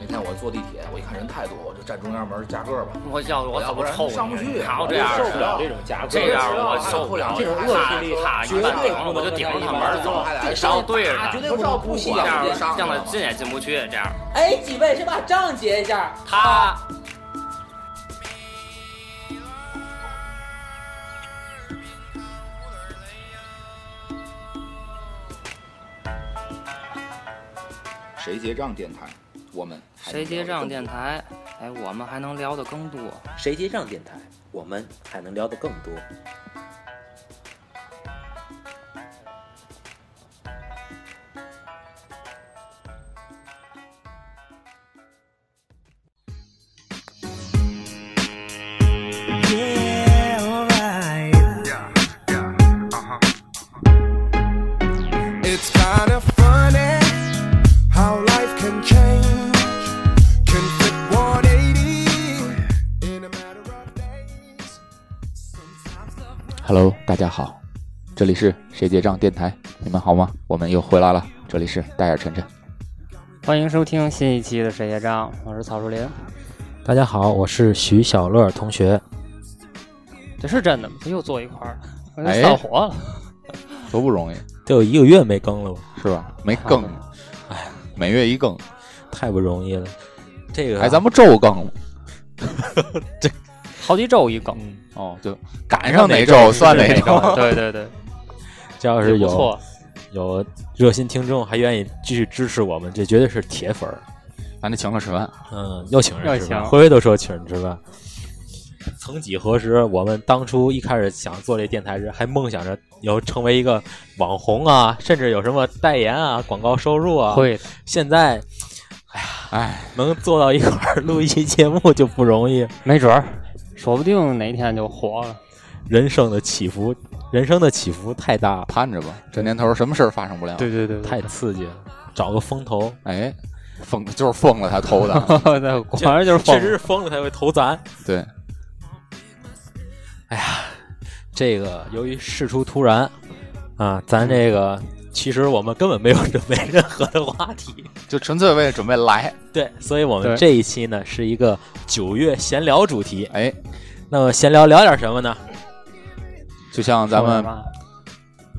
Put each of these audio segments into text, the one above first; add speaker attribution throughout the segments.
Speaker 1: 那天我坐地铁，我一看人太多，我就站中央门夹个吧。
Speaker 2: 我要我
Speaker 1: 要
Speaker 2: 怎
Speaker 1: 不
Speaker 2: 么
Speaker 1: 然
Speaker 2: 臭你
Speaker 1: 上不去啊
Speaker 2: 哪有
Speaker 1: 我
Speaker 2: 这样
Speaker 3: 受不
Speaker 2: 的？
Speaker 3: 了这种夹克
Speaker 2: 这样
Speaker 1: 受不了
Speaker 2: 我
Speaker 1: 这
Speaker 2: 受
Speaker 1: 种
Speaker 2: 不了，他
Speaker 1: 恶
Speaker 3: 势力
Speaker 2: 他一
Speaker 1: 绝对
Speaker 2: 半顶，
Speaker 3: 不能
Speaker 2: 我就顶着
Speaker 3: 在
Speaker 2: 他
Speaker 3: 一
Speaker 2: 门
Speaker 3: 般
Speaker 2: 儿
Speaker 3: 人
Speaker 2: 走
Speaker 3: 上，
Speaker 2: 然后哎对着
Speaker 1: 他
Speaker 2: 他，
Speaker 1: 绝
Speaker 2: 这
Speaker 1: 对不照顾细
Speaker 3: 这
Speaker 2: 样
Speaker 1: 让人上
Speaker 2: 让他
Speaker 1: 了
Speaker 2: 进也进不去，这样
Speaker 4: 哎，几位先把账结一下。
Speaker 1: 嗯
Speaker 2: 他
Speaker 1: 谁结账电台？我们还能
Speaker 2: 谁
Speaker 1: 聊
Speaker 2: 结
Speaker 1: 得
Speaker 2: 账
Speaker 1: 更
Speaker 2: 电
Speaker 1: 多？
Speaker 2: 台？哎，我们还能聊得更多。
Speaker 3: 谁结账电台，我们还能聊得更多。
Speaker 5: Yeah, alright.
Speaker 6: uh-huh, It's kind of funny how life can change. Can flip 180 in a matter of days. Sometimes love
Speaker 7: Hello，大家好，这里是谁结账电台，你们好吗？我们又回来了，这里是大眼晨晨。
Speaker 2: 欢迎收听新一期的《谁结账》，我是曹树林。
Speaker 3: 大家好，我是徐小乐同学。
Speaker 2: 这是真的吗？这又坐一块儿了，我就
Speaker 7: 哎
Speaker 2: 散伙了。
Speaker 7: 多不容易，
Speaker 3: 都有一个月没更了吧？
Speaker 7: 是吧？没更，
Speaker 3: 哎，
Speaker 7: 每月一更，
Speaker 3: 太不容易了。这个
Speaker 7: 哎，咱们周更
Speaker 2: 好几周一更，
Speaker 7: 哦，就赶上哪周算哪周。
Speaker 2: 对对对，
Speaker 3: 这要
Speaker 2: 也
Speaker 3: 是
Speaker 2: 不
Speaker 3: 有
Speaker 2: 错。
Speaker 3: 有热心听众还愿意继续支持我们，这绝对是铁粉儿。
Speaker 7: 咱就请客吃饭，
Speaker 3: 嗯，要请人吃
Speaker 2: 要
Speaker 3: 饭，
Speaker 2: 请
Speaker 3: 辉辉都说请人吃饭。曾几何时，我们当初一开始想做这电台时，还梦想着以后成为一个网红啊，甚至有什么代言啊、广告收入啊。
Speaker 2: 会的
Speaker 3: 现在
Speaker 7: 哎，
Speaker 3: 能坐到一块儿录一期节目就不容易，
Speaker 2: 没准儿，说不定哪天就火了。
Speaker 3: 人生的起伏，人生的起伏太大了，
Speaker 7: 盼着吧，这年头什么事儿发生不了。
Speaker 2: 对对对，
Speaker 3: 太刺激了。找个风投，
Speaker 7: 哎，疯就是疯了才投 的，
Speaker 2: 对，果然就是
Speaker 3: 确
Speaker 2: 疯
Speaker 3: 实是疯了才会投咱。
Speaker 7: 对，
Speaker 3: 这个由于事出突然啊，咱这个其实我们根本没有准备任何的话题，
Speaker 7: 就纯粹为了准备来。
Speaker 3: 对，所以我们
Speaker 2: 对
Speaker 3: 这一期呢是一个九月闲聊主题。
Speaker 7: 哎，
Speaker 3: 那么闲聊聊点什么呢？
Speaker 7: 就像咱们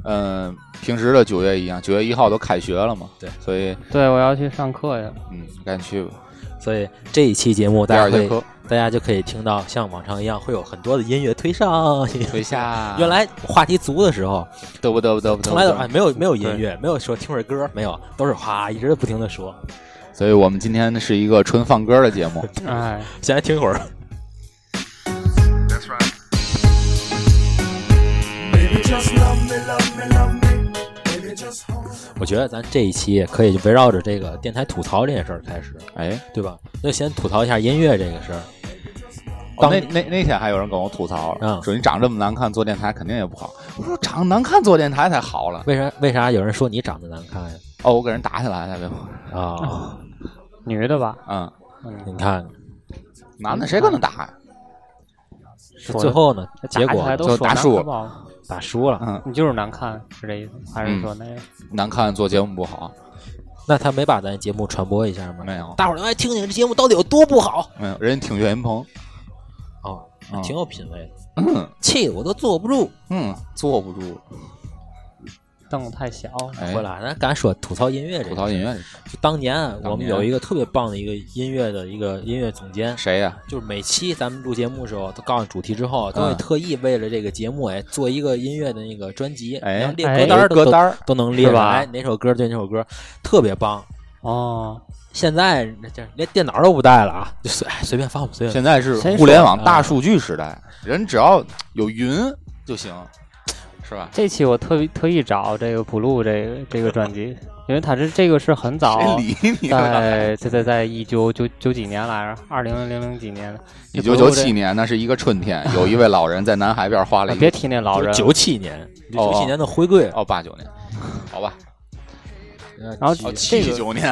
Speaker 7: 嗯、平时的九月一样，九月一号都开学了嘛，
Speaker 3: 对，
Speaker 7: 所以
Speaker 2: 对，我要去上课去了。
Speaker 7: 嗯，赶紧去吧，
Speaker 3: 所以这一期节目
Speaker 7: 第
Speaker 3: 大
Speaker 7: 二
Speaker 3: 家
Speaker 7: 节
Speaker 3: 会
Speaker 7: 课
Speaker 3: 大家就可以听到像往常一样会有很多的音乐推上。
Speaker 7: 回下。
Speaker 3: 原来话题足的时候，
Speaker 7: 嘚啵嘚啵嘚啵，
Speaker 3: 从来都哎没有没有音乐，没有说听会儿歌，没有，都是哗一直不停的说。
Speaker 7: 所以我们今天是一个纯放歌的节 目，
Speaker 2: 哎，
Speaker 3: 先来听会儿，
Speaker 6: That's right. Baby, just love me, love me, love me. Baby, just hold me.
Speaker 3: 我觉得咱这一期也可以围绕着这个电台吐槽这件事儿开始，
Speaker 7: 哎，
Speaker 3: 对吧？那先吐槽一下音乐这个事儿。
Speaker 7: 哦
Speaker 3: 当
Speaker 7: 那那那天还有人跟我吐槽了
Speaker 3: 嗯，
Speaker 7: 说你长这么难看，做电台肯定也不好。我说长难看做电台才好了。
Speaker 3: 为啥为啥有人说你长得难看呀？
Speaker 7: 哦，我给人打起来了，别慌。
Speaker 3: 啊、
Speaker 7: 哦
Speaker 2: 女的吧，
Speaker 7: 嗯，
Speaker 3: 你看
Speaker 7: 男的谁跟他打呀？
Speaker 2: 说
Speaker 3: 最后呢，
Speaker 2: 打
Speaker 3: 结
Speaker 2: 起
Speaker 3: 果
Speaker 2: 来都
Speaker 7: 就
Speaker 2: 说
Speaker 7: 打
Speaker 2: 难
Speaker 7: 输
Speaker 2: 看
Speaker 7: 了
Speaker 2: 不好
Speaker 3: 打输了，
Speaker 7: 嗯，
Speaker 2: 你就是难看，是这意思？还是说那个？
Speaker 7: 难看做节目不好，
Speaker 3: 那他没把咱节目传播一下吗？
Speaker 7: 没有
Speaker 3: 大伙儿都来听听这节目到底有多不好
Speaker 7: 没有人家听岳云鹏，
Speaker 3: 哦，
Speaker 7: 嗯
Speaker 3: 挺有品位的，
Speaker 7: 嗯
Speaker 3: 气得我都坐不住。
Speaker 7: 嗯，坐不住。
Speaker 2: 凳子太小，
Speaker 7: 哎
Speaker 3: 回，来，咱敢说吐槽音乐这
Speaker 7: 吐
Speaker 3: 个
Speaker 7: 槽音乐
Speaker 3: 就当年啊
Speaker 7: 当
Speaker 3: 我们
Speaker 7: 年
Speaker 3: 有一个特别棒的一个音乐的一个 音乐总监，
Speaker 7: 谁呀？
Speaker 3: 就是每期咱们录节目的时候，他告诉你主题之后，都会
Speaker 7: 嗯
Speaker 3: 特意为了这个节目哎做一个音乐的那个专辑，
Speaker 7: 哎
Speaker 3: 然后列
Speaker 2: 哎
Speaker 3: 歌单儿都、
Speaker 7: 歌单儿
Speaker 3: 都能列出哎
Speaker 2: 是吧
Speaker 3: 来，哪首歌对哪首歌，特别棒。
Speaker 2: 哦，
Speaker 3: 现在这连电脑都不带了啊，就随哎随便放吧，随便
Speaker 7: 现在是
Speaker 2: 谁说
Speaker 7: 互联
Speaker 3: 啊
Speaker 7: 网大数据时代，人只要有云就行，是吧？
Speaker 2: 这期我特意特意找这个 blue 这个这个专辑，因为它是这个是很早
Speaker 3: 哦
Speaker 7: 谁，理
Speaker 3: 哎
Speaker 7: 你啊？
Speaker 2: 在在在在一九九九几年来着，二零零零几年啊的。
Speaker 7: 一九九七年那是一个春天，有一位老人在南海边花了
Speaker 2: 啊
Speaker 7: 一
Speaker 2: 别
Speaker 7: 个
Speaker 2: 提那老人了，
Speaker 3: 放。九七年，
Speaker 7: 哦
Speaker 3: 九七年的啊回归，
Speaker 7: 哦八九年，好吧，
Speaker 2: 然后
Speaker 7: 哦
Speaker 2: 这
Speaker 7: 七
Speaker 2: 个
Speaker 7: 九年，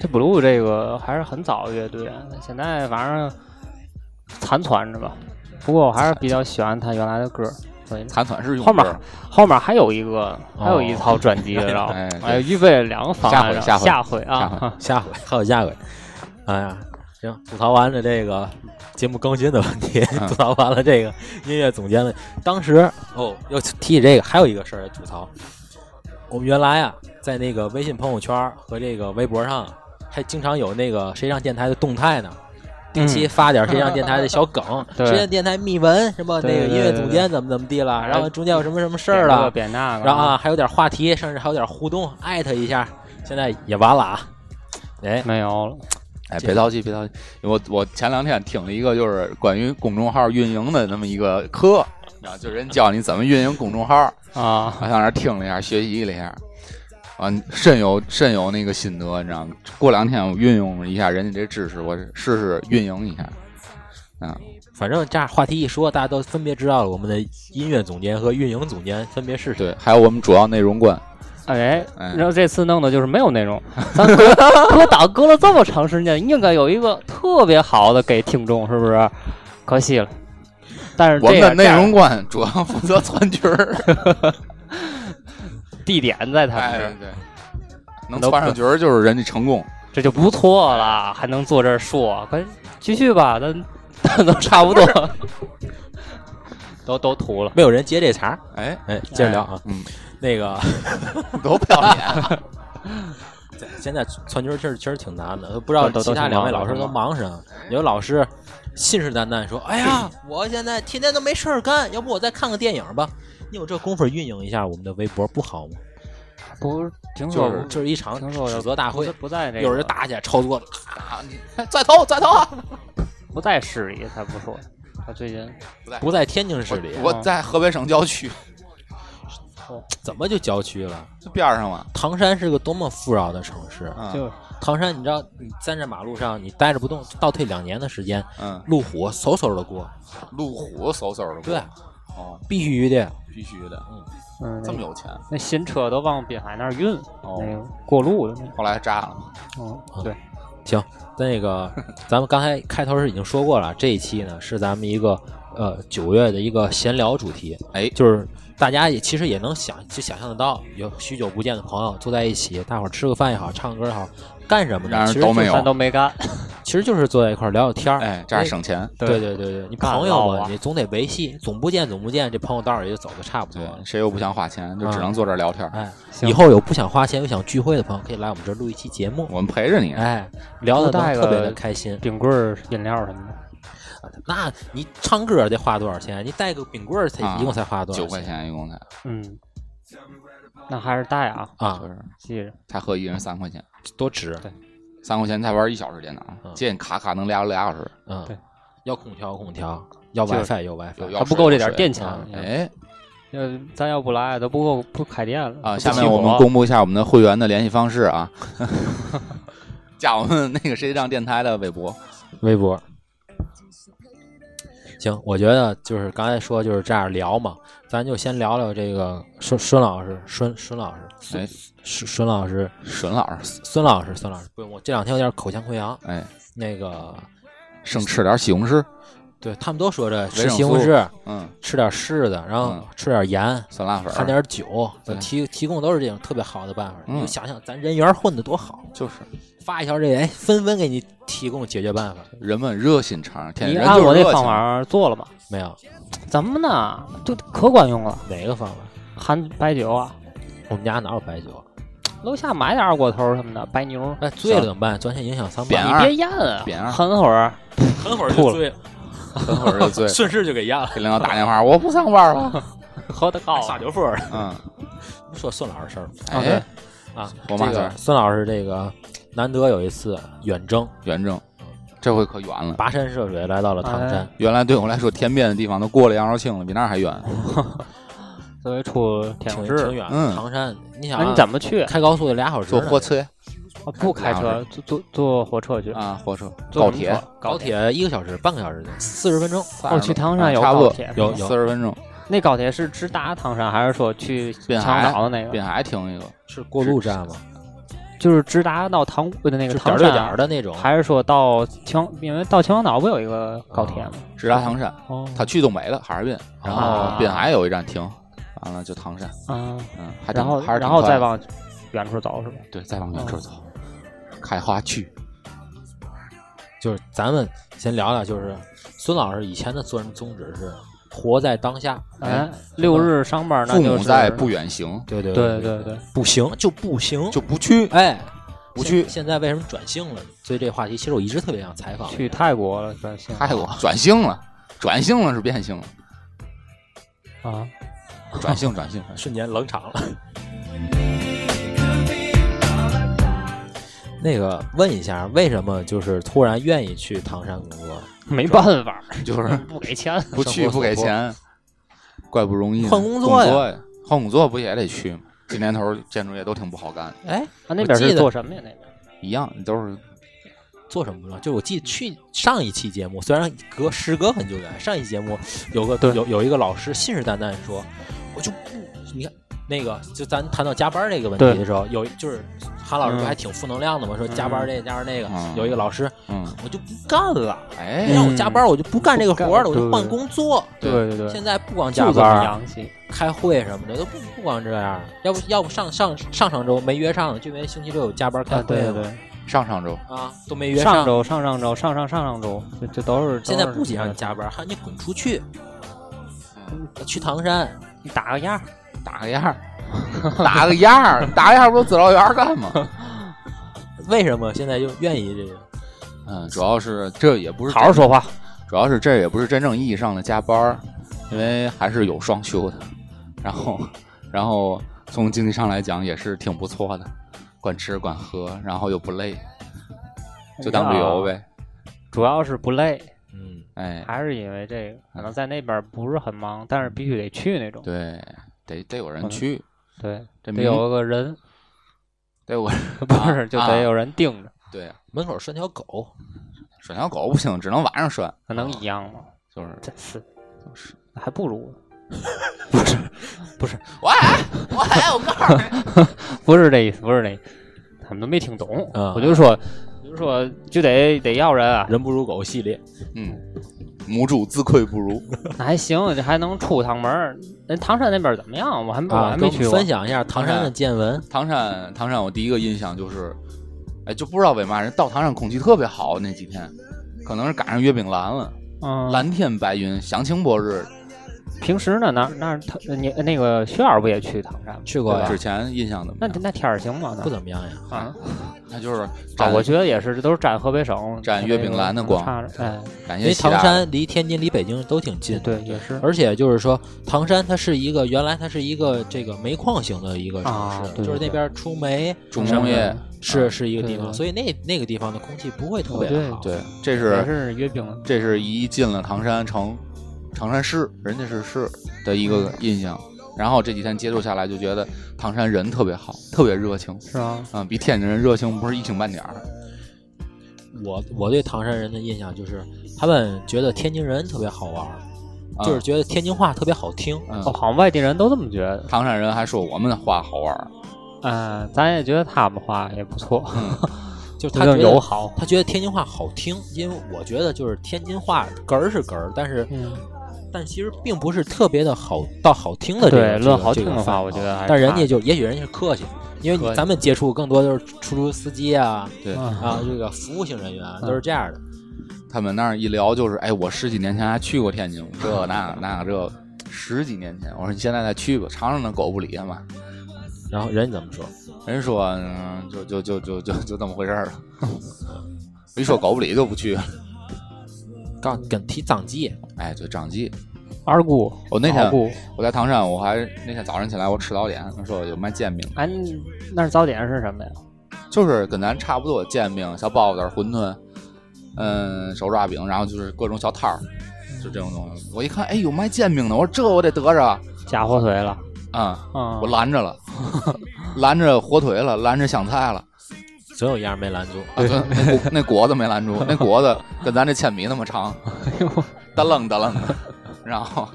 Speaker 2: 这 blue 这个还是很早的乐队，啊现在反正残存着吧。不过我还是比较喜欢他原来的歌，
Speaker 7: 残喘是
Speaker 2: 后
Speaker 7: 勇
Speaker 2: 面
Speaker 7: 哥，
Speaker 2: 后面还有一个，还有一套专辑，知道
Speaker 7: 哦 哎
Speaker 2: 吗
Speaker 7: 对？
Speaker 2: 哎，预备了两个方案，然后
Speaker 7: 下回下
Speaker 2: 下回
Speaker 7: 下
Speaker 2: 啊
Speaker 7: 回，
Speaker 3: 下回还有下回。哎呀，行，吐槽完了这个节目更新的问题，
Speaker 7: 嗯
Speaker 3: 吐槽完了这个音乐总监的。当时哦，要提起这个，还有一个事儿要吐槽。我们原来啊，在那个微信朋友圈和这个微博上，还经常有那个谁上电台的动态呢。定期发点谁上电台的小梗，
Speaker 2: 对
Speaker 3: 谁上电台秘闻什么那
Speaker 2: 对
Speaker 3: 个
Speaker 2: 对对
Speaker 3: 音乐总监怎么怎么地了，
Speaker 2: 对
Speaker 3: 然后中间有什么什么事
Speaker 2: 这
Speaker 3: 儿了，
Speaker 2: 点那个，
Speaker 3: 然后啊，还有点话题，甚至还有点互动，艾特一下，现在也完了啊。哎，
Speaker 2: 没有了，
Speaker 7: 哎，
Speaker 3: 这
Speaker 7: 别着急，别着急，我我前两天听了一个就是关于公众号运营的那么一个课，然后就人教你怎么运营公众号，
Speaker 2: 啊，
Speaker 7: 我上那儿听了一下，学习了一下，啊，甚有甚有那个心得，你知道吗？过两天我运用一下人家这知识，我试试运营一下。
Speaker 3: 反正这样话题一说，大家都分别知道了我们的音乐总监和运营总监分别是谁。
Speaker 7: 对，还有我们主要内容官，
Speaker 2: 哎，
Speaker 7: 哎
Speaker 2: 然后这次弄的就是没有内 容，咱隔隔档隔了这么长时间，应该有一个特别好的给听众，是不是？可惜了，但是
Speaker 7: 我
Speaker 2: 这
Speaker 7: 们的
Speaker 2: 样
Speaker 7: 内容官主要负责窜群儿。
Speaker 2: 这样地点在他们
Speaker 7: 哎
Speaker 2: 这，儿，
Speaker 7: 对，能窜上群儿就是人家成功。
Speaker 2: 这就不错了，还能坐这儿说，快继续吧，咱 都差不 多，都都涂了。
Speaker 3: 没有人接这茬儿，
Speaker 7: 哎，
Speaker 3: 哎，接着聊啊。
Speaker 7: 嗯，
Speaker 3: 那个
Speaker 7: 多不要脸！
Speaker 3: 现在窜群儿确实确实挺难的，都不知道
Speaker 2: 都都
Speaker 3: 其他
Speaker 2: 挺
Speaker 3: 两位
Speaker 2: 忙
Speaker 3: 老师
Speaker 2: 都
Speaker 3: 都
Speaker 2: 挺
Speaker 3: 忙什么。有老师信誓旦旦说：“哎呀，我现在天天都没事儿干，要不我再看个电影吧。”你有这功夫运营一下我们的微博不好吗？
Speaker 2: 不是，听
Speaker 3: 就
Speaker 2: 说
Speaker 3: 是就是一场
Speaker 2: 听说
Speaker 3: 指责大
Speaker 2: 不
Speaker 3: 会
Speaker 2: 在，不在这个，
Speaker 3: 有人打起来抄桌子，
Speaker 7: 啊 再投，再投啊！
Speaker 2: 不在市里，他不说，他最近
Speaker 3: 不在天津市里，
Speaker 7: 我我在河北省郊区
Speaker 3: 怎么就郊区了？
Speaker 7: 这边儿上嘛，
Speaker 3: 唐山是个多么富饶的城市！
Speaker 7: 嗯
Speaker 2: 就
Speaker 3: 唐山，你知道，你站在马路上，你待着不动，倒退两年的时间，
Speaker 7: 嗯，
Speaker 3: 路虎嗖嗖的过，
Speaker 7: 路虎嗖嗖的，
Speaker 3: 对，
Speaker 7: 哦，
Speaker 3: 必须的。
Speaker 7: 必须的，
Speaker 2: 嗯，
Speaker 7: 这么有钱，
Speaker 2: 那新车都往滨海那儿运，
Speaker 7: 哦
Speaker 2: 那个过路的那
Speaker 7: 后来炸了，
Speaker 2: 种。
Speaker 3: 啊
Speaker 2: 嗯，对，
Speaker 3: 行，那个咱们刚才开头是已经说过了，这一期呢是咱们一个呃九月的一个闲聊主题，
Speaker 7: 哎
Speaker 3: 就是大家也其实也能想就想象得到，有许久不见的朋友坐在一起，大伙儿吃个饭也好，唱个歌也好，干什么
Speaker 7: 然
Speaker 3: 呢？
Speaker 7: 而
Speaker 3: 其实
Speaker 7: 都
Speaker 3: 就
Speaker 7: 没有
Speaker 2: 咱都没干，
Speaker 3: 其实就是坐在一块儿聊聊天儿，
Speaker 7: 哎，这样
Speaker 3: 那
Speaker 7: 省钱，
Speaker 3: 对对对对，你
Speaker 2: 干
Speaker 3: 朋友
Speaker 2: 老
Speaker 3: 嘛，
Speaker 2: 啊
Speaker 3: 你总得维系，总不见总不见，这朋友道儿也就走的差不多
Speaker 7: 对
Speaker 3: 了，。
Speaker 7: 谁又不想花钱，就只能坐这儿聊天儿，
Speaker 3: 哎，
Speaker 2: 行
Speaker 3: 以后有不想花钱又想聚会的朋友，可以来我们这儿录一期节目，
Speaker 7: 我们陪着你，
Speaker 3: 哎，聊的
Speaker 2: 多带个
Speaker 3: 特别的开心。
Speaker 2: 冰棍儿、饮料什么的，
Speaker 3: 那你唱歌得花多少钱？你带个冰棍儿才
Speaker 7: 啊
Speaker 3: 一共才花多少？
Speaker 7: 九块钱一共才，
Speaker 2: 嗯，那还是带啊，
Speaker 3: 啊
Speaker 7: 就，是
Speaker 2: 记着。
Speaker 7: 才合一人三块钱，
Speaker 3: 多值。
Speaker 7: 三块钱才玩一小时电脑，
Speaker 3: 嗯
Speaker 7: 借你卡卡能俩俩小时，
Speaker 3: 嗯，
Speaker 2: 对，
Speaker 3: 要空调有空调，要
Speaker 2: 就是
Speaker 3: WiFi 有 WiFi，
Speaker 7: 有
Speaker 2: 还
Speaker 7: 要
Speaker 2: 不
Speaker 7: 水
Speaker 2: 够这
Speaker 7: 有
Speaker 2: 点
Speaker 7: 水
Speaker 2: 电钱
Speaker 3: 啊，
Speaker 2: 嗯
Speaker 7: 哎
Speaker 2: 要咱要不来都不够不开店了
Speaker 7: 啊，
Speaker 2: 都
Speaker 7: 下
Speaker 2: 不
Speaker 7: 面
Speaker 2: 起
Speaker 7: 我们
Speaker 2: 火
Speaker 7: 公布一下我们的会员的联系方式啊，加我们那个谁让电台的微博，
Speaker 3: 微博。行，我觉得就是刚才说就是这样聊嘛，咱就先聊聊这个孙孙老师，孙孙老师，孙
Speaker 7: 哎，
Speaker 3: 孙孙老师，
Speaker 7: 沈老师，
Speaker 3: 孙老师，孙老师，不用，我这两天有点口腔溃疡。
Speaker 7: 哎，
Speaker 3: 那个，
Speaker 7: 剩吃点西红柿，
Speaker 3: 对他们都说这吃
Speaker 7: 维生
Speaker 3: 西红
Speaker 7: 素
Speaker 3: 柿，
Speaker 7: 嗯，
Speaker 3: 吃点柿子，然后
Speaker 7: 嗯
Speaker 3: 吃点盐，
Speaker 7: 酸辣粉儿，
Speaker 3: 含点酒，
Speaker 7: 对
Speaker 3: 提提供都是这种特别好的办法。
Speaker 7: 嗯
Speaker 3: 你就想想咱人缘混的多好，
Speaker 7: 就是
Speaker 3: 发一条这个，哎，纷纷给你提供解决办法。
Speaker 7: 人们热心肠，天
Speaker 2: 你
Speaker 7: 人
Speaker 2: 按
Speaker 7: 就
Speaker 2: 我
Speaker 7: 是
Speaker 2: 那
Speaker 7: 热
Speaker 2: 方
Speaker 7: 情。
Speaker 2: 法做了吗？
Speaker 3: 没有
Speaker 2: 怎么呢？就可管用了，
Speaker 3: 哪个方法，
Speaker 2: 含白酒啊，
Speaker 3: 我们家哪有白酒？
Speaker 2: 楼下买点二锅头什么的，白牛。
Speaker 3: 哎，醉了怎么办？钻先影响三
Speaker 7: 扁
Speaker 3: 八，
Speaker 2: 你
Speaker 7: 二
Speaker 2: 别咽啊
Speaker 7: 扁二，
Speaker 2: 含会儿，
Speaker 3: 很会儿
Speaker 2: 就吐了
Speaker 3: 醉了，，
Speaker 7: 等会儿就醉
Speaker 3: 顺势就给咽了，
Speaker 7: 给领导打电话，我不上班了。
Speaker 2: 喝的高啊。
Speaker 3: 哎撒酒疯儿。
Speaker 7: 嗯，
Speaker 3: 不说孙老师事儿吗
Speaker 2: 啊对
Speaker 7: 哎，
Speaker 3: 啊，
Speaker 7: 我妈
Speaker 3: 这
Speaker 7: 事
Speaker 3: 个
Speaker 7: 儿
Speaker 3: 孙老师这个难得有一次远征，
Speaker 7: 远征，这回可远了。
Speaker 3: 跋山涉水来到了唐山
Speaker 2: 哎。
Speaker 7: 原来对我来说天边的地方都过了杨少庆了，比那儿还远。
Speaker 2: 作为出天
Speaker 3: 挺
Speaker 2: 津
Speaker 3: 挺
Speaker 2: 市，
Speaker 3: 远，
Speaker 7: 嗯
Speaker 3: 唐山，你想
Speaker 2: 那
Speaker 3: 啊
Speaker 2: 哎你怎么去？
Speaker 3: 开高速得俩小时呢？
Speaker 7: 坐火车
Speaker 2: 啊不开车，坐坐坐火车去。
Speaker 7: 啊，火车、
Speaker 2: 坐
Speaker 7: 高
Speaker 2: 什么
Speaker 7: 铁
Speaker 2: 车，
Speaker 3: 高铁一个小时，半个小时，四十分钟。
Speaker 2: 哦，去唐山有
Speaker 7: 差不
Speaker 2: 高
Speaker 7: 多
Speaker 2: 铁，
Speaker 3: 有
Speaker 7: 四十分钟，
Speaker 2: 那高铁是直达唐山，还是说去秦
Speaker 7: 滨
Speaker 2: 皇
Speaker 7: 海
Speaker 2: 岛的那个？
Speaker 7: 滨海停一个，
Speaker 3: 是过路站吗？
Speaker 2: 就是直达到唐呃那
Speaker 3: 就
Speaker 2: 个
Speaker 3: 点儿
Speaker 2: 唐
Speaker 3: 对点
Speaker 2: 山
Speaker 3: 儿
Speaker 2: 啊，
Speaker 3: 的那种，
Speaker 2: 还是说到秦，因为到秦皇岛不有一个高铁吗？
Speaker 7: 直达唐山，
Speaker 2: 哦，
Speaker 7: 他去东北了，哈尔滨，然后
Speaker 2: 啊
Speaker 7: 滨海有一站停，完了就唐山，
Speaker 2: 啊，
Speaker 7: 嗯，还挺
Speaker 2: 然后
Speaker 7: 还是挺
Speaker 2: 然后
Speaker 7: 快
Speaker 2: 再
Speaker 7: 的
Speaker 2: 往哦远处走是吧？
Speaker 7: 对再往远处走，开花区，
Speaker 3: 就是咱们先聊聊，就是孙老师以前的做人宗旨是活在当下，
Speaker 2: 哎，六日上班那
Speaker 7: 父
Speaker 2: 就
Speaker 7: 母
Speaker 2: 是
Speaker 7: 在不远行
Speaker 3: 对对
Speaker 2: 对
Speaker 3: 对
Speaker 2: 对对，
Speaker 3: 不行就不行，
Speaker 7: 就不去，
Speaker 3: 哎
Speaker 7: 不
Speaker 3: 现
Speaker 7: 去
Speaker 3: 现在为什么转性了呢？所以这话题其实我一直特别想采访
Speaker 2: 去泰国了，转性
Speaker 7: 泰国转性了，转性了是变性了，
Speaker 2: 啊，
Speaker 7: 转性转性， 转性
Speaker 3: 瞬间冷场了。那个问一下，为什么就是突然愿意去唐山工作？
Speaker 2: 没办法，
Speaker 7: 就是
Speaker 2: 不给钱。
Speaker 7: 不去不给钱，怪不容易呢，
Speaker 3: 换工作呀
Speaker 7: 呀，换工作不也得去吗？这年头建筑业都挺不好干的，
Speaker 3: 哎，
Speaker 2: 啊，那边
Speaker 3: 我
Speaker 2: 是
Speaker 3: 记得
Speaker 2: 做什么呀？那边
Speaker 7: 一样都是
Speaker 3: 做什么不知道，就是我记得去上一期节目，虽然隔时隔很久远，上一期节目有个
Speaker 2: 对
Speaker 3: 有有一个老师信誓旦旦地说，我就不你看那个，就咱谈到加班这个问题
Speaker 2: 对
Speaker 3: 的时候，有就是韩老师不
Speaker 2: 嗯
Speaker 3: 还挺负能量的嘛，说加班这加班那个，
Speaker 7: 嗯
Speaker 3: 有一个老师
Speaker 7: 嗯，
Speaker 3: 我就不干了，
Speaker 7: 哎
Speaker 3: 你让我加班我就不干这个活了，
Speaker 2: 不
Speaker 3: 我
Speaker 2: 干
Speaker 3: 就换工作。
Speaker 7: 对
Speaker 2: 嗯对对，
Speaker 3: 现在不光加
Speaker 2: 就这么
Speaker 3: 班，
Speaker 2: 洋气。
Speaker 3: 开会什么的都不不光这样，要不要不上上上上周没约上，就因为星期六有加班开
Speaker 2: 啊，
Speaker 3: 会
Speaker 2: 对对
Speaker 3: 嘛
Speaker 2: 对，
Speaker 7: 上上周
Speaker 3: 啊都没约
Speaker 2: 上周、上上周、上上上上周，这这都是
Speaker 3: 现在不仅让你加班，还让你滚出去，去唐山。
Speaker 2: 你打个样，
Speaker 7: 打个样儿， 打个样儿，打个样儿不都指导员儿干吗？
Speaker 3: 为什么现在又愿意这个？
Speaker 7: 嗯，主要是这也不是
Speaker 2: 好好说话。
Speaker 7: 主要是这也不是真正意义上的加班儿，因为还是有双休的。然后，然后从经济上来讲也是挺不错的，管吃管喝，然后又不累，就当旅游呗。
Speaker 2: 主要是不累，
Speaker 3: 嗯，
Speaker 7: 哎，
Speaker 2: 还是因为这个，可能在那边不是很忙，但是必须得去那种。
Speaker 7: 对，得得有人去，
Speaker 2: 对，
Speaker 7: 这
Speaker 2: 得
Speaker 7: 没
Speaker 2: 有个人，
Speaker 7: 得有
Speaker 2: 不是就得
Speaker 7: 啊
Speaker 2: 有人盯着，
Speaker 7: 对，
Speaker 3: 门口拴条狗，
Speaker 7: 拴条狗不行，只能晚上拴，
Speaker 2: 可能一样吗？
Speaker 7: 啊就是
Speaker 2: 真是，
Speaker 7: 就是
Speaker 2: 还不如
Speaker 7: 我来，我来，我告诉你，
Speaker 2: 不是这意思，不是这意思，他们都没听懂。
Speaker 7: 啊
Speaker 3: 嗯
Speaker 2: 我就说，我就说就得得要人 啊，
Speaker 3: 人不如狗系列。
Speaker 7: 嗯，母猪自愧不如，
Speaker 2: 那还行，这还能出趟门儿。那唐山那边怎么样？我还没我还
Speaker 3: 啊，跟
Speaker 2: 没
Speaker 3: 我
Speaker 2: 去
Speaker 3: 们
Speaker 2: 过
Speaker 3: 分。享一下唐山的见闻。
Speaker 7: 唐山，唐山，我第一个印象就是，哎，就不知道为嘛人到唐山空气特别好那几天，可能是赶上月饼蓝了，
Speaker 2: 嗯，
Speaker 7: 蓝天白云，详情博日。
Speaker 2: 平时呢，那那他你那个薛老师不也去唐山吗？
Speaker 3: 去
Speaker 7: 对
Speaker 3: 过
Speaker 7: 吧
Speaker 3: 呀
Speaker 7: 之，前印象怎么
Speaker 2: 那
Speaker 7: 样？
Speaker 2: 那天儿行吗？那
Speaker 3: 不怎么样呀。
Speaker 2: 啊
Speaker 7: 那就是
Speaker 2: 啊
Speaker 7: 沾，
Speaker 2: 我觉得也是，这都是沾河北省
Speaker 7: 沾
Speaker 2: 那
Speaker 7: 月
Speaker 2: 个
Speaker 7: 饼蓝的
Speaker 2: 差
Speaker 7: 光
Speaker 2: 着哎，
Speaker 7: 感
Speaker 3: 因
Speaker 7: 谢
Speaker 3: 为
Speaker 7: 习
Speaker 3: 唐
Speaker 7: 大大
Speaker 3: 山离天津、离北京都挺近，
Speaker 2: 对，也是。
Speaker 3: 而且就是说，唐山它是一个原来它是一个这个煤矿型的一个城
Speaker 2: 啊
Speaker 3: 市，
Speaker 2: 对
Speaker 3: 就是那
Speaker 2: 对啊
Speaker 3: 边出煤、
Speaker 7: 重工业，
Speaker 3: 是是一个地
Speaker 2: 对
Speaker 3: 方，
Speaker 2: 对
Speaker 3: 所以那那个地方的空气不会特别
Speaker 2: 对
Speaker 3: 好。
Speaker 7: 对，这
Speaker 2: 也
Speaker 7: 是
Speaker 2: 是月饼，
Speaker 7: 这是一进了唐山城，唐山市，人家是市的一个印象。然后这几天接触下来，就觉得唐山人特别好，特别热情，
Speaker 2: 是吧？
Speaker 7: 嗯，比天津人热情不是一星半点儿。
Speaker 3: 我我对唐山人的印象就是，他们觉得天津人特别好玩儿，
Speaker 7: 嗯
Speaker 2: 啊
Speaker 3: 就是觉得天津话特别好听。
Speaker 7: 嗯
Speaker 2: 哦，好像外地人都这么觉得。
Speaker 7: 唐山人还说我们的话好玩儿，
Speaker 2: 嗯，咱也觉得他们话也不错，
Speaker 3: 就是
Speaker 2: 比
Speaker 3: 他
Speaker 2: 较
Speaker 3: 觉
Speaker 2: 友
Speaker 3: 得
Speaker 2: 好。
Speaker 3: 他觉得天津话好听，因为我觉得就是天津话哏儿是哏儿，但是
Speaker 2: 嗯，
Speaker 3: 但其实并不是特别的好到好听的这个
Speaker 2: 对，
Speaker 3: 这
Speaker 2: 论
Speaker 3: 个
Speaker 2: 好
Speaker 3: 这
Speaker 2: 听
Speaker 3: 个
Speaker 2: 的
Speaker 3: 范啊
Speaker 2: 话，我觉得还是
Speaker 3: 但人
Speaker 2: 差
Speaker 3: 家就也许人家是客气，因为
Speaker 2: 客
Speaker 3: 你
Speaker 2: 气
Speaker 3: 咱们接触更多就是出租司机啊
Speaker 7: 对，
Speaker 2: 啊
Speaker 3: 啊这个服务性人员啊都是这样的。
Speaker 7: 他们那儿一聊就是，哎，我十几年前还去过天津，这那那这，十几年前，我说你现在再去吧，尝尝那狗不理他嘛。
Speaker 3: 然后人家怎么说？
Speaker 7: 人说，嗯，就就就就就就这么回事儿了。 一说狗不理就不去了。
Speaker 3: 刚跟提脏鸡，
Speaker 7: 哎，对，张记，
Speaker 2: 二姑，
Speaker 3: 哦
Speaker 7: 我那
Speaker 2: 老
Speaker 7: 天
Speaker 2: 姑，
Speaker 7: 我在唐山，我还那天早上起来我吃早点，他说有卖煎饼，
Speaker 2: 哎，你那儿早点是什么呀？
Speaker 7: 就是跟咱差不多，煎饼、小包子、馄饨，嗯，手抓饼，然后就是各种小摊儿，就这种东西。我一看，哎，有卖煎饼的，我说这我得得着
Speaker 2: 加火腿了，
Speaker 7: 啊、
Speaker 2: 嗯，
Speaker 7: 我拦着了， 拦着火腿了，拦着香菜了，
Speaker 3: 总有一样没拦住。
Speaker 7: 啊，对，那果那果子没拦住，那果子跟咱这铅笔那么长，哒楞哒楞 的。然后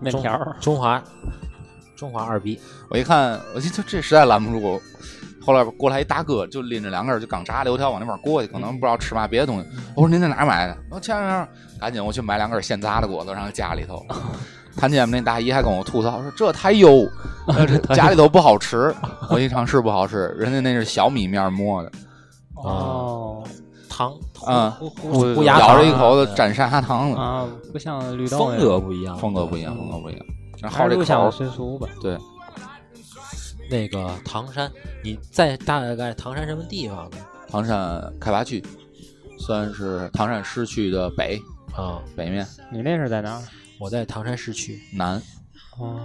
Speaker 2: 面条儿，
Speaker 3: 中华，中华二逼，
Speaker 7: 我一看，我就就这实在拦不住，后来过来一大哥，就拎着两根儿就港扎油条往那边过去，可能不知道吃嘛别的东西。我说您在哪儿买的？我说前两天赶紧我去买两根现炸的果子，让家里头。看见那大姨还跟我吐槽说这太油，呃这家里头不好吃。我一尝试不好吃，人家那是小米面磨的，
Speaker 2: 哦
Speaker 3: 糖，
Speaker 7: 嗯
Speaker 3: 糊糊
Speaker 2: 我
Speaker 3: 糊糊牙
Speaker 7: 咬
Speaker 3: 糖
Speaker 7: 着一口子
Speaker 3: 对
Speaker 7: 蘸砂糖了，
Speaker 2: 啊，不像绿豆
Speaker 3: 风
Speaker 2: 那种，
Speaker 3: 格不一样，
Speaker 7: 风格不一样，风格不一样。然后
Speaker 2: 嗯还
Speaker 7: 好
Speaker 2: 是
Speaker 7: 这
Speaker 2: 入
Speaker 7: 口
Speaker 2: 乡
Speaker 7: 儿
Speaker 2: 随俗吧。
Speaker 3: 那个唐山，你在大概唐山什么地方呢？
Speaker 7: 唐山开发区，算是唐山市区的北
Speaker 3: 啊，
Speaker 7: 北面
Speaker 2: 你那是在哪儿？
Speaker 3: 我在唐山市区，
Speaker 7: 南，啊
Speaker 2: 哦，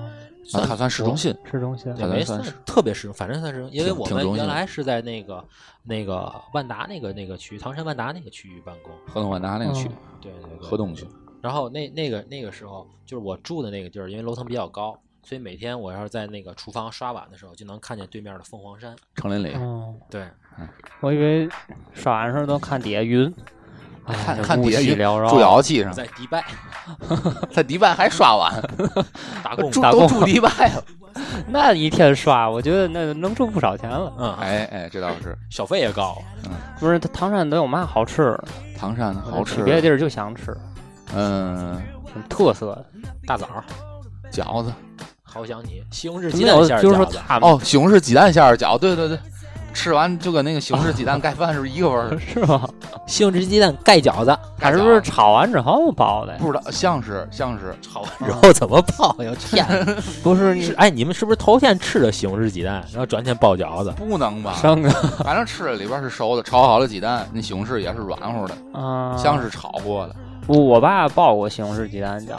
Speaker 7: 它算市中心。
Speaker 2: 市中心。
Speaker 7: 好
Speaker 3: 也
Speaker 7: 像
Speaker 3: 没
Speaker 7: 算是
Speaker 3: 特别实用，反正算实用，因为
Speaker 7: 挺
Speaker 3: 我
Speaker 7: 挺
Speaker 3: 们
Speaker 7: 中性
Speaker 3: 原
Speaker 7: 的
Speaker 3: 来是在那个那个万达那个那个区，唐山万达那个区域办公。
Speaker 7: 河东万达那个区，
Speaker 3: 对
Speaker 2: 嗯
Speaker 3: 对对，
Speaker 7: 河东区，
Speaker 3: 然后那那个那个时候，就是我住的那个地儿，因为楼层比较高，所以每天我要是在那个厨房刷碗的时候，就能看见对面的凤凰山。
Speaker 7: 城林里。
Speaker 2: 哦，
Speaker 3: 对，
Speaker 2: 我以为刷完时候都看底下云，哎呀
Speaker 7: 看
Speaker 2: 这
Speaker 7: 看底下
Speaker 2: 雾气
Speaker 7: 云
Speaker 2: 缭绕。
Speaker 7: 住遥器上，
Speaker 3: 在迪拜
Speaker 7: 在迪拜还刷碗，
Speaker 3: 打工
Speaker 7: 住
Speaker 2: 嗯打
Speaker 7: 都
Speaker 2: 工
Speaker 7: 住迪拜了。
Speaker 2: 那一天刷，我觉得那能挣不少钱了。
Speaker 3: 嗯，
Speaker 7: 哎哎，这倒是，
Speaker 3: 小费也高，
Speaker 2: 不是，唐山都有嘛好吃的？
Speaker 7: 唐山好
Speaker 2: 嗯
Speaker 7: 吃。
Speaker 2: 别的地儿就想吃，
Speaker 7: 嗯，
Speaker 2: 很特色的。
Speaker 3: 大枣，
Speaker 7: 饺子
Speaker 3: 好想你，西红柿鸡
Speaker 2: 没
Speaker 3: 蛋
Speaker 2: 有
Speaker 3: 馅儿
Speaker 2: 就是说
Speaker 3: 饺子
Speaker 2: 他们？
Speaker 7: 哦，西红柿鸡蛋馅儿饺，对对对，吃完就跟那个西红柿鸡蛋盖饭是不是一个味 儿
Speaker 2: 是吗？
Speaker 3: 西红柿鸡蛋盖饺子，
Speaker 2: 它是不是炒完之后包的呀？
Speaker 7: 不知道，像是像是
Speaker 3: 炒 完之后怎么爆呀？ 天，
Speaker 2: 不是
Speaker 3: 是哎，你们是不是头天吃的西红柿鸡蛋，然后转天爆饺子？
Speaker 7: 不能吧？
Speaker 2: 生的
Speaker 7: 反正吃的里边是熟的，炒好了鸡蛋，那西红柿也是软乎的，
Speaker 2: 啊？
Speaker 7: 像是炒过的。
Speaker 2: 不，我爸爆过西红柿鸡蛋饺，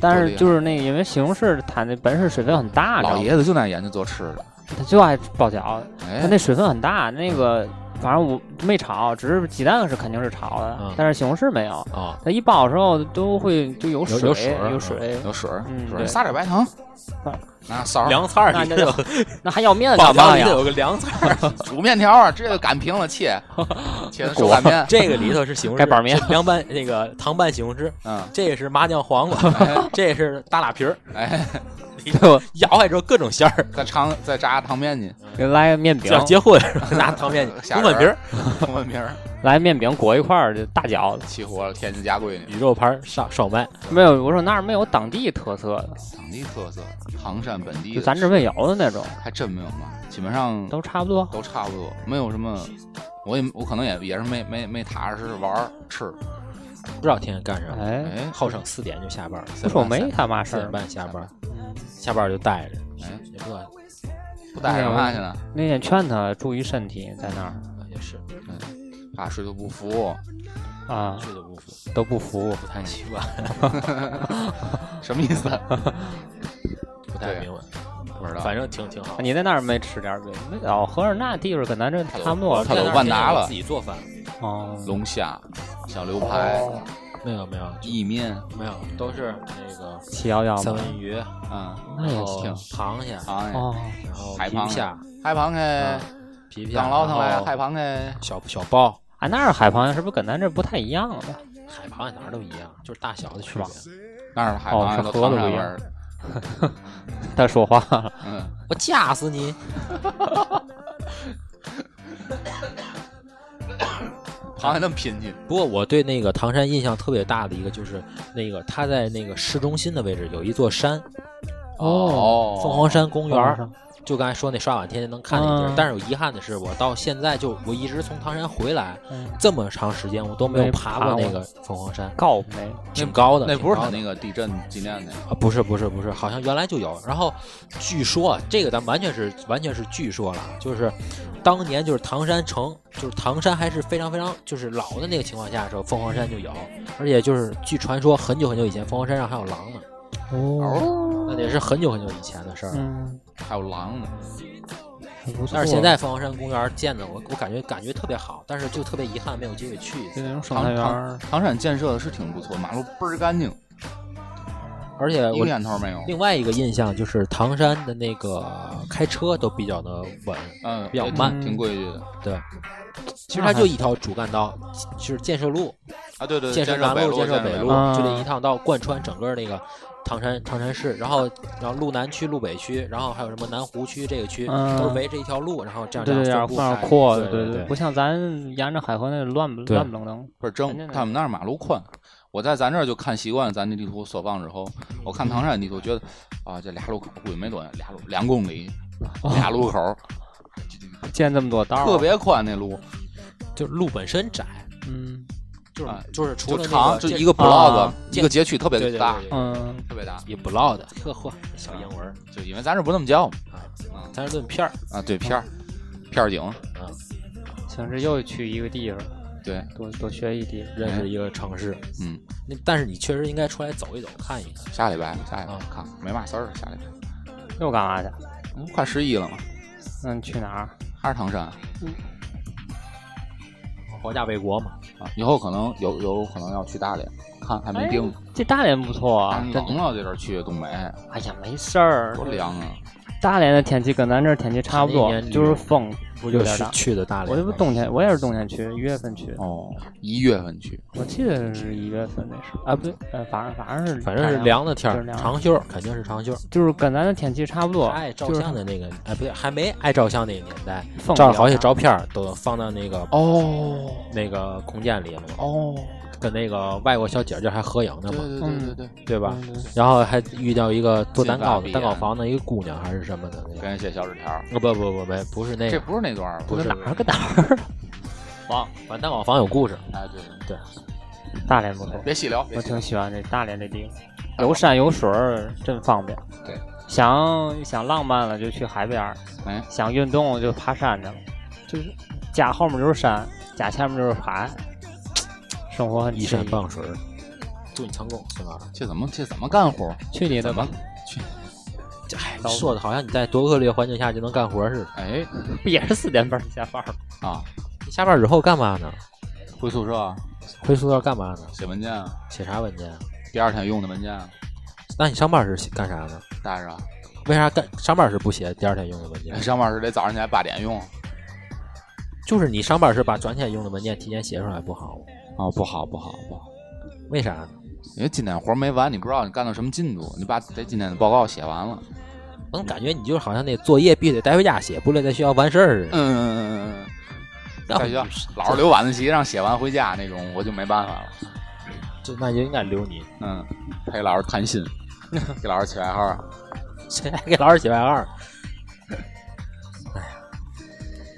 Speaker 2: 但
Speaker 7: 多厉
Speaker 2: 是
Speaker 7: 害
Speaker 2: 就是那个，因为西红柿它那本身水分很大，
Speaker 7: 老
Speaker 2: 你知
Speaker 7: 爷子就那研究做吃的，
Speaker 2: 道吗他就爱爆饺子，他
Speaker 7: 哎，
Speaker 2: 那水分很大，那个反正我没炒，只是鸡蛋是肯定是炒
Speaker 3: 嗯
Speaker 2: 的，但是西红柿没有。
Speaker 3: 啊，
Speaker 2: 它一爆的时候都会就有
Speaker 3: 有
Speaker 2: 水，
Speaker 3: 有
Speaker 2: 有
Speaker 3: 水儿
Speaker 2: 水
Speaker 7: 有水儿，
Speaker 2: 嗯
Speaker 7: 水儿
Speaker 2: 对
Speaker 7: 撒点白糖
Speaker 2: 啊，
Speaker 7: 拿勺儿
Speaker 3: 凉菜儿
Speaker 2: 那
Speaker 3: 你
Speaker 2: 那
Speaker 3: 得有
Speaker 2: 就那还要面
Speaker 3: 爆
Speaker 2: 干
Speaker 3: 饺
Speaker 2: 嘛
Speaker 3: 子你
Speaker 2: 呀
Speaker 3: 得？有个凉菜儿，
Speaker 7: 煮面条啊，直接就擀平 了切，切成手擀面。
Speaker 3: 这个里头是西 红柿
Speaker 2: 盖板面
Speaker 3: 是凉拌那个糖拌西红柿，
Speaker 7: 嗯，
Speaker 3: 这个是麻酱黄瓜，
Speaker 7: 哎
Speaker 3: 这是大辣皮儿，
Speaker 7: 哎，
Speaker 2: 对吧，
Speaker 3: 咬开之后各种馅儿。
Speaker 7: 再尝再炸糖面筋，
Speaker 2: 给来个面饼
Speaker 3: 要，结婚拿糖面
Speaker 7: 吓
Speaker 3: 红粉皮
Speaker 7: 人
Speaker 3: 儿、
Speaker 7: 中文名儿
Speaker 2: 来面饼裹一块儿就大饺子。
Speaker 7: 起火了，天津家闺女，
Speaker 3: 宇宙牌烧烧麦，
Speaker 2: 没有，我说那儿没有当地特色的，
Speaker 7: 当地特色，唐山本地
Speaker 2: 就
Speaker 7: 的，
Speaker 2: 咱这边有的那种，
Speaker 7: 还真没有嘛，基本上
Speaker 2: 都差不多。
Speaker 7: 都差不多，没有什么，我也我可能也也是没没没踏实玩儿吃，
Speaker 3: 不知道天天干啥，
Speaker 2: 哎，
Speaker 7: 哎，
Speaker 3: 号称四点就下班儿，
Speaker 2: 不是我没他妈事
Speaker 3: 四
Speaker 2: 儿
Speaker 3: 点。半下班儿，下班儿就带着，
Speaker 7: 哎
Speaker 3: 也不知道
Speaker 7: 不带着嘛去了，
Speaker 2: 那天劝他注意身体，在那儿
Speaker 3: 也是嗯
Speaker 7: 怕水土不 服，
Speaker 2: 啊
Speaker 3: 去就不服，
Speaker 2: 都不服。
Speaker 3: 不太习惯，
Speaker 7: 什么意思？
Speaker 3: 不太明白，
Speaker 7: 不知道，啊
Speaker 3: 反正挺挺好。
Speaker 2: 你在那儿没吃点儿呗？没哦，合着那地方跟咱这差不多。
Speaker 7: 他有万达了
Speaker 3: 自己做饭，
Speaker 2: 哦，
Speaker 7: 龙虾、小牛排、
Speaker 3: 没有没有
Speaker 7: 意面，
Speaker 3: 没有，都是那个
Speaker 2: 七幺幺
Speaker 3: 三
Speaker 2: 嘛。
Speaker 3: 文鱼，
Speaker 7: 嗯，
Speaker 2: 那也
Speaker 3: 然后
Speaker 7: 挺
Speaker 3: 螃蟹，
Speaker 7: 螃蟹、
Speaker 2: 哦，
Speaker 3: 然后
Speaker 7: 啊海
Speaker 3: 皮皮
Speaker 7: 螃蟹
Speaker 3: 虾，
Speaker 7: 海螃蟹、
Speaker 3: 皮皮虾，
Speaker 7: 养老腾来
Speaker 3: 然后
Speaker 7: 海螃蟹，
Speaker 3: 小小鲍，
Speaker 2: 俺啊那儿海螃蟹是不是跟咱这不太一样了吧？
Speaker 3: 海螃蟹哪儿都一样，就是大小的区
Speaker 2: 是
Speaker 3: 别。
Speaker 7: 那儿的海
Speaker 2: 哦
Speaker 7: 螃蟹
Speaker 2: 是
Speaker 7: 都
Speaker 2: 河
Speaker 7: 汤
Speaker 2: 的
Speaker 7: 上
Speaker 2: 不一
Speaker 7: 味
Speaker 2: 样
Speaker 7: 儿的，
Speaker 2: 他说话了，
Speaker 7: 嗯。
Speaker 3: 我夹死你！
Speaker 7: 螃蟹那么拼劲，
Speaker 3: 不过我对那个唐山印象特别大的一个就是，那个它在那个市中心的位置有一座山，
Speaker 7: 哦
Speaker 3: 凤凰山公园
Speaker 2: 凤凰
Speaker 3: 儿
Speaker 2: 山，
Speaker 3: 就刚才说那刷碗天天能看那地儿
Speaker 2: 嗯。
Speaker 3: 但是有遗憾的是，我到现在就我一直从唐山回来
Speaker 2: 嗯
Speaker 3: 这么长时间，我都没有
Speaker 2: 没
Speaker 3: 爬
Speaker 2: 爬
Speaker 3: 过
Speaker 2: 过
Speaker 3: 那个凤凰山，
Speaker 2: 告没？
Speaker 3: 挺高的。
Speaker 7: 那不是他
Speaker 3: 挺高的
Speaker 7: 那个地震纪念那个，
Speaker 3: 啊，不是不是不是，好像原来就有。然后据说啊这个咱完全是完全是据说了啊，就是当年就是唐山城，就是唐山还是非常非常就是老的那个情况下的时候，凤凰山就有，而且就是据传说很久很久以前，凤凰山上还有狼呢，
Speaker 2: 哦，
Speaker 3: 那得是很久很久以前的事儿了。
Speaker 2: 嗯，
Speaker 7: 还有狼呢，
Speaker 2: 还不错。啊
Speaker 3: 但是现在凤凰山公园建的，我我感觉感觉特别好，但是就特别遗憾没有机会去一
Speaker 2: 就
Speaker 3: 次。
Speaker 2: 那种生态园儿，
Speaker 7: 唐山建设的是挺不错，马路倍儿干净，
Speaker 3: 而且
Speaker 7: 一个
Speaker 3: 呃我
Speaker 7: 年头没有。
Speaker 3: 另外一个印象就是唐山的那个开车都比较的稳，
Speaker 7: 嗯，
Speaker 3: 比较
Speaker 7: 也挺
Speaker 3: 慢
Speaker 7: 挺规矩的
Speaker 3: 对。其实它
Speaker 2: 啊
Speaker 3: 就一条主干道，就是建设路、
Speaker 7: 啊。对对
Speaker 3: 建设南路、建设北路，
Speaker 2: 啊
Speaker 3: 就这一趟道贯穿整个那个唐山唐山市，然后然后路南区、路北区，然后还有什么南湖区这个区，
Speaker 2: 嗯
Speaker 3: 都是围着一条路，然后这样
Speaker 2: 对对，
Speaker 3: 这
Speaker 2: 这
Speaker 3: 样
Speaker 2: 样
Speaker 3: 分布
Speaker 2: 放
Speaker 3: 开
Speaker 2: 阔的，
Speaker 3: 对
Speaker 2: 对
Speaker 3: 对
Speaker 2: 不，像咱沿着海河那乱不
Speaker 3: 对
Speaker 2: 乱不楞登。
Speaker 7: 不是正
Speaker 2: 人家，那
Speaker 7: 他们那儿马路宽。我在咱这儿就看习惯咱的地图所望之后，我看唐山地图觉得啊，这俩路口估计没多远，俩路两公里，
Speaker 3: 哦
Speaker 7: 俩路口、
Speaker 2: 建这么多道儿，
Speaker 7: 特别宽那路
Speaker 3: 就是路本身窄，
Speaker 2: 嗯
Speaker 3: 就是
Speaker 7: 啊
Speaker 3: 就是除
Speaker 7: 就
Speaker 3: 了那
Speaker 7: 长，就
Speaker 3: 这
Speaker 7: 一个 block、
Speaker 2: 啊
Speaker 7: 一个街区特别
Speaker 3: 对对
Speaker 7: 大，
Speaker 3: 对对
Speaker 2: 嗯，
Speaker 7: 特别大，
Speaker 3: 也不落的，呵呵，小英文儿，
Speaker 7: 就因为咱这不那么叫嘛
Speaker 3: 咱是论片儿，
Speaker 7: 啊，对片儿片儿警，
Speaker 2: 行，这又去一个地方，
Speaker 7: 对，
Speaker 2: 多多学一地。
Speaker 3: 认识一个城市，
Speaker 7: 嗯，
Speaker 3: 那但是你确实应该出来走一走，看一看，
Speaker 7: 下礼拜下礼拜
Speaker 3: 啊
Speaker 7: 看看没嘛事儿，下礼拜
Speaker 2: 又干嘛去？
Speaker 7: 嗯快十一了嘛，
Speaker 2: 那你去哪儿？
Speaker 7: 还是唐山啊，
Speaker 3: 保家卫国嘛，
Speaker 7: 以后可能有有可能要去大连，看还
Speaker 3: 哎
Speaker 7: 没定，
Speaker 2: 这大连不错啊，
Speaker 7: 但
Speaker 2: 真
Speaker 7: 冷了这阵儿去东北
Speaker 2: 哎呀，没事儿
Speaker 7: 多。凉啊。
Speaker 2: 大连的天气跟咱这儿天气差不多
Speaker 3: 前一，年
Speaker 2: 就是风
Speaker 3: 不
Speaker 2: 有
Speaker 3: 就
Speaker 2: 点
Speaker 3: 是
Speaker 2: 大。
Speaker 3: 去的大连吗？
Speaker 2: 我这不冬天，我也是冬天去，一月份去。
Speaker 7: 哦，一月份去，
Speaker 2: 我记得是一月份那是啊，不对，呃，反正反正是
Speaker 3: 反正是
Speaker 2: 太
Speaker 3: 凉的天
Speaker 2: 就是
Speaker 3: 儿，
Speaker 2: 凉
Speaker 3: 长袖儿肯定是长袖儿。
Speaker 2: 就是跟咱的天气差不多，
Speaker 3: 爱照
Speaker 2: 就是
Speaker 3: 相的那个，哎，不对，还没爱照相那个年代，
Speaker 2: 风
Speaker 3: 照
Speaker 2: 比较
Speaker 3: 好些
Speaker 2: 大
Speaker 3: 照片儿都放到那个
Speaker 7: 哦
Speaker 3: 那个空间里了嘛，
Speaker 7: 哦，
Speaker 3: 跟那个外国小姐姐还合影呢
Speaker 7: 对
Speaker 3: 嘛，
Speaker 7: 对对对对，
Speaker 3: 对吧？
Speaker 2: 嗯
Speaker 3: 然后还遇到一个做蛋
Speaker 7: 金发
Speaker 3: 糕
Speaker 7: 碧眼
Speaker 3: 的蛋糕房的一个姑娘还是什么的那
Speaker 7: 给
Speaker 3: 个，
Speaker 7: 人写小纸条儿，
Speaker 3: 哦不不不没不是那
Speaker 7: 这
Speaker 3: 个，
Speaker 7: 不是那段儿吧，
Speaker 3: 不是
Speaker 2: 哪儿跟哪儿？
Speaker 3: 房，反正蛋糕房有故事，
Speaker 7: 哎，对，
Speaker 2: 嗯大连不错，
Speaker 7: 别细聊，别
Speaker 2: 我
Speaker 7: 细聊
Speaker 2: 挺喜欢这大连这地方，有山有水儿，真方便。
Speaker 7: 对，
Speaker 2: 想想浪漫了就去海边儿，
Speaker 7: 哎
Speaker 2: 想运动就爬山去了，嗯就是家后面就是山，家前面就是海，生活很
Speaker 3: 依
Speaker 2: 惬
Speaker 3: 山
Speaker 2: 意。
Speaker 3: 傍水，祝你成功，是吧？
Speaker 7: 这怎么这怎么干活儿？
Speaker 2: 去你的吧，
Speaker 3: 这哎
Speaker 2: 老
Speaker 3: 说的好像你在多恶劣环境下就能干活似的。
Speaker 7: 哎
Speaker 2: 不 也是四点半下班吗？
Speaker 7: 啊，
Speaker 3: 你下班之后干嘛呢？
Speaker 7: 回宿舍啊
Speaker 3: 回宿舍干嘛呢？
Speaker 7: 写文件啊，
Speaker 3: 写啥文件啊？
Speaker 7: 第二天用的文件啊
Speaker 3: 那你上班是干啥呢？
Speaker 7: 带着啊，
Speaker 3: 为啥干上班时不写第二天用的文件？
Speaker 7: 上班时得早上起来八点用。
Speaker 3: 就是你上班时把转天用的文件提前写出来不好吗？
Speaker 7: 哦，不好不好不好，
Speaker 3: 为啥呢？
Speaker 7: 因为今天活儿没完，你不知道你干到什么进度，你把这今天的报告写完了。
Speaker 3: 我感觉你就好像那作业必须得带回家写，不能在学校完事儿似的。
Speaker 7: 嗯嗯嗯嗯，
Speaker 3: 那
Speaker 7: 在学校老是留晚自习，让写完回家那种，我就没办法了。
Speaker 3: 就那就应该留你，
Speaker 7: 嗯，陪老师谈心，给老师起外号儿。
Speaker 3: 谁还给老师写外号？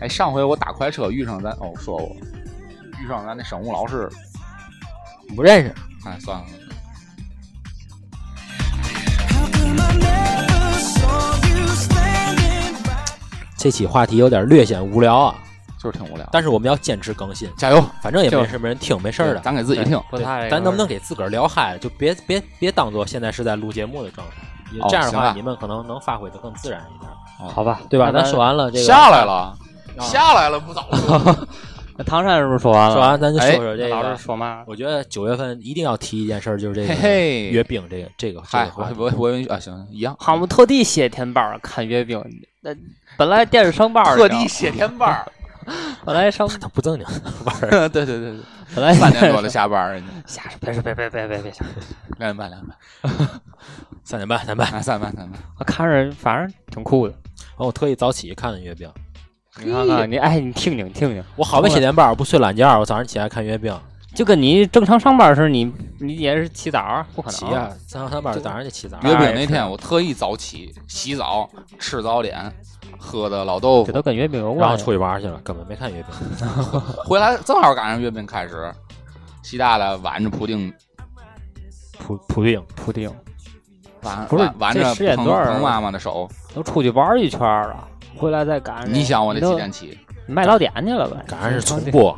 Speaker 7: 哎，上回我打快车遇上咱哦，说我遇上咱那生物老师，
Speaker 3: 不认识。
Speaker 7: 哎，算了，
Speaker 6: How come I never saw you standing by?
Speaker 3: 这期话题有点略显无聊啊，
Speaker 7: 就是挺无聊。
Speaker 3: 但是我们要坚持更新，
Speaker 7: 加油，
Speaker 3: 反正也
Speaker 2: 就
Speaker 3: 没
Speaker 2: 是
Speaker 3: 什么人听，没事儿的。
Speaker 7: 咱给自己听。
Speaker 2: 不太
Speaker 3: 对咱能不能给自个儿聊嗨了？就别别别当做现在是在录节目的状态，也
Speaker 7: 哦
Speaker 3: 这样的
Speaker 7: 行
Speaker 3: 话
Speaker 7: 吧
Speaker 3: 你们可能能发挥的更自然一点，
Speaker 2: 好吧？啊
Speaker 3: 对吧？
Speaker 2: 那
Speaker 3: 咱说完了这个，
Speaker 7: 下来了，下来了，不早说。
Speaker 2: 那唐山是不是说完了？
Speaker 3: 说完咱就说
Speaker 7: 哎
Speaker 3: 说这
Speaker 2: 那老
Speaker 3: 个
Speaker 2: 师。说嘛？
Speaker 3: 我觉得九月份一定要提一件事儿，就是这个
Speaker 7: 嘿嘿
Speaker 3: 阅兵这个这个这
Speaker 7: 嗨
Speaker 3: 个，
Speaker 7: 我
Speaker 3: 话题。
Speaker 7: 我我允许啊，行，一样。
Speaker 2: 好，我们特地歇天班儿看阅兵。那本来电视上班儿，
Speaker 7: 特地写 天班儿，
Speaker 2: 本来上
Speaker 3: 他不正经玩儿，
Speaker 7: 对对对对，
Speaker 2: 本来
Speaker 7: 三点多就下班儿，人家
Speaker 2: 瞎说，别说，别别别别别瞎说。
Speaker 7: 两点半两点
Speaker 3: 三点半三点半。
Speaker 7: 半，啊三点半三点
Speaker 2: 我看着反正挺酷的。
Speaker 3: 然后我特意早起看的阅兵，
Speaker 2: 你看看你，哎，你听听听听，
Speaker 3: 我好不容易写点半，我不睡懒觉，我早上起来看阅兵，
Speaker 2: 就跟你正常上班时，你你也是起啊早儿，不可
Speaker 3: 起
Speaker 2: 能。
Speaker 7: 啊
Speaker 3: 呀，三三班早上就起早
Speaker 7: 半。。阅兵那天我特意早起，洗澡，吃早点，喝的老豆
Speaker 2: 这
Speaker 7: 腐，
Speaker 2: 都跟阅兵有关。
Speaker 3: 然后出去玩儿去了，根本没 看阅兵。
Speaker 7: 回来正好赶上阅兵开始，习大大挽着普丁，
Speaker 3: 普普丁，
Speaker 2: 普丁
Speaker 7: 挽
Speaker 2: 不是
Speaker 7: 挽挽着
Speaker 2: 这时间
Speaker 7: 彭
Speaker 2: 段儿
Speaker 7: 彭妈妈的手。
Speaker 2: 都出去玩一圈儿了，回来再赶上这个。
Speaker 7: 你想我得
Speaker 2: 都
Speaker 7: 几点起？
Speaker 2: 卖老点去了呗？
Speaker 3: 赶上是重播，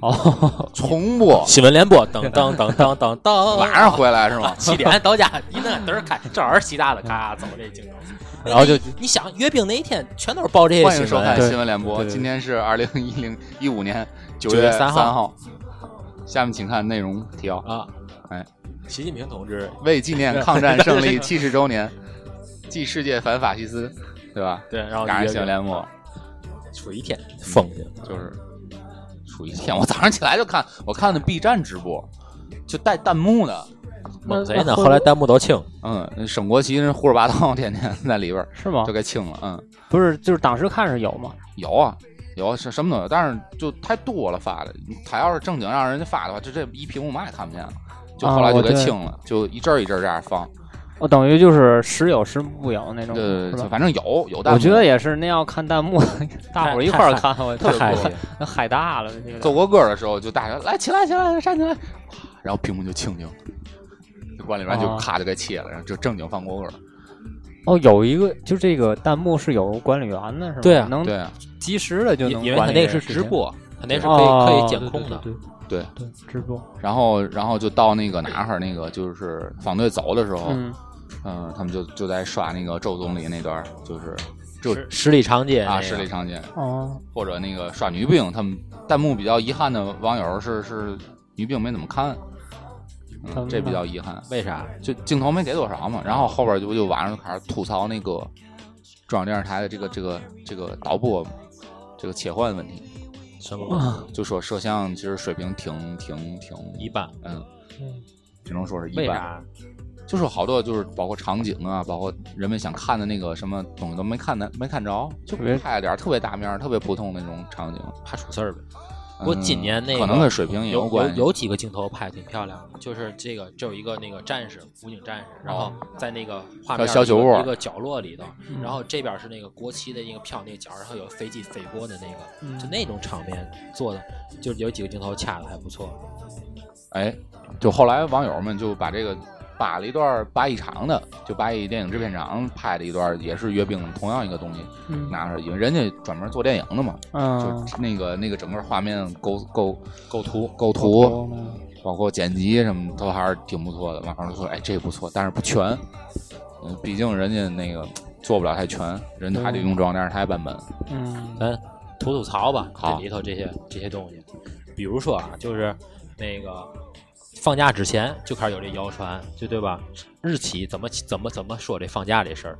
Speaker 2: 哦，
Speaker 7: 重播，
Speaker 3: 新闻联播，噔噔噔噔噔 噔，
Speaker 7: 晚上回来是吗？
Speaker 3: 七点到家，一弄灯儿开，正好是习大大咔走这镜头，然后就你想阅兵那一天全都是报这些
Speaker 7: 嗯哎欢迎
Speaker 3: 新
Speaker 7: 收看
Speaker 3: 闻，啊
Speaker 7: 新闻联播，
Speaker 2: 对对对
Speaker 7: 今天是二零一零一五年九
Speaker 3: 9月
Speaker 7: 三
Speaker 3: 3号
Speaker 7: 号。下面请看内容提要。
Speaker 3: 啊，
Speaker 7: 哎，
Speaker 3: 习近平同志，
Speaker 7: 为纪念抗战胜利七十周年，暨世界反法西斯，对吧？
Speaker 3: 对，然后
Speaker 7: 赶上
Speaker 3: 也
Speaker 7: 新闻联播，
Speaker 3: 数一天疯去了，
Speaker 7: 就是数一天。我早上起来就看，我看的 B 站直播，就带弹幕的，
Speaker 3: 猛谁嗯呢？后来弹幕都清，
Speaker 7: 嗯，省国旗人胡说八道，天天在里边儿
Speaker 2: 是吗
Speaker 7: 就？给清了，嗯，
Speaker 2: 不是，就是当时看是有嘛，
Speaker 7: 有啊。有啊什什么都有，但是就太多了发的。他要是正经让人家发的话，就这一屏幕嘛也看不见了。就后来就
Speaker 2: 啊我
Speaker 7: 给
Speaker 2: 对
Speaker 7: 清了，就一阵儿一阵儿这样放。
Speaker 2: 我哦等于就是时有时不有那种，
Speaker 7: 对
Speaker 2: 是
Speaker 7: 对对，
Speaker 2: 吧？
Speaker 7: 反正有有弹幕。
Speaker 2: 我觉得也是，那要看弹幕， 大伙儿一块儿看，我
Speaker 7: 特别
Speaker 2: 太
Speaker 7: 过瘾。
Speaker 2: 那海大了，这
Speaker 7: 奏
Speaker 2: 个
Speaker 7: 国歌的时候，就大家来起来起来站起来，然后屏幕就清静，就管里边就
Speaker 2: 哦
Speaker 7: 咔就给切了，然后就正经放国歌。
Speaker 2: 哦，有一个就这个弹幕是有管理员的，是吧？
Speaker 3: 对啊
Speaker 2: 能
Speaker 7: 对啊，
Speaker 2: 及时的就
Speaker 3: 因
Speaker 2: 能
Speaker 3: 因为他
Speaker 2: 管理
Speaker 3: 那个
Speaker 2: 这
Speaker 3: 是
Speaker 2: 事
Speaker 3: 直
Speaker 2: 情，
Speaker 3: 播，他那是可以
Speaker 2: 哦
Speaker 3: 可以监控的。
Speaker 2: 对
Speaker 7: 对
Speaker 2: 对，直播，
Speaker 7: 然后然后就到那个哪儿那个就是反对走的时候，嗯、
Speaker 2: 嗯，
Speaker 7: 他们就就在刷那个周总理那段儿，就是就
Speaker 3: 十十里长街
Speaker 7: 啊
Speaker 3: 那个
Speaker 7: 十里长街，
Speaker 2: 哦，
Speaker 7: 或者那个耍女兵，他们弹幕比较遗憾的网友是是女兵没怎么看，
Speaker 2: 他
Speaker 7: 嗯，
Speaker 2: 们
Speaker 7: 这比
Speaker 2: 呢
Speaker 7: 较遗憾。
Speaker 3: 为啥？
Speaker 7: 就镜头没给多少嘛，然后后边就就晚上就开始吐槽那个中央电视台的这个这个这个导播这个切换问题，
Speaker 3: 什么
Speaker 2: 啊
Speaker 7: 就说摄像其实水平挺挺挺
Speaker 3: 一般？
Speaker 7: 嗯
Speaker 2: 嗯，
Speaker 7: 只能说是一
Speaker 3: 为
Speaker 7: 般，
Speaker 3: 啥？
Speaker 7: 就是好多就是包括场景啊，包括人们想看的那个什么东西都没看的没看着，就
Speaker 2: 别
Speaker 7: 拍了点儿特别大面儿、特别普通的那种场景。
Speaker 3: 怕出事儿呗。不过
Speaker 7: 嗯
Speaker 3: 今年那个
Speaker 7: 可能跟水平也
Speaker 3: 有有
Speaker 7: 关系，
Speaker 3: 有几个镜头拍的挺漂亮的，就是这个这有一个那个战士，武警战士，然后
Speaker 2: 哦
Speaker 3: 在那个画面
Speaker 7: 小
Speaker 3: 一个
Speaker 7: 酒窝
Speaker 3: 一个角落里头，
Speaker 2: 嗯
Speaker 3: 然后这边是那个国旗的那个飘那个角，然后有飞机飞过的那个，
Speaker 2: 嗯
Speaker 3: 就那种场面做的，就有几个镜头掐的还不错。
Speaker 7: 哎，就后来网友们就把这个扒了一段八一厂的，就八一电影制片厂拍的一段，也是阅兵同样一个东西
Speaker 2: 嗯
Speaker 7: 拿出来，因为人家专门做电影的嘛，
Speaker 2: 嗯，
Speaker 7: 就那个那个整个画面构构
Speaker 3: 构图
Speaker 7: 构
Speaker 2: 哦
Speaker 7: 图，包括剪辑什么，都还是挺不错的。网上都说，哎，这不错，但是不全，嗯，毕竟人家那个做不了太全，人家还得用中央电视台版本。
Speaker 2: 嗯，
Speaker 3: 咱吐吐槽吧，
Speaker 7: 好
Speaker 3: 这里头这些这些东西，比如说啊，就是那个放假之前就开始有这谣传，就对吧？日企怎么怎么怎么说这放假这事儿，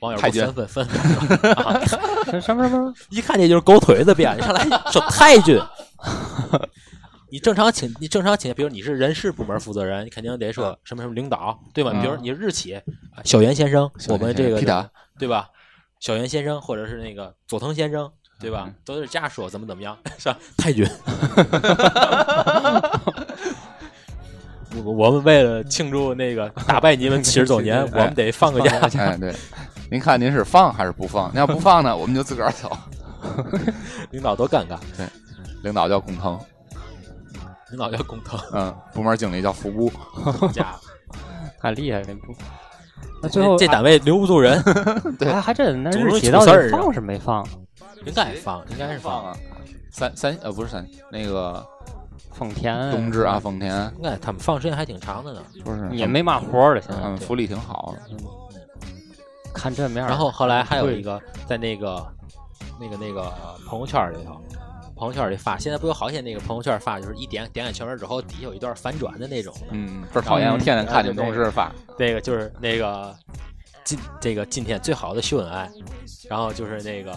Speaker 3: 网友
Speaker 7: 太
Speaker 3: 都
Speaker 7: 监
Speaker 3: 纷 纷纷纷啊，
Speaker 2: 嗯什什么什么，
Speaker 3: 一看这就是狗腿子 编，上来说太君。 你正常请，你正常请，比如你是人事部门负责人，你肯定得说什么什么领导，对吧？
Speaker 7: 嗯
Speaker 3: 比如你日企，啊小袁先生，
Speaker 7: 小袁
Speaker 3: 我们
Speaker 7: 先
Speaker 3: 这
Speaker 7: 生
Speaker 3: 个
Speaker 7: 皮塔
Speaker 3: 对吧？小袁先生，或者是那个佐藤先生，对吧
Speaker 7: 嗯？
Speaker 3: 都是这样说，怎么怎么样，是吧？太君。 我我们为了庆祝那个打败你们七十 周年，我们得放个假。
Speaker 7: 哎，对，您看您是放还是不放？您要不放呢，我们就自个儿走。
Speaker 3: 领导多尴尬，
Speaker 7: 领导叫龚腾，
Speaker 3: 领导要工疼，
Speaker 7: 嗯，部门经理叫服部。
Speaker 3: 家伙
Speaker 2: 太厉害了，不，那最后
Speaker 3: 这单位留不住人。
Speaker 7: 对
Speaker 2: 还还真那
Speaker 3: 总
Speaker 2: 日
Speaker 3: 是
Speaker 2: 企
Speaker 3: 出
Speaker 2: 到
Speaker 3: 事儿
Speaker 2: 底
Speaker 3: 啊
Speaker 2: 放是没放？
Speaker 3: 应该放，应该是
Speaker 7: 放
Speaker 3: 放，
Speaker 7: 啊，三三呃不是三那个
Speaker 2: 丰田
Speaker 7: 东芝啊，丰田
Speaker 3: 应该他们放时间还挺长的呢。
Speaker 7: 不是
Speaker 2: 也没嘛活儿了，现
Speaker 7: 他
Speaker 2: 在
Speaker 7: 们福利挺好的，
Speaker 2: 看这面儿，
Speaker 3: 嗯然后后来还有一
Speaker 2: 个
Speaker 3: 个在那个那个那个呃朋友圈里头，朋友圈里发，现在不有好些那个朋友圈发，就是一点点开全文之后，底下有一段反转的那种的，
Speaker 7: 嗯，倍儿讨厌，我天天看你们同事发，
Speaker 3: 那个就是那个今这个今天最好的秀恩爱，然后就是那个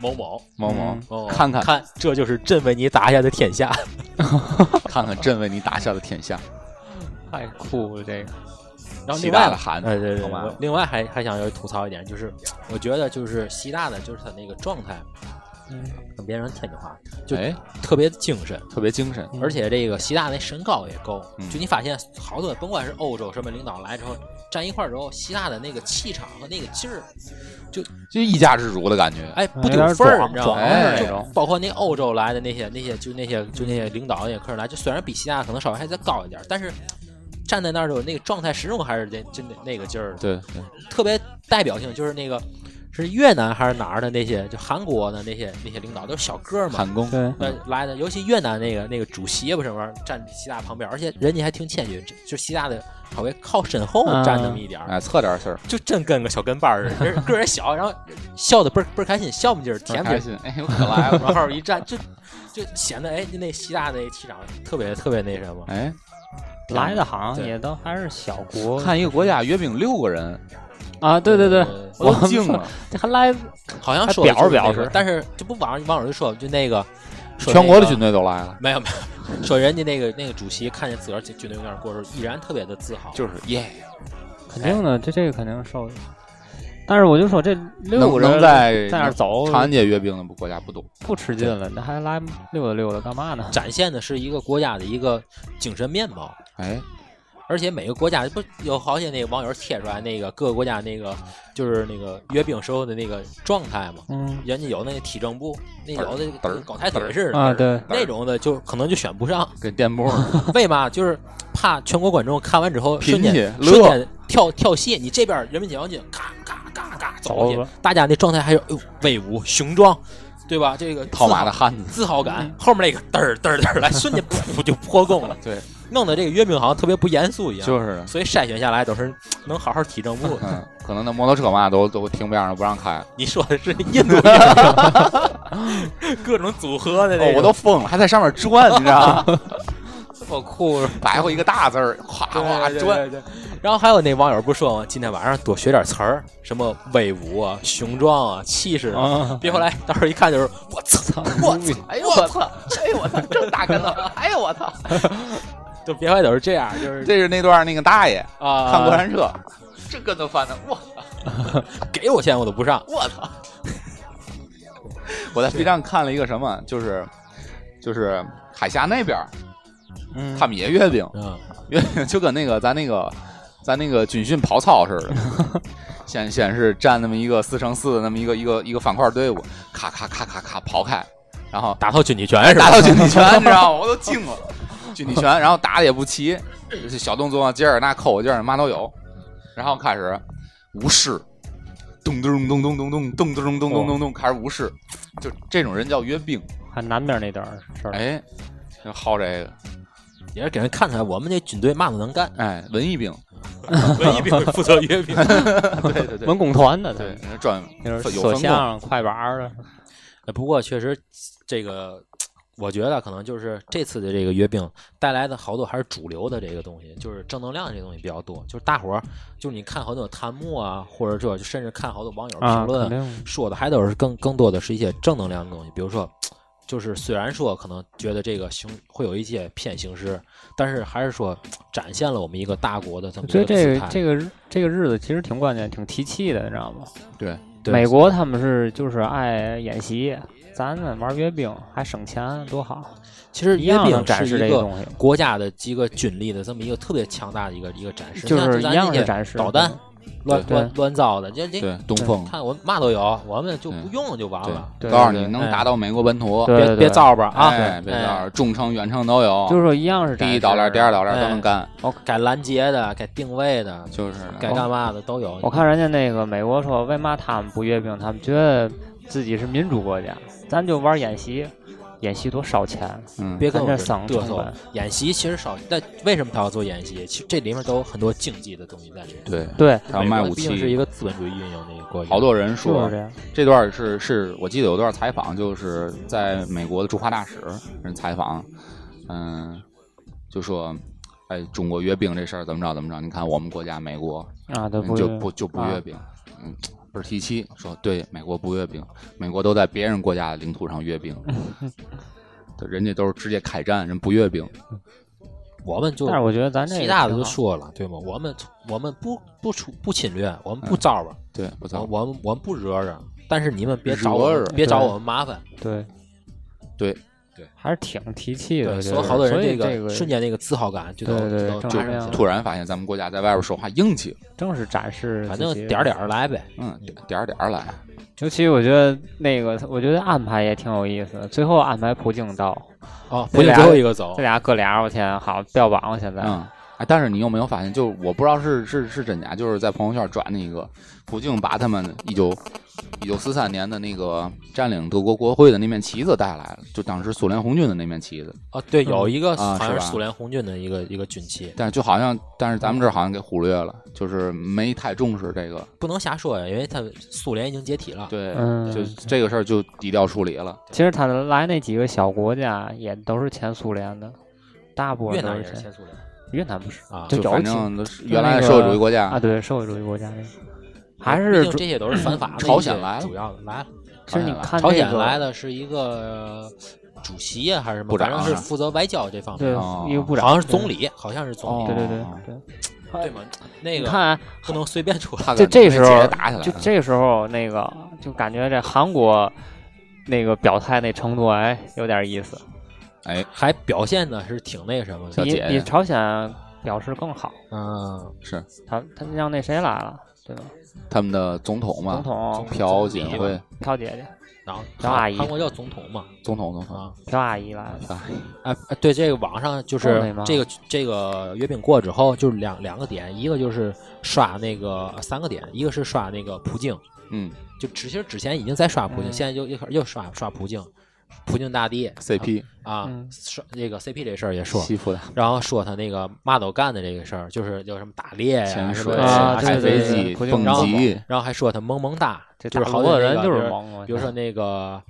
Speaker 3: 某某。
Speaker 7: 某某
Speaker 3: 某某
Speaker 7: 看看
Speaker 3: 看，这就是朕为你打下的天下。
Speaker 7: 看看朕为你打下的天下，
Speaker 2: 太酷了，这个
Speaker 3: 然后
Speaker 7: 习
Speaker 3: 另
Speaker 7: 大
Speaker 3: 外
Speaker 7: 的喊，
Speaker 3: 哎，对
Speaker 7: 好
Speaker 3: 对对，我
Speaker 7: 吧，
Speaker 3: 另外还还想要吐槽一点，就是我觉得就是习大的，就是他那个状态，跟别人天津话，就
Speaker 7: 哎，
Speaker 3: 特别精神，
Speaker 7: 特别精神，
Speaker 3: 而且这个习大那身高也够。
Speaker 7: 嗯
Speaker 3: 就你发现好多，甭管是欧洲什么领导来之后站一块儿之后，习大的那个气场和那个劲儿，
Speaker 7: 就一家之主的感觉，
Speaker 3: 哎，不
Speaker 2: 有
Speaker 3: 丢
Speaker 2: 点
Speaker 3: 份儿，
Speaker 2: 壮
Speaker 3: 你知道
Speaker 7: 壮
Speaker 3: 吗？
Speaker 7: 哎
Speaker 3: 就
Speaker 7: 那种
Speaker 3: 包括那欧洲来的那些那些就那些就那些领导那些客人来，就虽然比习大可能稍微还再高一点，但是。站在那儿之后，那个状态始终还是那就那那个劲儿的，
Speaker 7: 对对，
Speaker 3: 特别代表性就是那个是越南还是哪儿的那些，就韩国的那些那些领导都是小个儿嘛，
Speaker 7: 喊功，
Speaker 2: 对，
Speaker 3: 呃来的，尤其越南那个那个主席不是什么站习大旁边，而且人家还挺谦虚，就习大的稍微靠身后
Speaker 2: 啊
Speaker 3: 站那么一点儿，
Speaker 7: 哎，测点事儿，
Speaker 3: 就真跟个小跟班儿似的， 人个儿也小，然后笑的倍儿倍儿开心，笑不劲儿，
Speaker 7: 倍儿
Speaker 3: 甜不
Speaker 7: 开
Speaker 3: 劲
Speaker 7: 心，
Speaker 3: 儿，
Speaker 7: 哎，我可来了，
Speaker 3: 往后一站就就显得哎那习大那气场特别特别那什 么，
Speaker 7: 哎，天
Speaker 2: 来的好像
Speaker 3: 对
Speaker 2: 也都还是小国
Speaker 7: 看一个国家约饼六个人，
Speaker 2: 啊，对对对，
Speaker 3: 呃
Speaker 7: 我
Speaker 2: 我
Speaker 7: 都惊了，
Speaker 2: 这还来
Speaker 3: 好像
Speaker 2: 还
Speaker 3: 说的
Speaker 2: 表
Speaker 3: 就是
Speaker 2: 表
Speaker 3: 那个
Speaker 2: 示
Speaker 3: 但是这不网上网友就说就那个说
Speaker 7: 全国的
Speaker 3: 那个
Speaker 7: 军队都来了，
Speaker 3: 没有没有，说人家那个那个主席看见自个儿军军队那儿过的时候，依然特别的自豪。
Speaker 7: 就是耶，
Speaker 2: 肯定
Speaker 3: 哎
Speaker 2: 的，这这个肯定受。但是我就说这六
Speaker 7: 能
Speaker 2: 个人
Speaker 7: 能在
Speaker 2: 在那儿走
Speaker 7: 长安街约饼的国家不多，
Speaker 2: 不吃劲了，那还来溜达溜达干嘛呢？
Speaker 3: 展现的是一个国家的一个精神面貌，
Speaker 7: 哎，
Speaker 3: 而且每个国家不有好些那个网友贴出来那个各个国家那个就是那个阅兵时候的那个状态嘛，
Speaker 2: 嗯
Speaker 3: 人家有那个体政部，那
Speaker 7: 嘚儿
Speaker 3: 有的
Speaker 7: 嘚儿
Speaker 3: 跟搞抬腿似的
Speaker 2: 啊，对，
Speaker 3: 那种的，就可能就选不上，
Speaker 7: 给电波 儿
Speaker 3: 为嘛？就是怕全国观众看完之后
Speaker 7: 贫
Speaker 3: 瞬
Speaker 7: 气
Speaker 3: 间
Speaker 7: 乐
Speaker 3: 瞬间跳跳戏，你这边人民解放军咔咔咔咔走过
Speaker 2: 走
Speaker 3: 去
Speaker 2: 了，
Speaker 3: 大家那状态还有哎呦威武雄壮，对吧？这个自
Speaker 7: 套马
Speaker 3: 豪
Speaker 7: 的汉子，
Speaker 3: 自豪感，后面那个嘚儿嘚儿嘚儿来，瞬间噗就破功了，
Speaker 7: 对，
Speaker 3: 弄得这个阅兵好像特别不严肃一样。
Speaker 7: 就是的。
Speaker 3: 所以筛选下来都是能好好体正步的。
Speaker 7: 嗯，可能那摩托车嘛都 都停边上不让开，
Speaker 3: 你说的是印度阅兵 各种组合的那
Speaker 7: 哦，
Speaker 3: 种，
Speaker 7: 我都疯了，还在上面转，你知道吗？
Speaker 3: 这么酷，
Speaker 7: 白活一个大字儿，哗哗
Speaker 3: 对
Speaker 7: 转，。
Speaker 3: 对对然后还有那网友不说吗？今天晚上多学点词儿，什么威武啊、雄壮啊、气势啊。
Speaker 2: 啊，
Speaker 3: 别后来到时候一看就是我操，我操，
Speaker 8: 哎呦我操！哎呦我操！这么大跟头！哎呦我操！
Speaker 3: 就别后来都是这样，就 是
Speaker 7: 这是那段那个大爷
Speaker 3: 啊，
Speaker 7: 看过山车，
Speaker 8: 这跟头翻的，我操！
Speaker 3: 给我钱我都不上，
Speaker 8: 我操！
Speaker 7: 我在 B 站看了一个什么，就是就是海峡那边儿
Speaker 2: 嗯
Speaker 7: 他们也阅兵，
Speaker 3: 嗯，
Speaker 7: 阅兵就跟那个咱那个咱那个军训跑操似 的，先先是站那么一个四乘四的那么一个一个一个方块队伍，咔咔咔咔咔跑开，然后
Speaker 3: 打套军体拳是
Speaker 7: 打
Speaker 3: 吧？
Speaker 7: 到军体拳，你知道吗？我都惊了，军体拳，然后打的也不齐，这小动作劲儿那扣劲儿嘛都有，然后开始无视，咚咚咚咚咚咚咚咚咚咚咚咚，开始无视，就这种人叫约兵，
Speaker 2: 还南边那点儿事儿，
Speaker 7: 哎，就好这个，
Speaker 3: 也是给人看出来我们这军队嘛都能 干，
Speaker 7: 哎，文艺兵，
Speaker 3: 文艺兵负责阅兵。
Speaker 7: 对对对
Speaker 2: 文工团的，
Speaker 7: 对，专
Speaker 2: 就是
Speaker 7: 呃有
Speaker 2: 说
Speaker 7: 分
Speaker 2: 相
Speaker 7: 工，
Speaker 2: 声、快板儿的，
Speaker 3: 呃 不过确实，这个我觉得可能就是这次的这个阅兵带来的好多还是主流的这个东西，就是正能量这东西比较多。就是大伙儿，就是你看好多弹幕啊，或者说就甚至看好多网友
Speaker 2: 啊，肯
Speaker 3: 评论、
Speaker 2: 定
Speaker 3: 说的，还都是更更多的是一些正能量的东西，比如说。就是虽然说可能觉得这个形会有一些偏形式，但是还是说展现了我们一个大国的这么
Speaker 2: 我
Speaker 3: 一
Speaker 2: 觉得
Speaker 3: 个
Speaker 2: 这
Speaker 3: 姿
Speaker 2: 个
Speaker 3: 态。
Speaker 2: 这个日这个日子其实挺关键，挺提气的，你知道吗？
Speaker 7: 对，
Speaker 3: 对
Speaker 2: 美国他们是就是爱演习，咱们玩阅兵还省钱，多好，
Speaker 3: 其实
Speaker 2: 一
Speaker 3: 阅
Speaker 2: 样能
Speaker 3: 兵
Speaker 2: 展
Speaker 3: 展
Speaker 2: 示
Speaker 3: 示
Speaker 2: 这
Speaker 3: 一
Speaker 2: 个
Speaker 3: 个
Speaker 2: 东西，
Speaker 3: 国家的一个军力的这么一个特别强大的一个一个展示，
Speaker 2: 就
Speaker 3: 像
Speaker 2: 是一
Speaker 3: 咱
Speaker 2: 样
Speaker 3: 这些
Speaker 2: 的展示
Speaker 3: 导弹，乱
Speaker 2: 对
Speaker 3: 乱乱造的，这这
Speaker 7: 对，东风，
Speaker 3: 看我嘛都有，我们就不用就完
Speaker 7: 对
Speaker 3: 了，，
Speaker 2: 对
Speaker 7: 告诉
Speaker 2: 对
Speaker 7: 你
Speaker 2: 对
Speaker 7: 能达到美国本土，
Speaker 2: 对
Speaker 3: 别别造吧
Speaker 7: 哎，
Speaker 3: 啊，
Speaker 7: 别
Speaker 3: 哎
Speaker 7: 告诉中程远程都有，
Speaker 2: 就是说一样是展
Speaker 7: 第
Speaker 2: 示
Speaker 7: 一导链、第二导链都能
Speaker 3: 哎
Speaker 7: 干，
Speaker 3: 该拦截的，该定位的，
Speaker 7: 就是
Speaker 3: 该干嘛的都有。
Speaker 2: 我看人家那个美国说，为嘛他们不阅兵？他们觉得自己是民主国家，咱就玩演习，演习多烧钱，
Speaker 7: 嗯，
Speaker 3: 别跟我
Speaker 2: 咱这
Speaker 3: 这
Speaker 2: 省
Speaker 3: 嘚
Speaker 2: 成
Speaker 3: 瑟
Speaker 2: 本。
Speaker 3: 演习其实少，但为什么他要做演习？其实这里面都有很多竞技的东西在里面。
Speaker 7: 对，
Speaker 2: 对，
Speaker 7: 他要卖
Speaker 3: 美国
Speaker 7: 武
Speaker 3: 毕竟是
Speaker 7: 器
Speaker 3: 一。个资本主义运营的一个国家。
Speaker 7: 好多人
Speaker 2: 就
Speaker 7: 说
Speaker 2: 是这样。
Speaker 7: 这段是是我记得有段采访，就是在美国的驻华大使人采访，嗯，就说，哎，中国阅兵这事儿怎么着怎么着？你看我们国家美国
Speaker 2: 啊，对，
Speaker 7: 嗯
Speaker 2: 不
Speaker 7: 就
Speaker 2: 阅
Speaker 7: 不就不
Speaker 2: 啊
Speaker 7: 阅兵，嗯，不是提七说对，美国不阅兵，美国都在别人国家的领土上 阅兵，都人家都是直接开战，人不阅兵，
Speaker 3: 我们就
Speaker 2: 但是我觉得咱这个
Speaker 3: 习大的
Speaker 2: 挺
Speaker 3: 就
Speaker 2: 好
Speaker 3: 说了，对吗？我们我们不不出不侵略，我们不
Speaker 2: 嗯
Speaker 3: 招吧，
Speaker 7: 对，不
Speaker 3: 我
Speaker 7: 造，
Speaker 3: 我们我们不惹惹，但是你们别
Speaker 7: 惹
Speaker 3: 找我们
Speaker 7: 惹
Speaker 3: 别找
Speaker 2: 对
Speaker 3: 我们麻烦。
Speaker 2: 对
Speaker 7: 对
Speaker 3: 对，
Speaker 2: 还是挺提气的。
Speaker 3: 对，
Speaker 2: 我觉
Speaker 3: 所以
Speaker 2: 得
Speaker 3: 好多人
Speaker 2: 所以
Speaker 3: 个
Speaker 2: 个
Speaker 3: 瞬间那个自豪感就都
Speaker 2: 对对对
Speaker 3: 都
Speaker 2: 正
Speaker 3: 就
Speaker 2: 能量
Speaker 7: 突然发现咱们国家在外边说话硬气，
Speaker 2: 正是展示，
Speaker 3: 反正点儿点。儿来呗。
Speaker 7: 嗯，点点儿点儿来，
Speaker 2: 尤其我觉得那个，我觉得安排也挺有意思的。最后安排普京到，
Speaker 3: 哦，
Speaker 2: 这
Speaker 3: 不是
Speaker 2: 俩
Speaker 3: 最后一个走
Speaker 2: 这，俩哥俩，我天，好标榜了现在。
Speaker 7: 嗯，哎，但是你有没有发现，就是我不知道是是是真假，就是在朋友圈转的一个，普京把他们一九一九四三年的那个占领德国国会的那面旗子带来了，就当时苏联红军的那面旗子，
Speaker 3: 哦，对，
Speaker 2: 嗯
Speaker 3: 有一个
Speaker 7: 啊
Speaker 3: 好像
Speaker 7: 是
Speaker 3: 是
Speaker 7: 吧
Speaker 3: 苏联红军的一个一个军旗，
Speaker 7: 但是就好像，但是咱们这儿好像给忽略了，就是没太重视这个，
Speaker 3: 不能瞎说呀，因为他苏联已经解体了。
Speaker 7: 对，
Speaker 2: 嗯
Speaker 7: 就这个事儿就低调处理了，
Speaker 2: 其实他来那几个小国家也都是前苏联的，大部分
Speaker 3: 越
Speaker 2: 都
Speaker 3: 南
Speaker 2: 是
Speaker 3: 也是
Speaker 2: 前
Speaker 3: 前苏联，
Speaker 2: 越南不是
Speaker 3: 啊
Speaker 2: 就
Speaker 7: 就
Speaker 2: 有
Speaker 7: 反
Speaker 2: 几
Speaker 7: 正都是
Speaker 2: 就
Speaker 7: 原
Speaker 2: 那
Speaker 7: 来
Speaker 2: 个
Speaker 7: 社会主义国家
Speaker 2: 啊，对，社会主义国家那个，
Speaker 7: 还
Speaker 3: 毕
Speaker 7: 是
Speaker 3: 竟这些都是反法的一些
Speaker 7: 朝鲜来了
Speaker 3: 主要的来了，
Speaker 2: 其实你看
Speaker 3: 哎朝
Speaker 2: 这
Speaker 3: 鲜
Speaker 2: 个
Speaker 3: 来的是一个呃主席呀还是什么，
Speaker 7: 部长
Speaker 3: 反正是负责外交这方面
Speaker 2: 对
Speaker 3: 的，
Speaker 7: 哦
Speaker 2: 一个部长，
Speaker 3: 好像是总理，好像是总
Speaker 2: 对，
Speaker 3: 理，
Speaker 2: 对对
Speaker 7: 哦
Speaker 2: 对对。
Speaker 3: 对吗？那
Speaker 2: 你
Speaker 3: 个
Speaker 2: 看啊，
Speaker 3: 不能随便出来。
Speaker 7: 他
Speaker 2: 就
Speaker 7: 跟
Speaker 2: 这
Speaker 7: 那
Speaker 2: 时
Speaker 7: 姐
Speaker 2: 候
Speaker 7: 姐打起来
Speaker 2: 就
Speaker 3: 啊
Speaker 7: 了
Speaker 2: 这时候那个就感觉这韩国那个表态那程度哎有点意思，
Speaker 7: 哎，
Speaker 3: 还表现的是挺那什么
Speaker 7: 小
Speaker 3: 的，
Speaker 2: 比
Speaker 7: 姐姐
Speaker 2: 比朝鲜表示更好，
Speaker 3: 嗯，
Speaker 7: 是
Speaker 2: 他他让那谁来了，对吧？
Speaker 7: 他们的总统嘛
Speaker 2: 总，统
Speaker 7: 朴槿惠，
Speaker 2: 朴姐姐、
Speaker 3: 然后
Speaker 2: 然后阿
Speaker 3: 韩
Speaker 2: 姨嗯
Speaker 3: 韩国叫总统嘛，
Speaker 7: 总统总统，
Speaker 3: 啊，
Speaker 2: 朴阿姨来了，
Speaker 3: 哎，哎对，这个网上就
Speaker 2: 东北
Speaker 3: 是
Speaker 2: 吗
Speaker 3: 这个这个月饼过之后，就是两两个点，一个就是刷那个三个点，一个是刷那个普京，
Speaker 7: 嗯
Speaker 3: 就之其实之前已经在刷普京，
Speaker 2: 嗯
Speaker 3: 现在又又开始又刷刷普京，普京大帝
Speaker 7: ，CP
Speaker 3: 啊，
Speaker 2: 嗯
Speaker 3: 刷这个 CP 这事儿也说，
Speaker 7: 欺负他，
Speaker 3: 然后说他那个嘛都干的这个事儿，就是有什么打猎呀、
Speaker 7: 潜
Speaker 3: 什么
Speaker 7: 水、
Speaker 2: 啊
Speaker 3: 下
Speaker 2: 对
Speaker 7: 开
Speaker 3: 海
Speaker 2: 对
Speaker 7: 飞
Speaker 3: 飞
Speaker 2: 对
Speaker 7: 机、
Speaker 2: 普京
Speaker 7: 蹦
Speaker 3: 然后
Speaker 7: 极，
Speaker 3: 然后还说他萌萌哒，
Speaker 2: 这
Speaker 3: 就是
Speaker 2: 大
Speaker 3: 好
Speaker 2: 陆
Speaker 3: 多
Speaker 2: 的人
Speaker 3: 那个
Speaker 2: 就是
Speaker 3: 比如
Speaker 2: 萌我
Speaker 3: 比如
Speaker 2: 操
Speaker 3: 说那个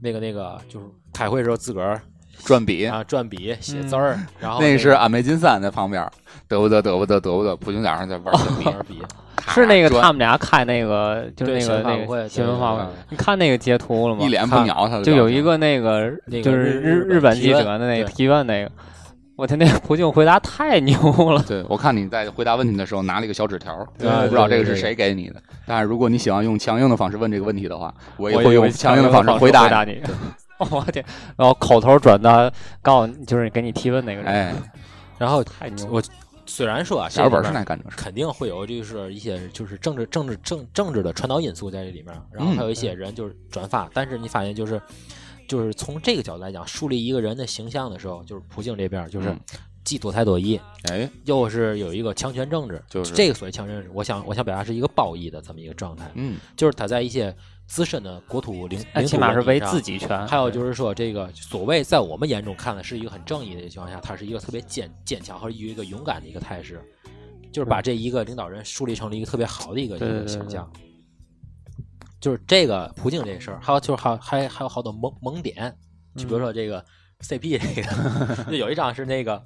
Speaker 3: 那个那个，就是开会时候自个儿
Speaker 7: 转笔，
Speaker 3: 啊转笔写字
Speaker 2: 嗯
Speaker 3: 儿，然后
Speaker 7: 哎那
Speaker 3: 个
Speaker 7: 是俺梅金三在旁边，得不得得不得得不得，普京在上在玩转笔
Speaker 3: 转笔，
Speaker 2: 是那个
Speaker 7: 转
Speaker 2: 他们俩开那个就是那
Speaker 3: 对新
Speaker 2: 个
Speaker 3: 闻发
Speaker 2: 那
Speaker 3: 布会
Speaker 2: 个
Speaker 3: 对
Speaker 2: 新闻发布
Speaker 7: 对
Speaker 2: 会，你看那个截图了吗？
Speaker 7: 一脸不鸟他的表情，
Speaker 2: 就有一个那个
Speaker 3: 那个
Speaker 2: 就是
Speaker 3: 日日
Speaker 2: 日本
Speaker 3: 本
Speaker 2: 记
Speaker 3: 提
Speaker 2: 者
Speaker 3: 问
Speaker 2: 的那个
Speaker 3: 对
Speaker 2: 提问那个，我天，那个朴槿惠回答太牛了，
Speaker 7: 对，我看你在回答问题的时候拿了一个小纸条，
Speaker 3: 对
Speaker 7: 我不知道这
Speaker 3: 对
Speaker 7: 个
Speaker 3: 对
Speaker 7: 是
Speaker 3: 对
Speaker 7: 谁给你的。但是如果你想要用强硬的方式问这个问题的话，我也
Speaker 2: 我
Speaker 7: 会用强硬的方式回答
Speaker 2: 回答你。 我天，然后口头转达，告诉你就是给你提问那个
Speaker 7: 你。
Speaker 2: 人，
Speaker 7: 哎，
Speaker 3: 然后
Speaker 2: 太牛了。
Speaker 3: 我虽然说啊，
Speaker 7: 小日本是
Speaker 3: 这里面
Speaker 7: 爱干这事。
Speaker 3: 肯定会有就是一些就是政治政治政政治的传导因素在这里面，然
Speaker 2: 嗯
Speaker 3: 后还有一些人就是转发，但是你发现就是就是从这个角度来讲，树立一个人的形象的时候，就是普京这边就是
Speaker 7: 嗯
Speaker 3: 既多才多艺，
Speaker 7: 哎，
Speaker 3: 又是有一个强权政治，
Speaker 7: 就是
Speaker 3: 这个所谓强权政治，我想我想表达是一个褒义的这么一个状态，
Speaker 7: 嗯，
Speaker 3: 就是他在一些自身的国土领
Speaker 2: 那哎
Speaker 3: 领
Speaker 2: 起
Speaker 3: 土
Speaker 2: 码
Speaker 3: 问
Speaker 2: 是
Speaker 3: 题
Speaker 2: 为
Speaker 3: 上
Speaker 2: 自己
Speaker 7: 啊
Speaker 2: 权，
Speaker 3: 还有就是说，这个所谓在我们眼中看的是一个很正义的情况下，他是一个特别坚坚强和一个勇敢的一个态势，就是把这一个领导人树立成了一个特别好的一个一
Speaker 2: 对对
Speaker 3: 个
Speaker 2: 对
Speaker 3: 形
Speaker 2: 对
Speaker 3: 象。就是这个普京这事儿，还有就是还有还还有好多萌萌点，就
Speaker 7: 嗯
Speaker 3: 比如说这个 CP 这个，就有一张是那个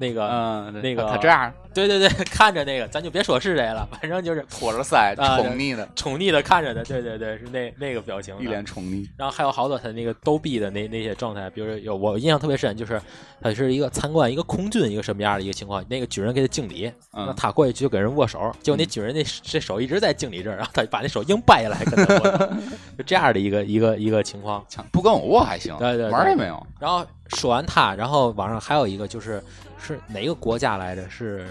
Speaker 3: 那个，
Speaker 7: 嗯，
Speaker 3: 那个
Speaker 7: 他这样
Speaker 3: 对对对，看着那个，咱就别说是谁了，反正就是
Speaker 7: 托着腮
Speaker 3: 啊
Speaker 7: 宠溺的，
Speaker 3: 宠溺的看着的，对对对，是那那个表情的，
Speaker 7: 一脸宠溺。
Speaker 3: 然后还有好多他那个逗逼的那那些状态，比如说有我印象特别深，就是他是一个参观一个空军一个什么样的一个情况，那个军人给他敬礼，那
Speaker 7: 嗯，
Speaker 3: 他过去就给人握手，结果那军人那这手一直在敬礼这儿，然后他就把那手硬掰下来跟他握手，就这样的一个一个一个情况。
Speaker 7: 强不跟我握还行，
Speaker 3: 对对对
Speaker 7: 玩儿也没有。
Speaker 3: 然后说完他，然后网上还有一个就是是哪个国家来着？是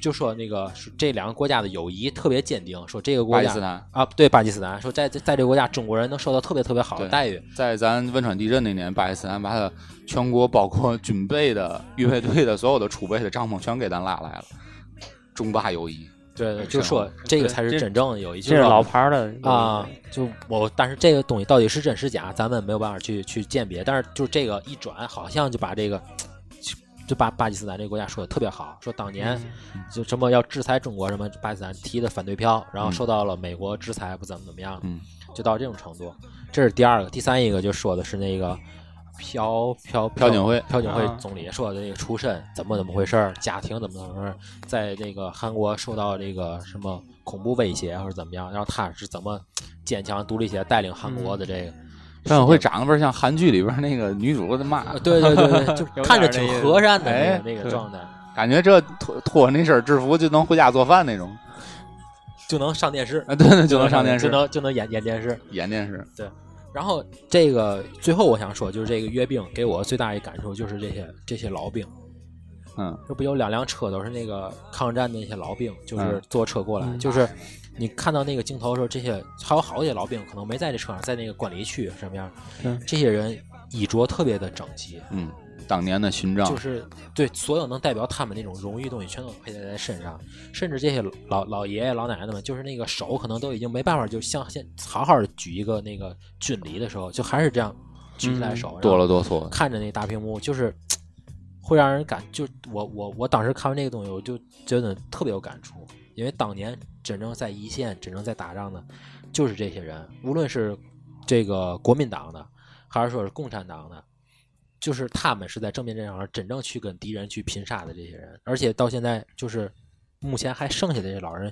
Speaker 3: 就说那个是这两个国家的友谊特别坚定，说这个国
Speaker 7: 巴
Speaker 3: 家
Speaker 7: 基斯坦
Speaker 3: 啊，对巴基斯坦说在在在这个国家中国人能受到特别特别好的
Speaker 7: 对
Speaker 3: 待遇。
Speaker 7: 在咱汶川地震那年，巴基斯坦把他全国包括军备的、预备队的所有的储备的帐篷全给咱拉来了，中巴友谊。
Speaker 3: 对对，
Speaker 7: 是
Speaker 3: 就
Speaker 7: 吗
Speaker 3: 说这个才是真正的友谊，就
Speaker 2: 这是老牌儿的
Speaker 3: 啊，就我，但是这个东西到底是真是假，咱们没有办法去去鉴别。但是就这个一转，好像就把这个，就就把巴基斯坦这个国家说的特别好，说当年就什么要制裁中国，什么巴基斯坦提的反对票，然后
Speaker 7: 嗯
Speaker 3: 受到了美国制裁，不怎么怎么样，
Speaker 7: 嗯，
Speaker 3: 就到这种程度。这是第二个，第三一个就说的是那个。朴朴
Speaker 7: 朴槿惠
Speaker 3: 朴槿惠
Speaker 2: 啊
Speaker 3: 总理说的那个出身怎么怎么回事儿，家庭怎么怎么回事儿，在那个韩国受到这个什么恐怖威胁或者怎么样，然后他是怎么坚强独立起来带领韩国的这个。
Speaker 7: 嗯张晓慧长得倍儿像韩剧里边那个女主，我 的妈
Speaker 3: 啊，！对对对 对，就看着挺和善的那
Speaker 7: 哎
Speaker 3: 个那个
Speaker 7: 对
Speaker 3: 状态，
Speaker 7: 感觉这脱脱那身制服就能回家做饭那种，
Speaker 3: 就能上电视，
Speaker 7: 啊，对对，就能上电
Speaker 3: 就
Speaker 7: 视，
Speaker 3: 能就能演演电视。
Speaker 7: 演电视，
Speaker 3: 然后这个最后我想说，就是这个阅兵给我最大一感受就是这些这些老兵，
Speaker 7: 嗯，
Speaker 3: 这不有两辆车都是那个抗战的那些老兵，就是
Speaker 7: 嗯
Speaker 3: 坐车过来，
Speaker 2: 嗯
Speaker 3: 就是你看到那个镜头的时候，这些还有好些老兵可能没在这车上，在那个管理区什么样
Speaker 2: 嗯，
Speaker 3: 这些人衣着特别的整齐，
Speaker 7: 嗯，当年的勋章
Speaker 3: 就，是对所有能代表他们那种荣誉东西全都佩戴在身上，甚至这些老老爷爷老奶奶们，就是那个手可能都已经没办法，就像现好好的举一个那个军礼的时候，就还是这样举起来手，然后
Speaker 7: 哆了哆嗦，
Speaker 3: 看着那大屏幕，就是会让人感，就我我我当时看完这个东西，我就觉得特别有感触，因为当年真正在一线、真正在打仗的，就是这些人，无论是这个国民党的，还是说是共产党的，就是他们是在正面战场上真正去跟敌人去拼杀的这些人，而且到现在就是目前还剩下的这老人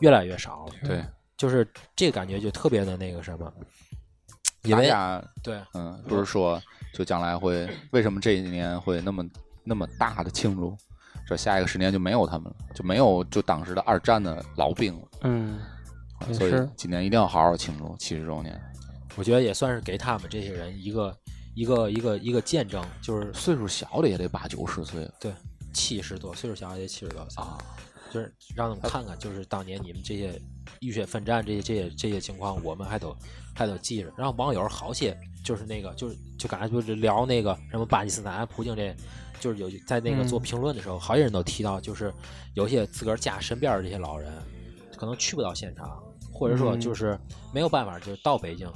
Speaker 3: 越来越少了，
Speaker 7: 对，
Speaker 3: 就是这感觉就特别的那个什么，因
Speaker 7: 咱
Speaker 3: 为
Speaker 7: 俩
Speaker 3: 对
Speaker 7: 嗯，不是说就将来会为什么这一年会那么那么大的庆祝？说下一个十年就没有他们了，就没有就当时的二战的老兵了，
Speaker 2: 嗯，也
Speaker 7: 所以
Speaker 2: 是
Speaker 7: 今年一定要好好庆祝七十周年。
Speaker 3: 我觉得也算是给他们这些人一个一个一个一个见证，就是
Speaker 7: 岁数小的也得八九十岁了，
Speaker 3: 七十多岁数小也七十多岁啊，就是让他们看看，就是当年你们这些浴血奋战这些这些这些情况，我们还都还都记着。然后网友好些就是那个就是就刚才就是聊那个什么巴基斯坦、普京这，就是有在那个
Speaker 2: 嗯
Speaker 3: 做评论的时候，好些人都提到，就是有些自个儿家身边儿这些老人可能去不到现场，或者说
Speaker 2: 嗯
Speaker 3: 就是没有办法，就是到北京。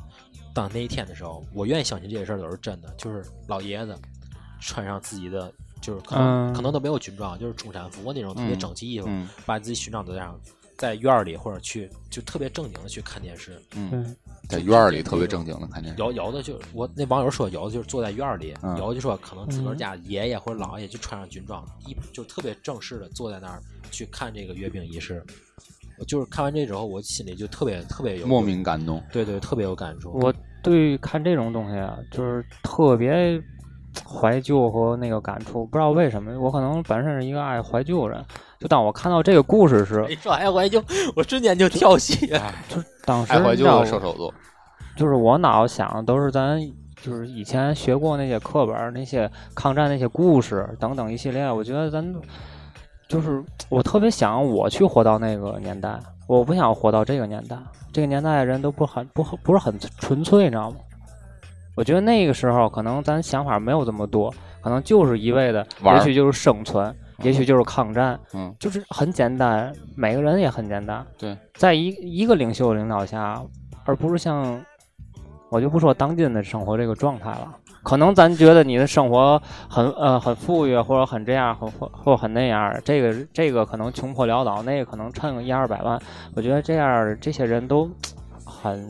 Speaker 3: 当那一天的时候，我愿意相信这些事儿都是真的，就是老爷子穿上自己的，就是可能、
Speaker 2: 嗯
Speaker 3: 可能都没有军装，就是中山服那种特别
Speaker 7: 嗯
Speaker 3: 整齐衣服，
Speaker 7: 嗯
Speaker 3: 把自己勋章都带上，在院儿里或者去就特别正经的去看电视。
Speaker 7: 嗯，
Speaker 2: 嗯
Speaker 7: 在院儿里特别正经的看电视，
Speaker 3: 有有的就我那网友说，有的就是坐在院儿里，
Speaker 7: 嗯
Speaker 3: 有的就说可能自个儿
Speaker 2: 嗯
Speaker 3: 家爷爷或者姥爷就穿上军装，一就特别正式的坐在那儿去看这个阅兵仪式。我就是看完这之后，我心里就特别特别有
Speaker 7: 莫名感动。
Speaker 3: 对对特别有感触。
Speaker 2: 我对看这种东西啊，就是特别怀旧和那个感触，不知道为什么，我可能本身是一个爱怀旧人，就当我看到这个故事时，啊
Speaker 3: 一说哎怀旧，我瞬间就跳戏。
Speaker 2: 就是当时
Speaker 7: 爱怀
Speaker 2: 你知
Speaker 7: 旧
Speaker 2: 道
Speaker 7: 的
Speaker 2: 我
Speaker 7: 射手座，
Speaker 2: 就是我脑子想的都是咱就是以前学过那些课本儿、那些抗战那些故事等等一系列，我觉得咱就是我特别想我去活到那个年代，我不想活到这个年代，这个年代的人都不很不很不是很纯粹，你知道吗？我觉得那个时候可能咱想法没有这么多，可能就是一味的，
Speaker 7: 玩儿
Speaker 2: 也许就是生存，也许就是抗战，
Speaker 7: 嗯，
Speaker 2: 就是很简单，每个人也很简单。
Speaker 7: 对，
Speaker 2: 在一一个领袖领导下，而不是像我就不说当今的生活这个状态了。可能咱觉得你的生活很呃很富裕，或者很这样，或或或很那样，这个这个可能穷破潦倒，那个可能趁个一二百万。我觉得这样这些人都很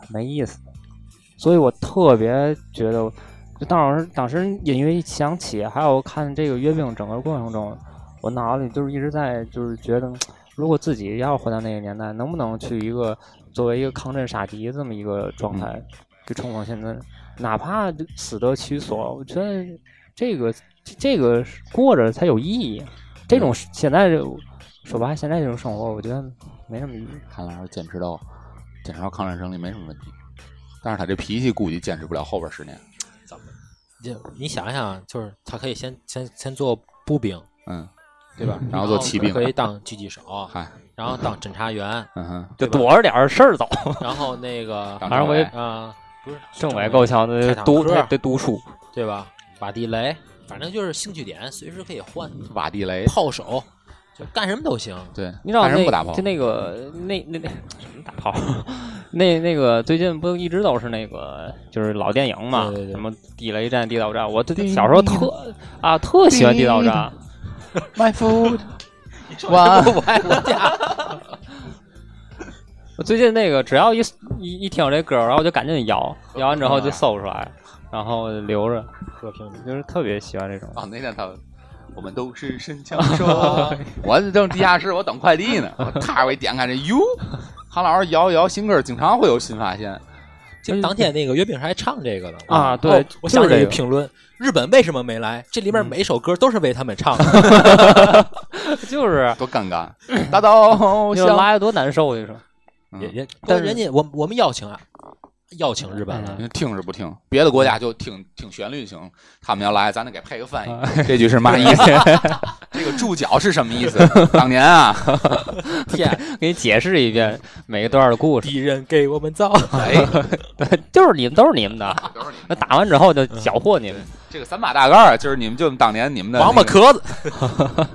Speaker 2: 很没意思，所以我特别觉得就当时当时隐约一想起，还有看这个阅兵整个过程中，我脑子里就是一直在就是觉得，如果自己要回到那个年代，能不能去一个作为一个抗震杀敌这么一个状态、去冲锋陷阵，哪怕就死得其所，我觉得这个这个是过着才有意义。这种现在这说白，了，现在这种生活，我觉得没什么意义。
Speaker 7: 看来是坚持到坚持到抗战胜利没什么问题，但是他这脾气估计坚持不了后边十年。
Speaker 3: 就你想想，就是他可以先先先做步兵，
Speaker 7: 嗯，
Speaker 3: 对吧？
Speaker 7: 然后做骑兵
Speaker 3: 可以当狙击手，
Speaker 7: 嗨，
Speaker 3: 然后当侦查员，
Speaker 7: 嗯哼，
Speaker 2: 就
Speaker 3: 对吧
Speaker 2: 躲着点儿事儿走，
Speaker 3: 然后那个
Speaker 7: 当
Speaker 2: 反正我也
Speaker 7: 政委
Speaker 3: 啊，不是
Speaker 2: 政委够呛
Speaker 3: 开啊
Speaker 2: 的，
Speaker 3: 坦
Speaker 2: 读
Speaker 3: 克
Speaker 2: 得得读书。
Speaker 3: 对吧？把地雷，反正就是兴趣点，随时可以换，
Speaker 7: 瓦地雷，
Speaker 3: 炮手就干什么都行。
Speaker 7: 对，
Speaker 2: 你知道
Speaker 7: 干什么
Speaker 2: 那
Speaker 7: 不打炮
Speaker 2: 就？那个那那那什么打炮，那那个最近不一直都是那个就是老电影嘛，
Speaker 3: 对对对
Speaker 2: 什么地雷战、地道战，我这小时候特啊特喜欢地道战，
Speaker 7: My food，哇，
Speaker 2: 我最近那个只要一一一听我这歌，然后我就赶紧摇，摇完之后就搜出来，然后留着，
Speaker 3: 和平
Speaker 2: 就是特别喜欢这种。
Speaker 7: 哦，那天他，我们都是神枪手，哦我正地下室，我等快递呢。我踏我一点开这，哟，韩老师摇一摇新歌，经常会有新发现。
Speaker 3: 就当天那个阅兵时还唱这个呢
Speaker 2: 啊
Speaker 3: 哦
Speaker 2: 对
Speaker 3: 我
Speaker 2: 就是
Speaker 3: 想起一
Speaker 2: 这
Speaker 3: 个
Speaker 2: 个嗯
Speaker 3: 评论：日本为什么没来？这里面每首歌都是为他们唱的。
Speaker 2: 就是
Speaker 7: 多尴 尬！大刀
Speaker 2: 你
Speaker 7: 向
Speaker 2: 说拉的多难受，你说
Speaker 3: 也
Speaker 7: 嗯，
Speaker 3: 也，
Speaker 2: 但
Speaker 3: 但
Speaker 2: 是
Speaker 3: 是人家我我们邀请啊，邀请日本了
Speaker 2: 嗯。
Speaker 7: 听是不听，别的国家就听听旋律行，他们要来，咱得给配个翻
Speaker 2: 啊
Speaker 7: 译。这句是嘛意 思？这个注脚是什么意思？当年啊，
Speaker 3: 天，
Speaker 2: 给你解释一遍每个段儿的故事，
Speaker 3: 敌人给我们造，
Speaker 7: 哎，
Speaker 2: 就是你们都是你们的，
Speaker 7: 都是你
Speaker 2: 那
Speaker 7: 们
Speaker 2: 打完之后就缴获你们。
Speaker 7: 这个三把大盖儿，就是你们就当年你们的
Speaker 3: 王八
Speaker 7: 那个
Speaker 3: 壳子。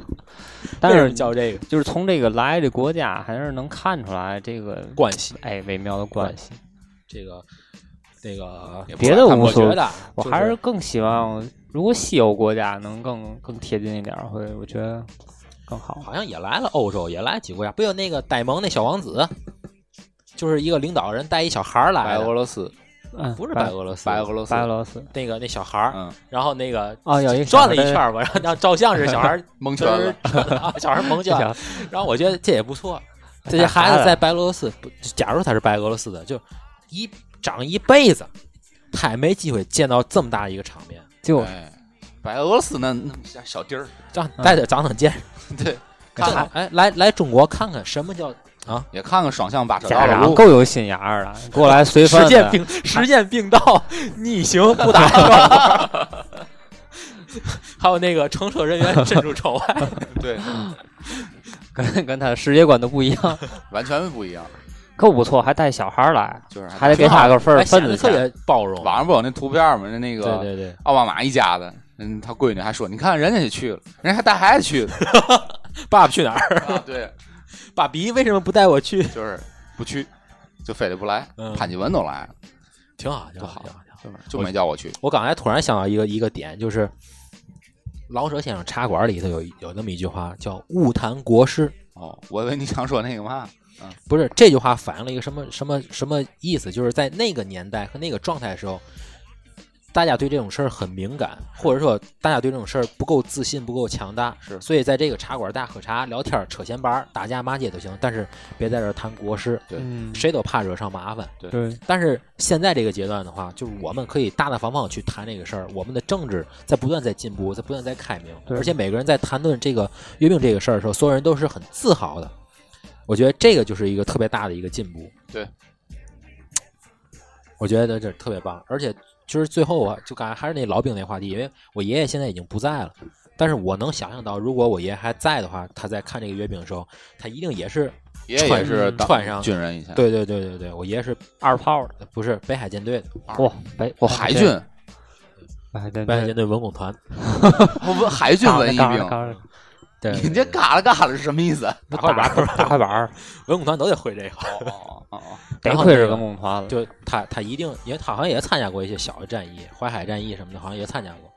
Speaker 2: 但
Speaker 3: 为什
Speaker 2: 是
Speaker 3: 么叫这个
Speaker 2: 就是从这个来这国家，还是能看出来这个
Speaker 3: 关系？
Speaker 2: 哎微妙的关系。
Speaker 3: 这个那个，
Speaker 7: 也不
Speaker 2: 别的
Speaker 7: 看
Speaker 2: 无
Speaker 7: 过
Speaker 3: 我
Speaker 2: 所
Speaker 3: 觉
Speaker 2: 谓，
Speaker 3: 得啊
Speaker 2: 我还是更希望，如果西欧国家能更更贴近一点儿，会我觉得更好。
Speaker 3: 好像也来了欧洲，也来几个国家，不有那个呆萌那小王子，就是一个领导人带一小孩儿来
Speaker 7: 白俄
Speaker 3: 的，
Speaker 7: 罗斯，
Speaker 2: 嗯，
Speaker 3: 不是白
Speaker 2: 白
Speaker 3: 俄罗斯，
Speaker 7: 白俄罗斯，
Speaker 2: 白俄罗斯
Speaker 3: 那个那小孩
Speaker 2: 啊
Speaker 3: 儿，
Speaker 7: 嗯，
Speaker 3: 然后那个
Speaker 2: 哦，有一
Speaker 3: 转了一
Speaker 2: 小的
Speaker 3: 圈儿吧， 然后让照相是小孩儿
Speaker 7: 蒙圈
Speaker 3: 圈
Speaker 7: 了
Speaker 3: 儿，啊小孩儿蒙圈
Speaker 2: 小
Speaker 3: 了，然后我觉得这也不错，这些孩子在白俄罗斯，不假如他是白俄罗斯的，就一长一辈子，他也没机会见到这么大一个场面，
Speaker 2: 就
Speaker 7: 对，哎白俄罗斯那那么小小地儿，
Speaker 3: 让带着长长见识，
Speaker 7: 对，
Speaker 3: 看看哎来来中国看看什么叫
Speaker 7: 也看看爽向把扯
Speaker 2: 家
Speaker 7: 到了
Speaker 2: 长
Speaker 7: 路，
Speaker 2: 够有心眼儿的，过来随份
Speaker 3: 实践
Speaker 2: 子，
Speaker 3: 并实践并道，逆行不打转。 还有那个乘车人员伸出窗 外，
Speaker 7: 对，
Speaker 2: 跟跟他的世界观都不一样，
Speaker 7: 完全不一样。
Speaker 2: 可不错，还带小孩儿来，
Speaker 7: 就是还
Speaker 2: 还得给他个份儿
Speaker 3: 哎显
Speaker 2: 份
Speaker 3: 得
Speaker 2: 子
Speaker 3: 特
Speaker 2: 钱。
Speaker 3: 别包容。
Speaker 7: 网上不有那图片吗？那那
Speaker 3: 对
Speaker 7: 个
Speaker 3: 对对，
Speaker 7: 奥巴马一家子，嗯，他闺女还说，你看人家也去了，人家还带孩子去 了，
Speaker 3: 爸爸去哪儿？
Speaker 7: 啊对，
Speaker 3: 爸比为什么不带我去？
Speaker 7: 就是不去，就非得不来
Speaker 3: 嗯。
Speaker 7: 潘基文都来了，
Speaker 3: 挺好，挺
Speaker 7: 多
Speaker 3: 好，
Speaker 7: 好
Speaker 3: 挺好。挺好
Speaker 7: 就没叫我去。
Speaker 3: 我刚才突然想到一个一个点，就是老舍先生《茶馆》里头有有那么一句话，叫“勿谈国事
Speaker 7: 哦，我以为你想说那个嘛，”。
Speaker 3: 不是这句话反映了一个什么什么什么意思？就是在那个年代和那个状态的时候，大家对这种事儿很敏感，或者说大家对这种事儿不够自信、不够强大。
Speaker 7: 是
Speaker 3: 所以在这个茶馆，大家喝茶、聊天、扯闲白儿、打架骂街都行，但是别在这儿谈国事，
Speaker 2: 嗯，
Speaker 3: 谁都怕惹上麻烦。
Speaker 2: 对，
Speaker 3: 但是现在这个阶段的话，就是我们可以大大方方地去谈这个事儿，我们的政治在不断在进步，在不断在开明，
Speaker 2: 对
Speaker 3: 而且每个人在谈论这个阅兵这个事儿的时候，所有人都是很自豪的。我觉得这个就是一个特别大的一个进步。
Speaker 7: 对，
Speaker 3: 我觉得这特别棒，而且其实最后啊，就感觉还是那老兵那话题，因为我爷爷现在已经不在了，但是我能想象到，如果我爷爷还在的话，他在看这个阅兵的时候，他一定也是，
Speaker 7: 爷爷也
Speaker 3: 串
Speaker 7: 是当
Speaker 3: 串上
Speaker 7: 军人哦以前，
Speaker 3: 对对对对对，我爷爷是
Speaker 2: 二炮的，
Speaker 3: 不是北海舰队的？
Speaker 2: 哇，北
Speaker 7: 我海哦军，，
Speaker 2: 哎对
Speaker 3: 北海
Speaker 2: 对，
Speaker 3: 舰队文工团。
Speaker 7: 我们海军
Speaker 2: 杠
Speaker 7: 文
Speaker 2: 着
Speaker 7: 艺
Speaker 2: 杠着
Speaker 7: 兵，
Speaker 2: 杠着
Speaker 3: 对
Speaker 7: 你这嘎啦嘎啦是什么意思？
Speaker 3: 打快板儿，
Speaker 2: 大快板儿，
Speaker 3: 文工团都得会这个。
Speaker 7: 哦哦哦，
Speaker 2: 得
Speaker 3: 然后
Speaker 2: 亏
Speaker 3: 那
Speaker 2: 是
Speaker 3: 个
Speaker 2: 文工团了，
Speaker 3: 就他他一定，因为他好像也参加过一些小的战役，淮海战役什么的，好像也参加过。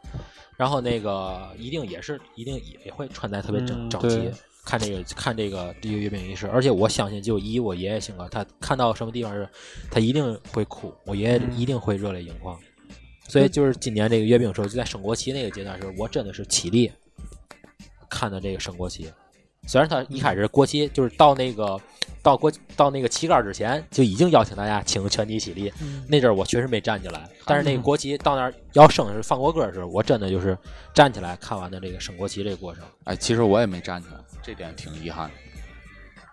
Speaker 3: 然后那个一定也是一定也也会穿戴特别整
Speaker 2: 嗯
Speaker 3: 整
Speaker 2: 对
Speaker 3: 齐，看这个看这个这个阅兵仪式。而且我相信，就以我爷爷性格，他看到什么地方是，他一定会哭，我爷爷
Speaker 2: 嗯
Speaker 3: 一定会热泪盈眶。所以就是今年这个阅兵的时候，就在升国旗那个阶段的时候，我真的是起立看的这个升国旗。虽然他一开始国旗就是到那个到国到那个旗杆之前就已经邀请大家请全体起立，那阵儿我确实没站起来，但是那个国旗到那儿要升是放国歌的时候，我真的就是站起来看完的这个升国旗这个过程，
Speaker 7: 哎，其实我也没站起来，这点挺遗憾的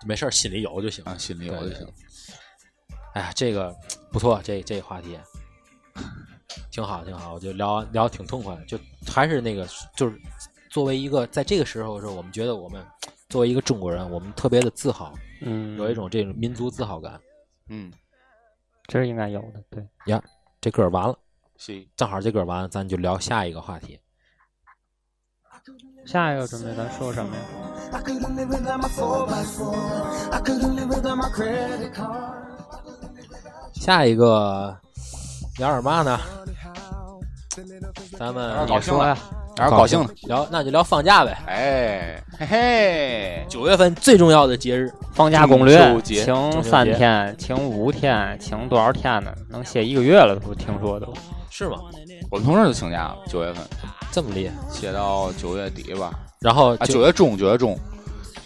Speaker 3: 没事儿心里有就行。
Speaker 7: 啊，心里有
Speaker 3: 对
Speaker 7: 就行。
Speaker 3: 哎呀，这个不错，这这个话题挺好，挺好，我就聊聊挺痛快的，就还是那个，就是作为一个在这个时候的时候，我们觉得我们作为一个中国人，我们特别的自豪，
Speaker 2: 嗯，
Speaker 3: 有一种这种民族自豪感。
Speaker 7: 嗯，
Speaker 2: 这是应该有的，对，
Speaker 3: 这歌儿完了，
Speaker 7: 行，
Speaker 3: 正好这歌儿完了，咱就聊下一个话题。
Speaker 2: 下一个准备咱说什么呀？
Speaker 6: I couldn't live without my 4x4. I couldn't live without my credit card.
Speaker 3: 下一个聊点嘛呢？
Speaker 2: 你
Speaker 7: 有点高兴
Speaker 3: 咱们
Speaker 2: 说呀
Speaker 7: 了，，有点高兴了。
Speaker 3: 聊，那就聊放假呗。
Speaker 7: 哎，嘿嘿，
Speaker 3: 九月份最重要的节日，
Speaker 2: 放假攻略
Speaker 7: 中秋，节
Speaker 2: 请三天，请五天，请多少天呢？能歇一个月了，不听说都。
Speaker 3: 是吗？
Speaker 7: 我们同事就请假了，九月份
Speaker 3: 这么厉害？
Speaker 7: 歇到九月底吧，
Speaker 3: 然后
Speaker 7: 啊，
Speaker 3: 就
Speaker 7: 九月中，九月中，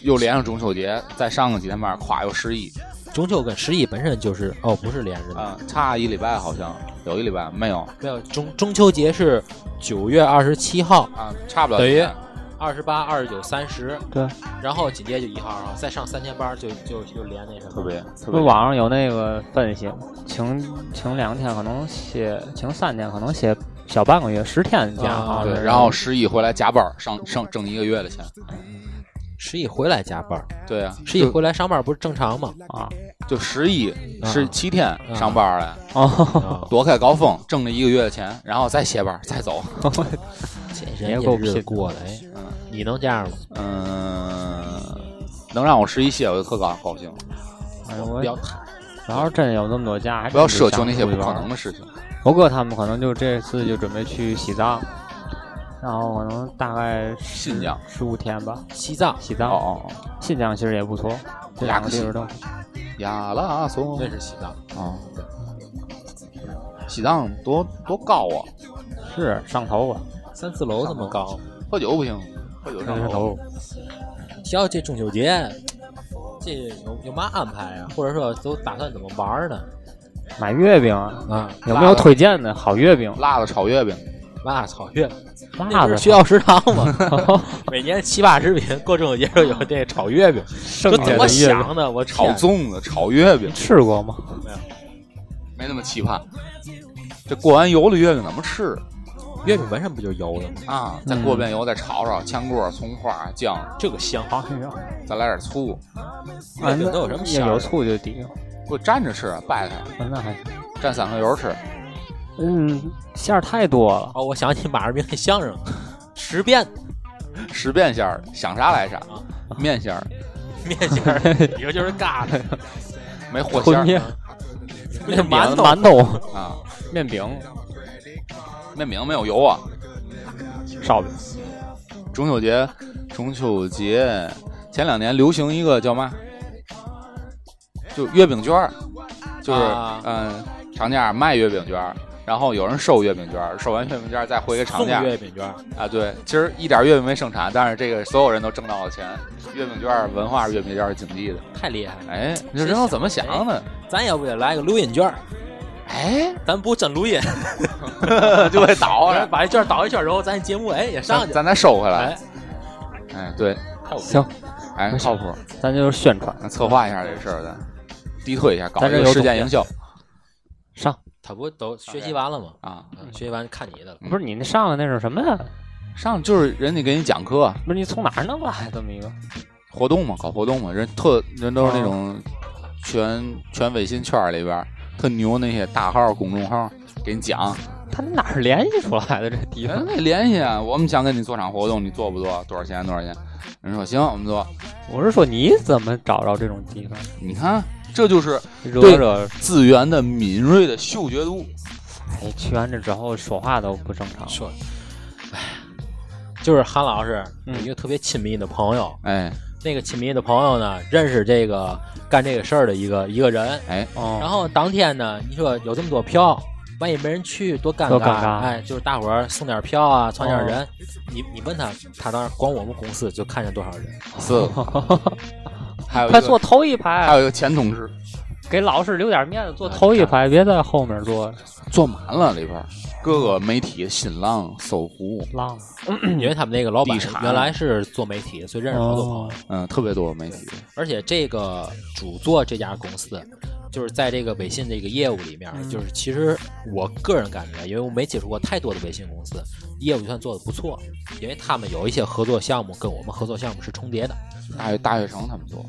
Speaker 7: 又连上中秋节，再上个几天班，咵又十一
Speaker 3: 中秋跟十一本身就是哦，不是连着的，
Speaker 7: 啊，差一礼拜好像有一礼拜没有
Speaker 3: 没有中中秋节是九月二十七号、
Speaker 7: 啊，差不了
Speaker 3: 等于
Speaker 7: 一天
Speaker 3: 二十八、二十九、三十，
Speaker 2: 对，
Speaker 3: 然后紧接着就一号、二号，再上三天班就就就连那什么，
Speaker 7: 特别特
Speaker 2: 不
Speaker 7: 别
Speaker 2: 是网上有那个分析，请请两天可能歇，请三天可能歇小半个月，十天假
Speaker 3: 啊
Speaker 2: 好像
Speaker 7: 对，
Speaker 2: 是
Speaker 7: 然后十一回来加班，上上挣一个月的钱，
Speaker 3: 十一回来加班，
Speaker 7: 对啊，
Speaker 3: 十一回来上班不是正 常吗？
Speaker 2: 啊
Speaker 7: 就十一
Speaker 3: 嗯
Speaker 7: 十七天上班了，
Speaker 2: 哦，
Speaker 3: 啊，
Speaker 7: 躲开高峰，挣了一个月的钱，然后再歇班，再 走。
Speaker 3: 这
Speaker 2: 也
Speaker 3: 人家
Speaker 2: 够
Speaker 3: 日子
Speaker 2: 拼
Speaker 3: 过的，哎，
Speaker 7: 嗯
Speaker 3: 你能这样吗？
Speaker 7: 嗯，能让我十一歇，我就特高高兴。
Speaker 2: 哎呦我
Speaker 3: 不要
Speaker 2: 要是真有那么多假，还
Speaker 7: 不要
Speaker 2: 真
Speaker 7: 奢
Speaker 2: 想
Speaker 7: 求那些
Speaker 2: 出去
Speaker 7: 不可
Speaker 2: 玩
Speaker 7: 能的事情。
Speaker 2: 猴哥他们可能就这次就准备去西藏，然后可能大概十
Speaker 7: 新疆
Speaker 2: 十五天吧。
Speaker 3: 西藏
Speaker 2: 西藏，
Speaker 7: 哦哦
Speaker 2: 新疆其实也不错，这两个地方都不错。
Speaker 7: 哦，亚拉索
Speaker 3: 那是西藏，
Speaker 7: 哦，喜当多多高啊！
Speaker 2: 是上头啊，
Speaker 3: 三四楼那么高。
Speaker 7: 喝酒不行，喝酒上头。
Speaker 3: 提到这中秋节，这有有嘛安排啊？或者说都打算怎么玩儿呢？
Speaker 2: 买月饼啊，
Speaker 3: 啊，
Speaker 2: 有没有推荐的好月饼？
Speaker 7: 辣的炒月饼，
Speaker 3: 嘛草月，那
Speaker 2: 辣
Speaker 3: 不
Speaker 2: 的
Speaker 3: 是学校食堂吗？每年七八十品过中秋节时候有这个炒月饼，
Speaker 2: 剩
Speaker 3: 这
Speaker 2: 下
Speaker 3: 怎
Speaker 2: 的
Speaker 3: 么
Speaker 2: 月饼
Speaker 3: 想的？我
Speaker 7: 炒
Speaker 3: 天
Speaker 7: 粽子，炒月饼，
Speaker 2: 吃过吗？
Speaker 7: 没那么奇葩。这过完油的月饼怎么吃
Speaker 3: 月饼本身不就油的吗？
Speaker 7: 啊？再
Speaker 2: 嗯
Speaker 7: 过遍油，再炒炒炝锅、葱花、酱，
Speaker 3: 这个香，
Speaker 2: 好像有啊，
Speaker 7: 再来点醋，
Speaker 2: 那
Speaker 3: 饼都有什么啊馅儿
Speaker 2: 也有醋就底，
Speaker 7: 给我蘸着吃，掰开
Speaker 2: 嗯那还行
Speaker 7: 蘸三合油吃。
Speaker 2: 嗯，馅儿太多了。
Speaker 3: 哦，我想起马尔明那相声，十遍
Speaker 7: 十变馅儿，想啥来啥，面馅儿
Speaker 3: 面馅儿，以后就是嘎的，
Speaker 7: 没和馅
Speaker 2: 烩面
Speaker 7: 儿、
Speaker 3: 那馒头
Speaker 2: 馒头、
Speaker 7: 啊，
Speaker 2: 面饼、
Speaker 7: 面饼没有油啊。
Speaker 2: 烧饼，
Speaker 7: 中秋节，中秋节前两年流行一个叫嘛，就月饼券儿，就是嗯、
Speaker 3: 啊
Speaker 7: 厂家卖月饼券儿，然后有人收月饼券儿，收完月饼券儿再回给厂
Speaker 3: 送
Speaker 7: 家
Speaker 3: 月饼券，
Speaker 7: 啊。对，其实一点月饼没生产，但是这个所有人都挣到了钱。月饼券儿文化，月饼券儿是经济的。
Speaker 3: 太厉害了！
Speaker 7: 哎，你说人都怎么想的？
Speaker 3: 咱要不得来个录音券？
Speaker 7: 哎，
Speaker 3: 咱不真 录音，
Speaker 7: 就会
Speaker 2: 哦
Speaker 7: 倒
Speaker 3: 然后
Speaker 7: 了。
Speaker 3: 把这券倒一圈，然后咱节目哎也上
Speaker 7: 咱
Speaker 3: 去。
Speaker 7: 咱再收回来
Speaker 3: 哎，，
Speaker 7: 哎，对，
Speaker 2: 行，
Speaker 7: 哎，
Speaker 2: 没事
Speaker 7: 靠谱，
Speaker 2: 咱就是宣传
Speaker 7: 那策划一下这事儿，咱逼退一下，搞
Speaker 2: 咱
Speaker 7: 一
Speaker 2: 这
Speaker 7: 个
Speaker 2: 有
Speaker 7: 事
Speaker 2: 总
Speaker 7: 件
Speaker 2: 结
Speaker 7: 营销
Speaker 2: 上，
Speaker 3: 他不都学习完了吗？
Speaker 7: 啊。
Speaker 3: 嗯学习完看你的了。
Speaker 2: 不是你那上来那是什么呀？
Speaker 7: 上就是人家给你讲课，啊
Speaker 2: 不是你从哪儿弄来这么一个？
Speaker 7: 活动嘛，搞活动嘛，人特人都
Speaker 2: 哦
Speaker 7: 是那种全全微信圈里边儿特牛那些大号公众号，给 你讲，
Speaker 2: 他哪儿联系出来的这地
Speaker 7: 你
Speaker 2: 方
Speaker 7: 们？得联系啊，我们想跟你做场活动，你做不做？多少钱？多少钱？人说行，我们做。
Speaker 2: 我是说你怎么找着这种地方？
Speaker 7: 你看，这就是
Speaker 2: 惹
Speaker 7: 对
Speaker 2: 惹，
Speaker 7: 资源的敏锐的嗅觉度。
Speaker 2: 哎，去完这之后说话都不正常。
Speaker 3: 说，哎，就是韩老师有
Speaker 2: 嗯
Speaker 3: 一个特别亲密的朋友，
Speaker 7: 哎
Speaker 3: 那个亲密的朋友呢，认识这个干这个事儿的一个一个人，
Speaker 7: 哎
Speaker 3: 然
Speaker 2: 哦，
Speaker 3: 后当天呢，你说有这么多票，万一没人去，多尴
Speaker 2: 多尴尬哦
Speaker 3: 哎，就是大伙儿送点票啊，传点人。你你问他，他当时光我们公司就看见多少人，
Speaker 7: 四个， 还有一
Speaker 2: 快坐
Speaker 7: 个
Speaker 2: 头一
Speaker 7: 还
Speaker 2: 排，
Speaker 7: 有一个前同事
Speaker 2: 给老师留点面子，坐头一排，别在后面坐
Speaker 7: 坐满了里边儿，各个媒体，新浪、搜狐，
Speaker 2: 浪。
Speaker 3: 因为他们那个老板
Speaker 7: 地产
Speaker 3: 原来是做媒体的，所以认识好多朋友。
Speaker 2: 哦，
Speaker 7: 嗯，特别多媒体。
Speaker 3: 而且这个主做这家公司，就是在这个微信这个业务里面，
Speaker 2: 嗯
Speaker 3: 就是其实我个人感觉，因为我没接触过太多的微信公司，业务就算做的不错，因为他们有一些合作项目跟我们合作项目是重叠的。
Speaker 7: 大学大学城他们做。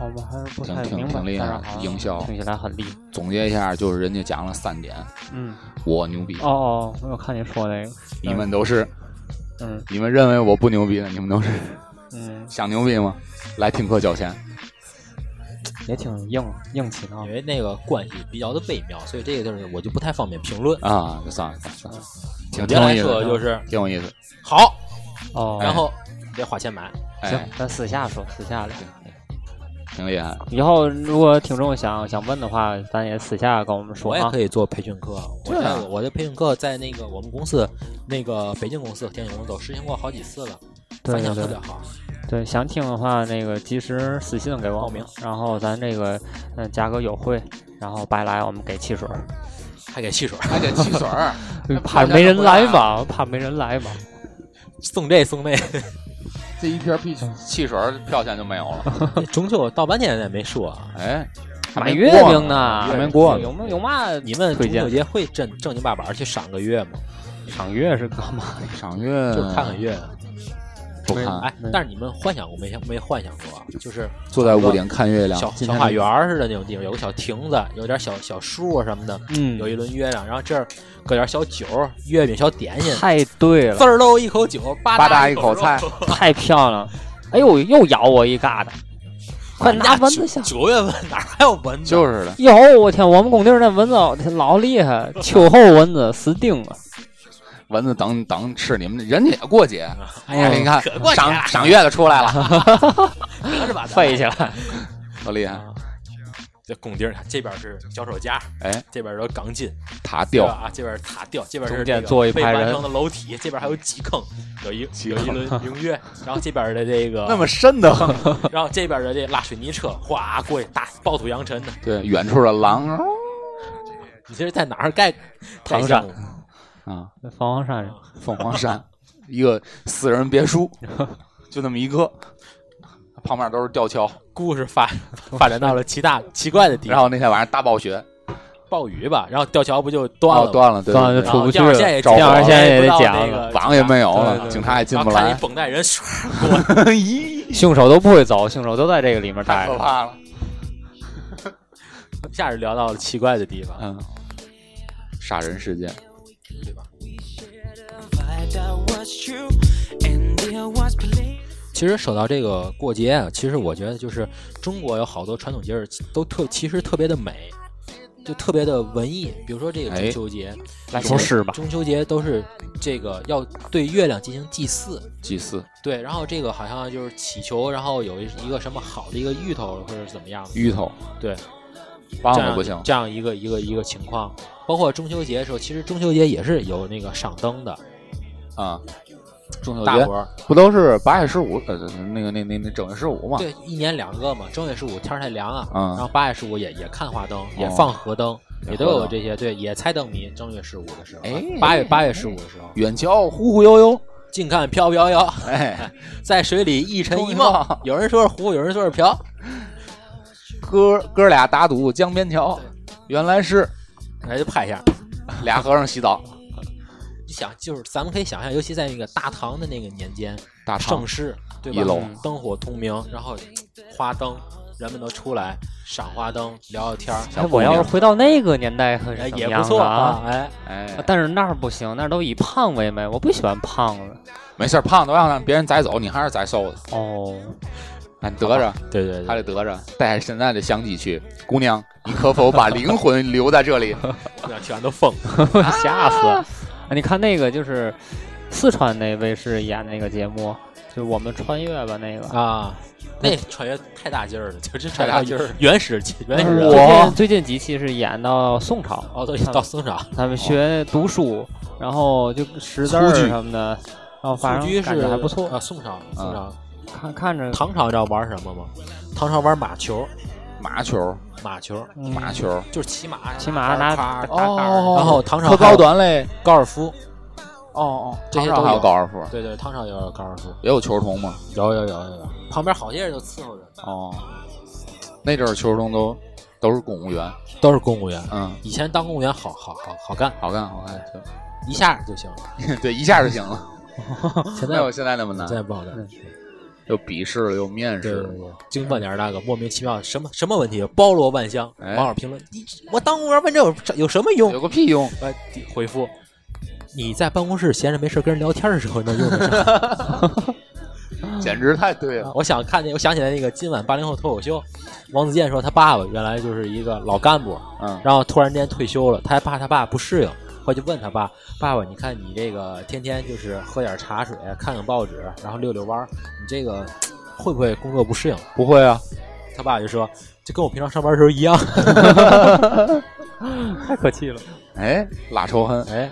Speaker 2: 我们还是不
Speaker 7: 挺
Speaker 2: 太
Speaker 7: 挺
Speaker 2: 明白，
Speaker 7: 挺厉害
Speaker 2: 但是
Speaker 7: 的
Speaker 2: 好像
Speaker 7: 营销
Speaker 2: 听起来很厉害。
Speaker 7: 总结一下，就是人家讲了三点，
Speaker 2: 嗯，
Speaker 7: 我牛逼，
Speaker 2: 哦哦，我有看你说那个，
Speaker 7: 你们都是，
Speaker 2: 嗯
Speaker 7: 你们认为我不牛逼的，你们都是
Speaker 2: 嗯，
Speaker 7: 想牛逼吗？来听课交钱，
Speaker 2: 也挺硬硬气的啊
Speaker 3: 因。为那个关系比较的微妙，所以这个就是我就不太方便评论。
Speaker 7: 啊，就算了算了算了，挺挺
Speaker 3: 简
Speaker 7: 有
Speaker 3: 来
Speaker 7: 意思
Speaker 3: 说
Speaker 7: 的，啊哎
Speaker 3: 就是
Speaker 7: 挺有意思。
Speaker 3: 好，
Speaker 2: 哦，
Speaker 3: 然后得花钱买。
Speaker 2: 行
Speaker 7: 哎，，
Speaker 2: 咱私下说，私下聊。
Speaker 7: 挺厉害的。
Speaker 2: 以后如果听众想想问的话，咱也私下跟我们说
Speaker 3: 我也
Speaker 2: 啊。
Speaker 3: 可以做培训课，我
Speaker 7: 对啊
Speaker 3: 在我的培训课在那个我们公司，那个北京公司和天津公司都实行过好几次了，
Speaker 2: 对
Speaker 3: 反
Speaker 2: 对
Speaker 3: 响特别
Speaker 2: 对
Speaker 3: 好。
Speaker 2: 对，想听的话，那个及时私信给我
Speaker 3: 报名，
Speaker 2: 然后咱这个嗯价格优惠，然后白来我们给汽水儿，
Speaker 3: 还给汽水，
Speaker 7: 还得汽水儿，
Speaker 2: 怕没人来嘛，哎怕没人来嘛。
Speaker 3: 送这送那。
Speaker 7: 这一瓶啤汽水儿票钱就没有了。
Speaker 3: 中秋到半天也没说啊，
Speaker 7: 哎，还
Speaker 2: 买
Speaker 7: 没
Speaker 2: 月
Speaker 7: 过
Speaker 2: 饼呢，
Speaker 7: 还没过呢
Speaker 2: 有没有有嘛？
Speaker 3: 你们
Speaker 2: 推
Speaker 3: 中
Speaker 2: 荐
Speaker 3: 秋节会正正经八百去赏个月吗？
Speaker 2: 赏月是干嘛？
Speaker 7: 赏月
Speaker 3: 就看看月。啊
Speaker 7: 不看，
Speaker 3: 哎，但是你们幻想过没？没幻想过啊，就是
Speaker 7: 坐在屋顶看月亮
Speaker 3: 小，
Speaker 7: 今
Speaker 3: 小
Speaker 7: 天
Speaker 3: 花园儿似的那种地方，有个小亭子，有点小小树啊什么的，
Speaker 2: 嗯
Speaker 3: 有一轮月亮，然后这儿搁点小酒、月饼、小点心，
Speaker 2: 太对
Speaker 3: 滋
Speaker 2: 了，
Speaker 3: 儿喽一口酒，吧
Speaker 7: 吧
Speaker 3: 嗒
Speaker 7: 嗒一
Speaker 3: 口
Speaker 7: 口
Speaker 3: 肉
Speaker 7: 菜。
Speaker 2: 太漂亮了！哎呦，又咬我一疙瘩，快拿蚊子下！
Speaker 3: 九月份哪还有蚊子？
Speaker 7: 就是的，
Speaker 2: 哟，我天，我们工地儿那蚊子老厉害，秋后蚊子死定了。
Speaker 7: 蚊子等等吃你们，人家也过节。
Speaker 3: 哎
Speaker 7: 哎，
Speaker 3: 呀，
Speaker 7: 你看
Speaker 3: 可过，节了
Speaker 7: 赏赏月的出来了，
Speaker 3: 是吧？
Speaker 2: 飞起来！
Speaker 3: 嗯
Speaker 7: 多厉害！
Speaker 3: 这拱地儿，这边是脚手架，
Speaker 7: 哎，
Speaker 3: 这边有钢筋，
Speaker 7: 塔
Speaker 3: 对
Speaker 7: 吊，
Speaker 3: 吧啊，这边是塔吊，这边是
Speaker 2: 中间
Speaker 3: 这个
Speaker 2: 坐一
Speaker 3: 被
Speaker 2: 排
Speaker 3: 完
Speaker 2: 人
Speaker 3: 成的楼体，这边还有几坑，有一
Speaker 7: 几
Speaker 3: 有一轮明月，然后这边的这个，
Speaker 7: 那么深的，
Speaker 3: 然后这边的这拉水泥车，哗过去，大暴土扬尘的，
Speaker 7: 对，远处的狼啊
Speaker 3: 你这是在哪儿盖？
Speaker 2: 唐
Speaker 3: 山
Speaker 2: 山
Speaker 7: 啊，
Speaker 2: 凤凰山上
Speaker 7: 凤凰山一个私人别墅，就那么一个，旁边都是吊桥，
Speaker 3: 故事发发展到了其他奇怪的地
Speaker 7: 然
Speaker 3: 方，
Speaker 7: 后那天晚上大暴雪，
Speaker 3: 暴雨吧，然后吊桥不就断
Speaker 7: 哦
Speaker 3: 了吗？
Speaker 7: 断了，对，
Speaker 2: 断了就
Speaker 7: 对
Speaker 3: 然
Speaker 7: 对
Speaker 2: 出
Speaker 3: 后
Speaker 2: 不去
Speaker 3: 电话线也
Speaker 7: 找
Speaker 3: 电话
Speaker 7: 网
Speaker 3: 线
Speaker 2: 也
Speaker 3: 也
Speaker 2: 得
Speaker 3: 不到
Speaker 2: 讲
Speaker 3: 那
Speaker 2: 了
Speaker 3: 个
Speaker 7: 网也没有
Speaker 3: 对对
Speaker 7: 了，
Speaker 3: 对
Speaker 7: 警察也进
Speaker 3: 然
Speaker 7: 不
Speaker 3: 后看
Speaker 7: 来
Speaker 3: 一，绷带人唰
Speaker 7: 咦，
Speaker 2: 凶手都不会走，凶手都在这个里面待
Speaker 7: 太可
Speaker 2: 着。
Speaker 7: 怕了，
Speaker 3: 一下就聊到了奇怪的地方，
Speaker 7: 嗯，杀人事件，
Speaker 3: 对吧？
Speaker 6: Find out what's true and there was belief.
Speaker 3: 其实说到这个过节啊，其实我觉得就是中国有好多传统节日都特其实特别的美，就特别的文艺。比如说这个中
Speaker 7: 哎
Speaker 3: 秋节，
Speaker 2: 来首诗吧，
Speaker 3: 中秋节都是这个要对月亮进行祭祀，
Speaker 7: 祭祀
Speaker 3: 对，然后这个好像就是祈求，然后有一一个什么好的一个芋头或者是怎么样，
Speaker 7: 芋头，
Speaker 3: 对，
Speaker 7: 棒
Speaker 3: 这
Speaker 7: 子
Speaker 3: 样
Speaker 7: 不行，
Speaker 3: 这样一个一个一个情况。包括中秋节的时候，其实中秋节也是有那个赏灯的，
Speaker 7: 啊，中秋
Speaker 3: 大
Speaker 7: 节
Speaker 3: 伙儿
Speaker 7: 不都是八月十五，呃，那个那那那正月十五嘛，
Speaker 3: 对，一年两个嘛，正月十五天儿太凉啊，
Speaker 7: 啊嗯哦
Speaker 3: 然后八月十五也也看花灯，也放河灯，也都
Speaker 7: 河
Speaker 3: 有
Speaker 7: 灯
Speaker 3: 这些，对，也猜灯谜。正月十五的时候啊
Speaker 7: 哎，
Speaker 3: 八月八月十五的时候，
Speaker 7: 远瞧忽忽悠悠，
Speaker 3: 近看飘飘摇，
Speaker 7: 哎，
Speaker 3: 在水里一沉一
Speaker 7: 冲一
Speaker 3: 梦
Speaker 7: 梦。
Speaker 3: 有人说是湖，有人说是瓢，
Speaker 7: 哥哥俩打赌江边桥，原来是
Speaker 3: 来哎就拍一下。
Speaker 7: 俩和尚洗澡，
Speaker 3: 你想，就是咱们可以想象，尤其在那个大唐的那个年间，
Speaker 7: 大
Speaker 3: 盛
Speaker 7: 圣
Speaker 3: 世对
Speaker 7: 一
Speaker 3: 吧
Speaker 7: 楼？
Speaker 3: 灯火通明，然后花灯，人们都出来赏花灯，聊聊天儿，
Speaker 2: 哎，我要是回到那个年代，可是
Speaker 3: 哎
Speaker 2: 什么
Speaker 3: 也
Speaker 2: 样
Speaker 3: 不
Speaker 2: 子
Speaker 3: 错
Speaker 2: 啊！
Speaker 3: 哎，
Speaker 7: 哎，
Speaker 2: 但是那儿不行，那儿都以胖为美，我不喜欢胖子。
Speaker 7: 没事儿，胖子让别人宰走，你还是宰瘦的，
Speaker 2: 哦，
Speaker 7: 俺得着，
Speaker 3: 对对
Speaker 7: 还
Speaker 3: 对，
Speaker 7: 得得着，带着现在的香气去，姑娘，你可否把灵魂留在这里？
Speaker 3: 那全都疯了。
Speaker 2: 吓死了！啊你看那个就是四川那卫视演那个节目，就是我们穿越吧那个。
Speaker 3: 啊，那穿越太大劲儿了，就是
Speaker 7: 太
Speaker 3: 穿越
Speaker 7: 大
Speaker 3: 到
Speaker 7: 劲儿
Speaker 3: 原始原始
Speaker 2: 最
Speaker 3: 人。
Speaker 2: 近最近几期是演到宋朝，
Speaker 3: 哦，都已经到宋朝，
Speaker 2: 他们学读书，然后就识字儿什么的，然后反
Speaker 3: 蹴鞠
Speaker 2: 正感
Speaker 3: 是
Speaker 2: 觉还不错，
Speaker 3: 啊，宋朝，宋朝，
Speaker 2: 看看着
Speaker 3: 唐朝知道玩什么吗？唐朝玩马球，
Speaker 7: 麻球，
Speaker 3: 马球
Speaker 2: 嗯
Speaker 7: 麻球，
Speaker 3: 就是骑马，
Speaker 2: 骑马拿哦
Speaker 3: 打
Speaker 2: 打杆儿
Speaker 3: 然后唐朝
Speaker 7: 和
Speaker 3: 还
Speaker 7: 高
Speaker 3: 有
Speaker 7: 短嘞，
Speaker 3: 高尔夫，
Speaker 7: 哦哦，
Speaker 3: 嗯这些
Speaker 7: 唐朝
Speaker 3: 都
Speaker 7: 还有
Speaker 3: 有
Speaker 7: 高。尔夫，
Speaker 3: 对对，唐朝也有高尔夫，
Speaker 7: 也有球童嘛。
Speaker 3: 有有有有有，旁边好些人都伺候着，
Speaker 7: 哦，那阵儿球童都都是公务员，
Speaker 3: 都是公务员。
Speaker 7: 嗯，
Speaker 3: 以前当公务员好好好好干，
Speaker 7: 好干好干，
Speaker 3: 一下就行了。
Speaker 7: 对对，一下就行了，
Speaker 3: 现
Speaker 7: 没
Speaker 3: 在
Speaker 7: 有现在那么难
Speaker 3: 现，在不好干，
Speaker 7: 又笔试又面
Speaker 3: 对对
Speaker 7: 试，
Speaker 3: 对，经半年那个莫名其妙什么什么问题，包罗万象。
Speaker 7: 哎
Speaker 3: 网友评论：你我当公务员问这有有什么用
Speaker 7: 有？个屁用！
Speaker 3: 呃，回复：你在办公室闲着没事跟人聊天的时候能用得上。
Speaker 7: 简直太对了。
Speaker 3: 我想看见，我想起来那个今晚八零后脱口秀，王自健说他爸爸原来就是一个老干部，
Speaker 7: 嗯，
Speaker 3: 然后突然间退休了，他还怕他爸不适应，后来就问他爸：“爸爸，你看你这个天天就是喝点茶水，看看报纸，然后遛遛弯儿，你这个会不会工作不适应？”
Speaker 7: 不会啊，
Speaker 3: 他爸就说：“这跟我平常上班的时候一样。
Speaker 2: 太可气了。
Speaker 7: 哎，拉仇恨”，
Speaker 3: 哎，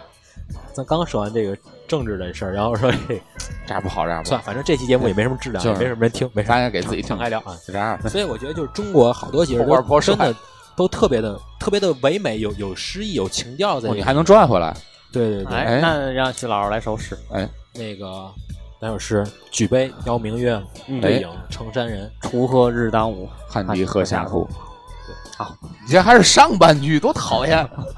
Speaker 3: 咱刚说完这个政治的事儿，然后说这
Speaker 7: 这样不好，这样不
Speaker 3: 算，
Speaker 7: 好，
Speaker 3: 反正这期节目也没什么质量，
Speaker 7: 就
Speaker 3: 也
Speaker 7: 是
Speaker 3: 没什么人听，没
Speaker 7: 咱
Speaker 3: 啥
Speaker 7: 也给自己听
Speaker 3: 敞，开聊啊。
Speaker 7: 就这样。
Speaker 3: 所以我觉得就是中国好多节日
Speaker 7: 后边
Speaker 3: 都
Speaker 7: 颇帅
Speaker 3: 真的都特别的特别的唯美，有有诗意，有情调在
Speaker 7: 哦，
Speaker 3: 里
Speaker 7: 你
Speaker 3: 面。
Speaker 7: 还能赚回来？
Speaker 3: 对对对，
Speaker 7: 哎
Speaker 2: 哎，那让徐老师来首诗。
Speaker 3: 那个哪首诗？举杯邀明月，
Speaker 7: 嗯哎
Speaker 3: 对影成山人。
Speaker 2: 锄禾日当午，
Speaker 7: 汗滴禾下土。
Speaker 2: 好，
Speaker 7: 你这还是上半句，多讨厌！啊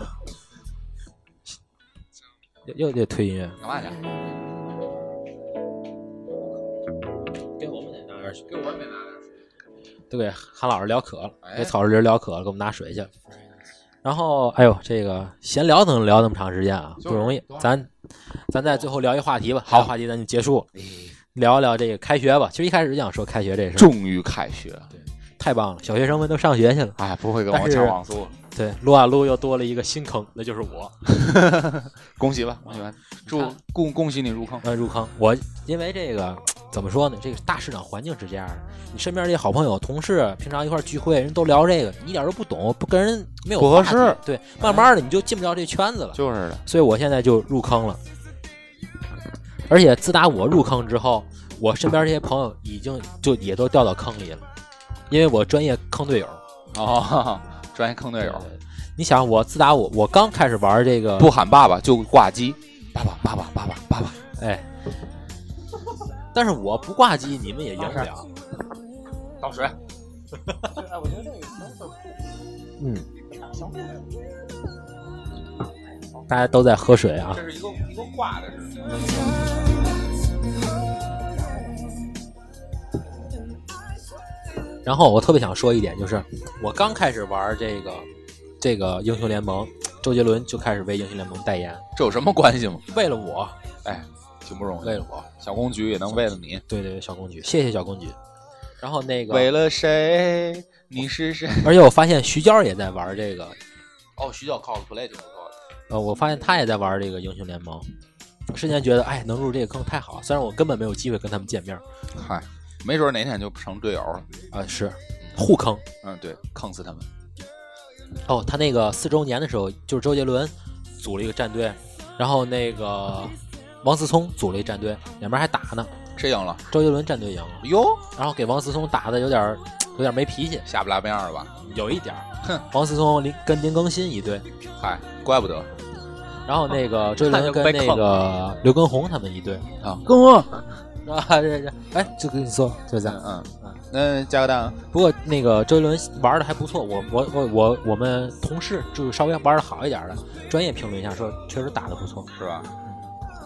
Speaker 3: 又又得推音乐，
Speaker 7: 干嘛去？啊
Speaker 3: 给我们得拿点水，给我们得拿点水。都给韩老师聊渴了，
Speaker 7: 哎
Speaker 3: 给草石林聊渴了，给我们拿水去。然后，哎呦，这个闲聊能聊那么长时间啊，
Speaker 7: 就是
Speaker 3: 不容易
Speaker 7: 多。
Speaker 3: 咱咱再最后聊一话题吧，好，哎话题咱就结束，聊一聊这个开学吧。其实一开始就想说开学这事儿，
Speaker 7: 终于开学，
Speaker 3: 太棒了，小学生们都上学去了。
Speaker 7: 哎，不会跟
Speaker 3: 但
Speaker 7: 我
Speaker 3: 是
Speaker 7: 抢网速，
Speaker 3: 对，撸啊撸又多了一个新坑，那就是我。
Speaker 7: 恭喜吧，恭喜吧，祝
Speaker 3: 看
Speaker 7: 恭恭喜你入坑。
Speaker 3: 嗯呃，入坑。我因为这个怎么说呢？这个大市场环境是这样的，你身边这些好朋友、同事，平常一块儿聚会，人都聊这个，你一点都不懂，不跟人没有
Speaker 7: 不合
Speaker 3: 话题
Speaker 7: 适。
Speaker 3: 对，慢慢的你就进不了这圈子了。
Speaker 7: 就是的，
Speaker 3: 所以我现在就入坑了。而且自打我入坑之后，我身边这些朋友已经就也都掉到坑里了，因为我专业坑队友。
Speaker 7: 哦， 专业坑队友，
Speaker 3: 你想我自打我我刚开始玩这个
Speaker 7: 不喊爸爸就挂机，
Speaker 3: 爸爸爸爸爸爸爸爸，哎，但是我不挂机，你们也赢不了。
Speaker 7: 倒水。
Speaker 4: 哎，我觉得这个小手
Speaker 3: 嗯，大家都在喝水啊。
Speaker 1: 这是一个一个挂的是
Speaker 3: 然后我特别想说一点，就是我刚开始玩这个这个英雄联盟，周杰伦就开始为英雄联盟代言，
Speaker 7: 这有什么关系吗？
Speaker 3: 为了我，
Speaker 7: 挺不容易
Speaker 3: 为，了我，
Speaker 7: 小公举也能为了你，
Speaker 3: 对对对，小公举，谢谢小公举。然后那
Speaker 7: 为
Speaker 3: 个，
Speaker 7: 了谁？你是谁？
Speaker 3: 而且我发现徐娇也在玩这个，
Speaker 8: 哦，徐角 cosplay 挺不错的，
Speaker 3: 呃，我发现她也在玩这个英雄联盟。我瞬间觉得，哎，能入这个坑太好了，虽然我根本没有机会跟他们见面儿
Speaker 7: 嗨，没准哪天就成队友了。
Speaker 3: 啊、是互坑。
Speaker 7: 嗯，对，坑死他们。
Speaker 3: 哦，他那个四周年的时候，就是周杰伦组了一个战队，然后那个王思聪组了一战队，两边还打呢。
Speaker 7: 这赢了
Speaker 3: 周杰伦战队赢了，
Speaker 7: 哟，
Speaker 3: 然后给王思聪打的有点儿有点儿没脾气，
Speaker 7: 下不拉边儿了吧？
Speaker 3: 有一点儿。
Speaker 7: 哼
Speaker 3: 王思聪林跟林更新一队，
Speaker 7: 嗨，怪不得
Speaker 3: 然后那个周杰
Speaker 8: 那
Speaker 3: 伦
Speaker 8: 啊就
Speaker 3: 跟
Speaker 8: 被
Speaker 3: 那
Speaker 8: 坑
Speaker 3: 个刘畊宏他们一队
Speaker 7: 啊，
Speaker 3: 跟我。 啊，这这，哎，就跟你说，就这
Speaker 7: 嗯
Speaker 3: 样。
Speaker 7: 嗯嗯。那加个蛋，
Speaker 3: 不过那个周杰伦玩的还不错，我我我我我们同事就是稍微玩的好一点的，专业评论一下说确实打的不错，
Speaker 7: 是吧？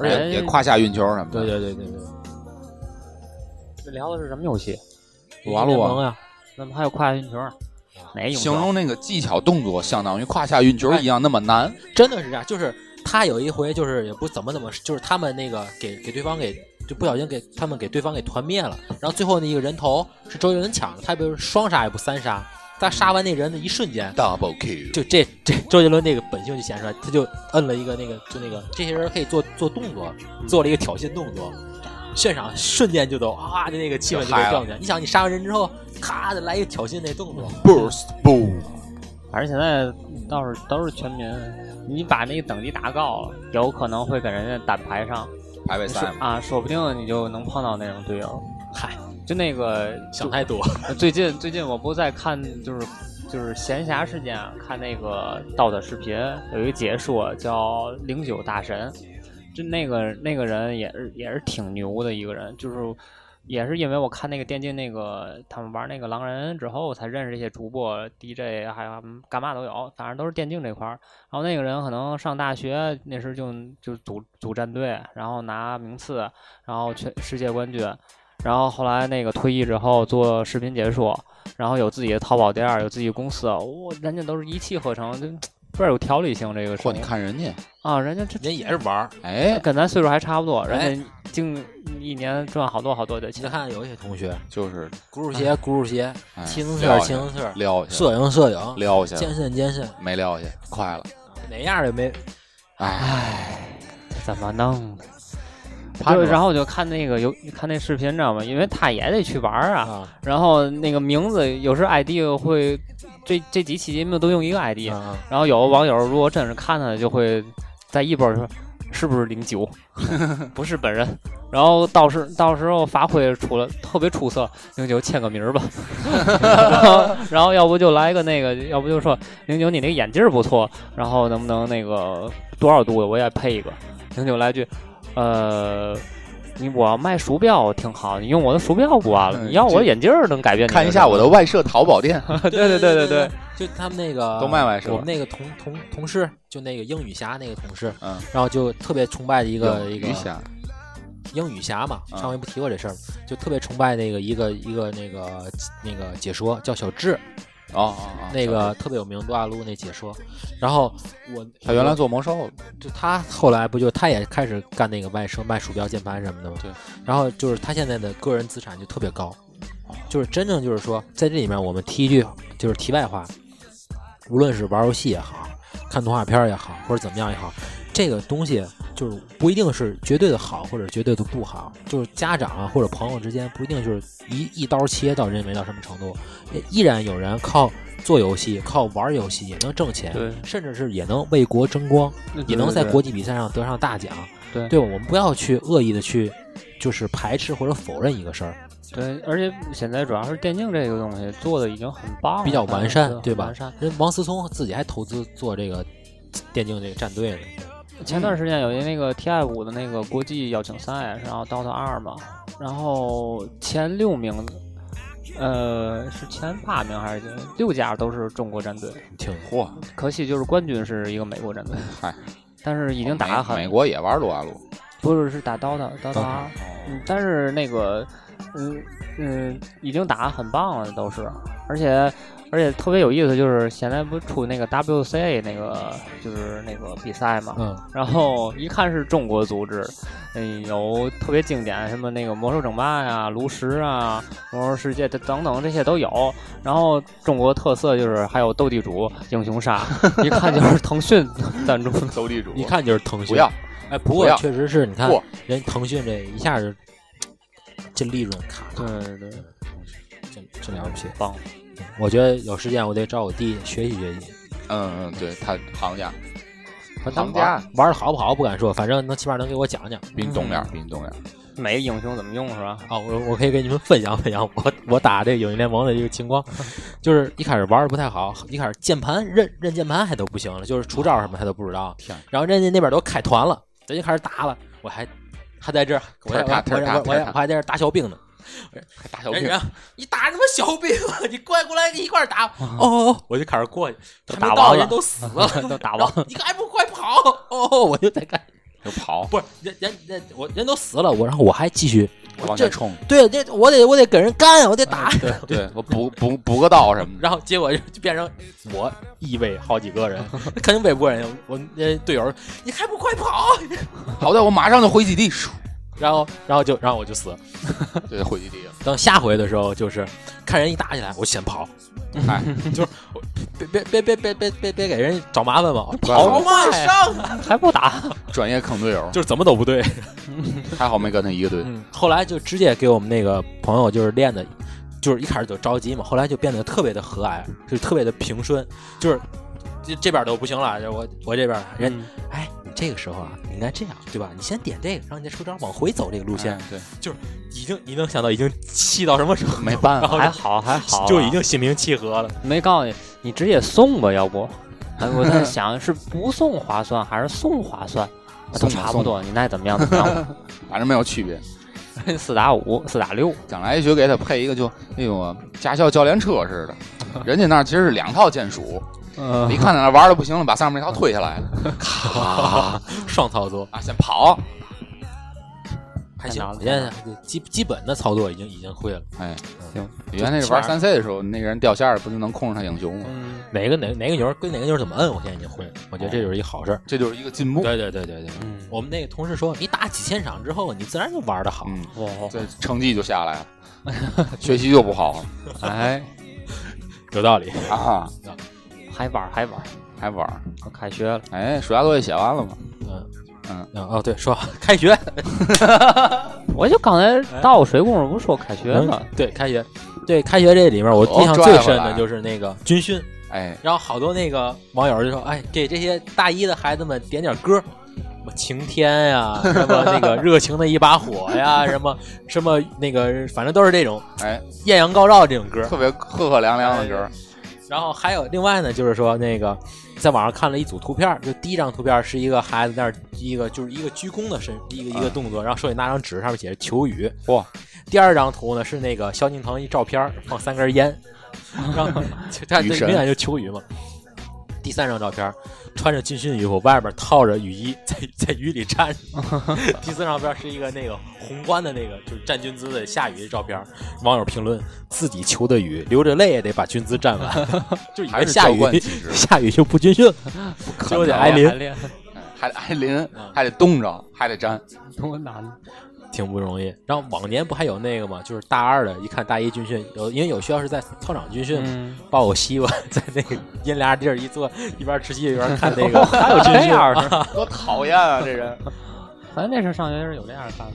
Speaker 2: 而且
Speaker 7: 也也胯下运球什么的。
Speaker 3: 对对对对对，
Speaker 2: 这聊的是什么游戏？
Speaker 7: 撸啊撸
Speaker 3: 英雄联盟
Speaker 7: 啊，
Speaker 3: 呀，
Speaker 2: 怎么还有跨运球？哪一种
Speaker 7: 形容那个技巧动作相当于胯下运球一样那么难。
Speaker 3: 真的是这样，就是他有一回就是也不怎么怎么，就是他们那个给给对方给就不小心给他们给对方给团灭了，然后最后那一个人头是周杰伦抢的，他不是双杀也不三杀，他杀完那人的一瞬间，
Speaker 7: Double Q，
Speaker 3: 就这这周杰伦那个本性就显出来，他就摁了一个那个就那个这些人可以做做动作，做了一个挑衅动作，现场瞬间就都啊就那个气氛就
Speaker 7: 就嗨了
Speaker 3: 被调起来。你想你杀完人之后，咔的来一个挑衅那动作，
Speaker 7: burst boom，
Speaker 2: 反正现在倒是都是全民，你把那个等级打高了，有可能会给人家单排上
Speaker 7: 排位
Speaker 2: 说
Speaker 7: 赛嘛。
Speaker 2: 啊，说不定你就能碰到那种队友。
Speaker 3: 嗨，
Speaker 2: 就那个
Speaker 3: 想太多。
Speaker 2: 最近最近我不在看，就是就是闲暇时间啊，看那个道的视频，有一个解说叫零九大神，就那个那个人也是也是挺牛的一个人，就是也是因为我看那个电竞那个他们玩那个狼人之后，才认识这些主播 DJ 还有干嘛都有，反正都是电竞这块儿。然后那个人可能上大学那时候就就组组战队，然后拿名次，然后全世界冠军。然后后来那个退役之后做视频解说，然后有自己的淘宝店儿，有自己公司，哇，人家都是一气呵成，就倍儿有条理性。这个
Speaker 7: 嚯，
Speaker 2: 事
Speaker 7: 你
Speaker 2: 情
Speaker 7: 看人家，
Speaker 2: 啊，人家这
Speaker 3: 人也是玩儿，
Speaker 7: 哎，
Speaker 2: 跟咱岁数还差不多，
Speaker 3: 哎
Speaker 2: 人家净一年赚好多好多的
Speaker 3: 你
Speaker 2: 钱。
Speaker 3: 看有一些同学，
Speaker 7: 就是
Speaker 3: 轱辘鞋轱辘鞋，
Speaker 7: 哎
Speaker 3: 骑自行
Speaker 7: 撩
Speaker 3: 车
Speaker 7: 一
Speaker 3: 骑
Speaker 7: 下
Speaker 3: 自行车，
Speaker 7: 撩一下，
Speaker 3: 摄影摄影，
Speaker 7: 撩一下，
Speaker 3: 健身健身，
Speaker 7: 没撩一下，快了，
Speaker 3: 哪样儿也没
Speaker 7: 哎，
Speaker 2: 唉，怎么弄的？
Speaker 7: 盼
Speaker 2: 就
Speaker 7: 着吧
Speaker 2: 然后我就看那个有看那视频，你知道吗？因为他也得去玩儿啊。
Speaker 3: 啊
Speaker 2: 然后那个名字有时候 ID 会，这这几期节目都用一个 ID，、
Speaker 3: 啊！
Speaker 2: 然后有的网友如果真是看他的，就会在一波说是不是零 九，不是本人。然后到时到时候发挥出了特别出色，零九签个名 儿吧。然后然后要不就来个那个，要不就说零九你那个眼镜儿不错，然后能不能那个多少度我也配一个。零九来句，呃。你我要卖鼠标挺好，你用我的鼠标不完了。
Speaker 7: 嗯
Speaker 2: 你要我的
Speaker 7: 这
Speaker 2: 眼镜儿能改变你
Speaker 7: 看一下我的外设淘宝店，
Speaker 2: 对对对对对，，
Speaker 3: 就他们那个
Speaker 7: 都卖外设
Speaker 3: 我们那个同同同事，就那个英语侠那个同事，
Speaker 7: 嗯，
Speaker 3: 然后就特别崇拜的一个一个
Speaker 7: 鱼虾，
Speaker 3: 英语侠嘛，
Speaker 7: 嗯
Speaker 3: 上回不提过这事儿吗，就特别崇拜那个一个一个那个那个解说叫小智，
Speaker 7: 哦哦哦，
Speaker 3: 那个特别有名撸啊撸那解说，然后我
Speaker 7: 他原来做魔兽，
Speaker 3: 就他后来不就他也开始干那个卖手卖鼠标键盘什么的嘛，
Speaker 7: 对，
Speaker 3: 然后就是他现在的个人资产就特别高，就是真正就是说在这里面我们提一句就是题外话，无论是玩游戏也好，看动画片儿也好，或者怎么样也好，这个东西就是不一定是绝对的好或者绝对的不好，就是家长啊或者朋友之间不一定就是一一刀切到认为到什么程度，也依然有人靠做游戏、靠玩游戏也能挣钱，
Speaker 2: 对
Speaker 3: 甚至是也能为国争光，也能在
Speaker 2: 对
Speaker 3: 国际比赛上得上大奖。
Speaker 2: 对
Speaker 3: 对吧？我们不要去恶意的去就是排斥或者否认一个事儿，
Speaker 2: 对，而且现在主要是电竞这个东西做的已经很棒了，
Speaker 3: 比较完善
Speaker 2: 很
Speaker 3: 对吧
Speaker 2: 完善。
Speaker 3: 人王思聪自己还投资做这个电竞这个战队呢。
Speaker 2: 前段时间有一那个 TI 五的那个国际邀请赛，然后 DOTA 二嘛，然后前六名，呃，是前八名还是六家都是中国战队，
Speaker 3: 挺
Speaker 7: 嚯，
Speaker 2: 可惜就是冠军是一个美国战队，
Speaker 7: 嗨，
Speaker 2: 但是
Speaker 3: 哦
Speaker 2: 已经打得很
Speaker 7: 美美国也玩撸啊撸，
Speaker 2: 不是是打 DOTA DOTA 二，
Speaker 1: 哦
Speaker 2: 嗯，但是那个，嗯嗯，已经打得很棒了，都是，而且而且特别有意思，就是现在不出那个 WCA 那个就是那个比赛嘛，
Speaker 3: 嗯，
Speaker 2: 然后一看是中国组织，嗯，有特别经典什么那个魔兽争霸呀、炉石啊、魔兽世界等等这些都有。然后中国特色就是还有斗地主、英雄杀，一看就是 腾讯赞助的。
Speaker 1: 斗地主
Speaker 3: 一看就是腾讯。
Speaker 7: 不要，
Speaker 3: 哎，不
Speaker 7: 不
Speaker 3: 过
Speaker 7: 要
Speaker 3: 确实是你看
Speaker 7: 不
Speaker 3: 人腾讯这一下就这利润卡，
Speaker 2: 对对，对
Speaker 3: 真真了不起。
Speaker 2: 棒！
Speaker 3: 我觉得有时间我得找我弟学习学习。
Speaker 7: 嗯嗯，对他行家，
Speaker 3: 当
Speaker 7: 行
Speaker 3: 玩
Speaker 7: 家
Speaker 3: 玩的好不好不敢说，反正能起码能给我讲讲
Speaker 7: 比你懂点儿，比你懂点儿。
Speaker 2: 每个英雄怎么用是吧？
Speaker 3: 啊，我我可以给你们分享分享我我打这个英雄联盟的这个情况，就是一开始玩的不太好，一开始键盘认认键盘还都不行了，就是出招什么他都不知道，
Speaker 7: 天，
Speaker 3: 然后人家那边都开团了，咱就开始打了，我还还在这儿，我还我还我还我还我还在这儿打小兵呢。
Speaker 7: 还打小
Speaker 3: 人
Speaker 7: 兵
Speaker 3: 家，你打什么小兵啊？你快过来，你一块儿打！哦哦，哦我就开始过去，还没
Speaker 2: 打
Speaker 3: 到
Speaker 2: 完
Speaker 3: 人
Speaker 2: 了
Speaker 3: 都死了，
Speaker 2: 都打
Speaker 3: 然
Speaker 2: 完
Speaker 3: 后你还不快跑？哦，哦我就在干，
Speaker 7: 就跑，
Speaker 3: 不是人人人我人都死了，我然后我还继续，
Speaker 7: 往前冲。
Speaker 3: 对，这我得我得给人干，我得打。
Speaker 7: 对对，我补补补个刀什么的。
Speaker 3: 嗯 然后结果就变成我一位好几个 人，肯定围不过人家。我那队友，你还不快跑？
Speaker 7: 好在我马上就回基地，唰
Speaker 3: 然后，然后就，然后我就死了。
Speaker 7: 对，回基地 了。
Speaker 3: 等下回的时候，就是看人一打起来，我先跑，
Speaker 7: 哎，
Speaker 3: 就是我别别别别别别别别给人找麻烦嘛，
Speaker 7: 跑
Speaker 3: 跑嘛上，
Speaker 2: 还不打？
Speaker 7: 专业坑队友，
Speaker 3: 就是怎么都不对。
Speaker 7: 还好没跟他一个队。
Speaker 3: 嗯，后来就直接给我们那个朋友就是练的，就是一开始就着急嘛，后来就变得特别的和蔼，就特别的平顺，就是这这边都不行了，就我我这边人，
Speaker 2: 嗯
Speaker 3: 哎，你这个时候啊，你应该这样对吧？你先点这个，让你的出招往回走这个路线，
Speaker 7: 哎对，
Speaker 3: 啊已经你能想到已经气到什么程度，
Speaker 7: 没办
Speaker 3: 然
Speaker 7: 法，
Speaker 3: 后
Speaker 2: 还好还好啊，
Speaker 3: 就已经心平气和了。
Speaker 2: 没告诉你，你直接送吧，要 不？哎，我在想是不送划算还是送划算，啊都
Speaker 7: 送吧
Speaker 2: 差不多，你那怎么样怎么样 吧？
Speaker 7: 反正没有区别。
Speaker 2: 四打五，四打六，
Speaker 7: 将来也许给他配一个就那种驾校教练车似 的，人家那儿其实是两套剑术，
Speaker 2: 嗯
Speaker 7: 一看在那玩的不行了，把上面那套推下来了， 咔
Speaker 3: 双操作
Speaker 7: 啊，先跑，
Speaker 3: 还
Speaker 2: 太
Speaker 3: 行
Speaker 2: 难，了
Speaker 3: 我现在就基基本的操作已经已经会了。
Speaker 7: 哎，
Speaker 2: 行，
Speaker 7: 原来那玩三 C 的时候，那个人掉线儿不就能控制他英雄吗？
Speaker 2: 嗯
Speaker 3: 哪个哪个哪个钮儿跟哪个钮儿怎么摁，我现在已经会了。我觉得这就是一好事儿。
Speaker 7: 这就是一个进步。
Speaker 3: 对对对对对，
Speaker 2: 嗯，
Speaker 3: 我们那个同事说，你打几千场之后，你自然就玩的好。
Speaker 7: 嗯，
Speaker 2: 哇，
Speaker 7: 这成绩就下来了，学习就不 好了
Speaker 2: 哎，
Speaker 3: 有道理。
Speaker 7: 啊，
Speaker 2: 还玩还玩，
Speaker 7: 还玩儿？
Speaker 2: 快开学了，
Speaker 7: 哎，暑假作业写完了吗？
Speaker 3: 嗯
Speaker 7: 嗯
Speaker 3: 嗯哦，对，说开学，
Speaker 2: 我就刚才到水工夫不是说开学
Speaker 7: 嗯
Speaker 2: 吗？
Speaker 3: 嗯对开学，哦对开学这里面，我印象最深的就是那个军训，
Speaker 7: 哎，
Speaker 3: 然后好多那个网友就说，哎，给这些大一的孩子们点点歌。什么晴天呀、 什么那个热情的一把火呀，什么什么那个，反正都是这种
Speaker 7: 哎，
Speaker 3: 艳阳高照这种歌。
Speaker 7: 特别赫赫凉
Speaker 3: 哎
Speaker 7: 凉的歌儿，
Speaker 3: 然后还有另外呢，就是说那个在网上看了一组图片儿，就第一张图片儿是一个孩子在那儿一个就是一个鞠躬的身一个一个动作，然后手里拿张纸，上面写着求雨。
Speaker 7: 哇！
Speaker 3: 第二张图呢是那个萧敬腾一照片儿，放三根烟，然后 就他
Speaker 7: 雨
Speaker 3: 这
Speaker 7: 神
Speaker 3: 明显就求雨嘛。第三张照片儿，穿着军训衣服，外边套着雨衣， 在在雨里站着。 第四张照片是一个那个宏观的那个，就是站军姿的下雨的照片。网友评论：自己求的雨，流着泪也得把军姿站完，就以
Speaker 7: 还
Speaker 3: 为
Speaker 7: 是
Speaker 3: 下
Speaker 7: 教
Speaker 3: 雨
Speaker 7: 官体 质，
Speaker 3: 下雨就不军训了，
Speaker 7: 可
Speaker 3: 结果得
Speaker 2: 哎
Speaker 7: 能啊
Speaker 3: 挨淋，
Speaker 7: 还得挨淋，还得冻着，还得粘。
Speaker 2: 多难，
Speaker 3: 挺不容易。然后往年不还有那个吗？就是大二的，一看大一军训，有因为有学校是在操场军训嘛，
Speaker 2: 嗯，
Speaker 3: 抱我西瓜，在那个阴凉地儿一坐，一边吃西瓜一边看那个，
Speaker 2: 还有这样
Speaker 3: 啊
Speaker 2: 的，
Speaker 7: 多讨厌啊！这人
Speaker 2: 咱那时候上学时有这样的看法。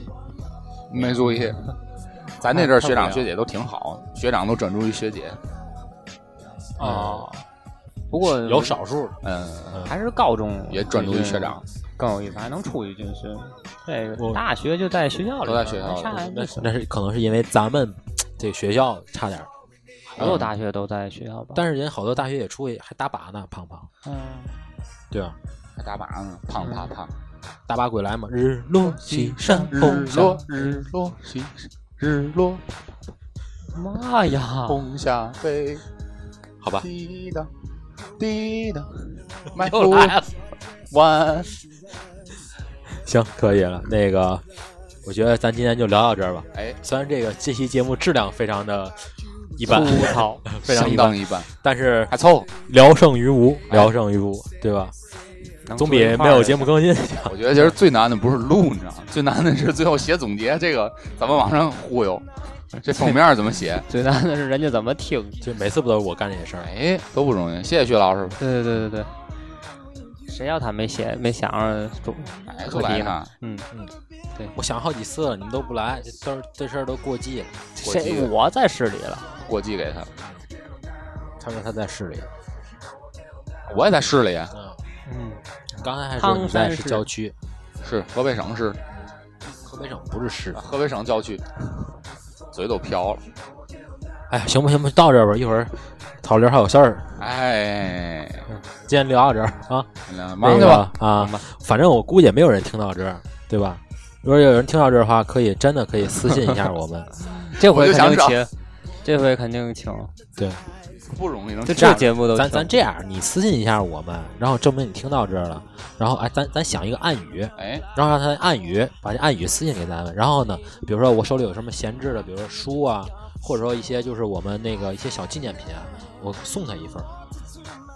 Speaker 7: 没注意。咱那阵儿学
Speaker 3: 看
Speaker 7: 长
Speaker 3: 不了
Speaker 7: 学姐都挺好，学长都转注于学姐，
Speaker 2: 哦，不过
Speaker 3: 有少数
Speaker 7: 嗯，
Speaker 2: 还是高中
Speaker 7: 也转注于学长，
Speaker 2: 更有意思，还能出去军训。这
Speaker 3: 我
Speaker 2: 个大学就在学校里
Speaker 7: 都
Speaker 2: 边，
Speaker 7: 在学校里
Speaker 2: 啥
Speaker 7: 哎
Speaker 3: 那是那是可能是因为咱们这学校差点儿，
Speaker 2: 所有大学都在学校吧？
Speaker 3: 但是人好多大学也出去还打靶呢，胖胖，
Speaker 2: 嗯，
Speaker 3: 对啊，
Speaker 7: 还打靶呢，胖胖胖。
Speaker 3: 打靶鬼来嘛，日落西山
Speaker 7: 嗯日
Speaker 3: 红
Speaker 7: 落
Speaker 3: 山，
Speaker 7: 日落西，日落
Speaker 2: 妈呀！
Speaker 7: 红霞飞，
Speaker 3: 好吧，
Speaker 7: 滴答滴答，迈
Speaker 3: 又
Speaker 7: 步
Speaker 2: 哎
Speaker 3: 来 了。
Speaker 7: 弯。
Speaker 3: 行，可以了。那个，我觉得咱今天就聊到这儿吧。
Speaker 7: 哎，
Speaker 3: 虽然这个这期节目质量非常的一般
Speaker 2: 粗， 糙，
Speaker 3: 非常一
Speaker 7: 相
Speaker 3: 般，
Speaker 7: 当一般，
Speaker 3: 但是
Speaker 7: 还 凑合。
Speaker 3: 聊胜于无，
Speaker 7: 哎
Speaker 3: 聊胜于无，对吧？
Speaker 2: 能坐
Speaker 3: 总比
Speaker 2: 一块
Speaker 3: 没
Speaker 2: 儿
Speaker 3: 有
Speaker 2: 就
Speaker 3: 节目更新
Speaker 7: 我觉得其实最难的不是录，你知道吗？最难的是最后写总结，这个咱们网上忽悠，这封面怎么写？
Speaker 2: 最难的是人家怎么听。
Speaker 3: 就每次不都是我干这些事儿？
Speaker 7: 哎，都不容易。谢谢薛老师，
Speaker 2: 对对对对对，谁要他没写没想着主
Speaker 7: 哎，
Speaker 2: 主
Speaker 7: 都
Speaker 2: 题
Speaker 7: 来
Speaker 2: 呢
Speaker 7: 看？。
Speaker 2: 嗯，
Speaker 3: 我想好几次了，你们都不来，这都是这事儿都过季了。
Speaker 7: 我记
Speaker 2: 谁
Speaker 7: 得
Speaker 2: 我在市里了，
Speaker 7: 过继给他，
Speaker 3: 他说他在市里，
Speaker 7: 我也在市里，啊
Speaker 3: 嗯，
Speaker 2: 嗯，
Speaker 3: 刚才还说你在是郊区，
Speaker 7: 是河北省市，
Speaker 3: 河北省不是市
Speaker 7: 啊。河北省郊区，嘴都瓢了。
Speaker 3: 哎，行吧行吧，到这儿吧，一会儿讨论还有事儿，
Speaker 7: 哎，
Speaker 3: 今天聊到这儿啊。
Speaker 7: 那
Speaker 3: 那
Speaker 7: 忙
Speaker 3: 个
Speaker 7: 去吧。
Speaker 3: 啊，反正我估计也没有人听到这儿，对吧？如果有人听到这儿的话，可以真的可以私信一下我 们。
Speaker 2: 这
Speaker 7: 我
Speaker 2: 回
Speaker 7: 就
Speaker 2: 肯定
Speaker 7: 想
Speaker 2: 请，这回肯定请，
Speaker 3: 对，
Speaker 7: 不容易能
Speaker 2: 就
Speaker 7: 这
Speaker 2: 这
Speaker 7: 样。
Speaker 2: 节目都
Speaker 3: 咱
Speaker 2: 请
Speaker 3: 咱这样，你私信一下我们，然后证明你听到这儿了，然后哎，咱咱想一个暗语，
Speaker 7: 哎，
Speaker 3: 然后让他暗语把这暗语私信给咱们。然后呢，比如说我手里有什么闲置的，比如说书啊，或者说一些就是我们那个一些小纪念品啊，我送他一份儿。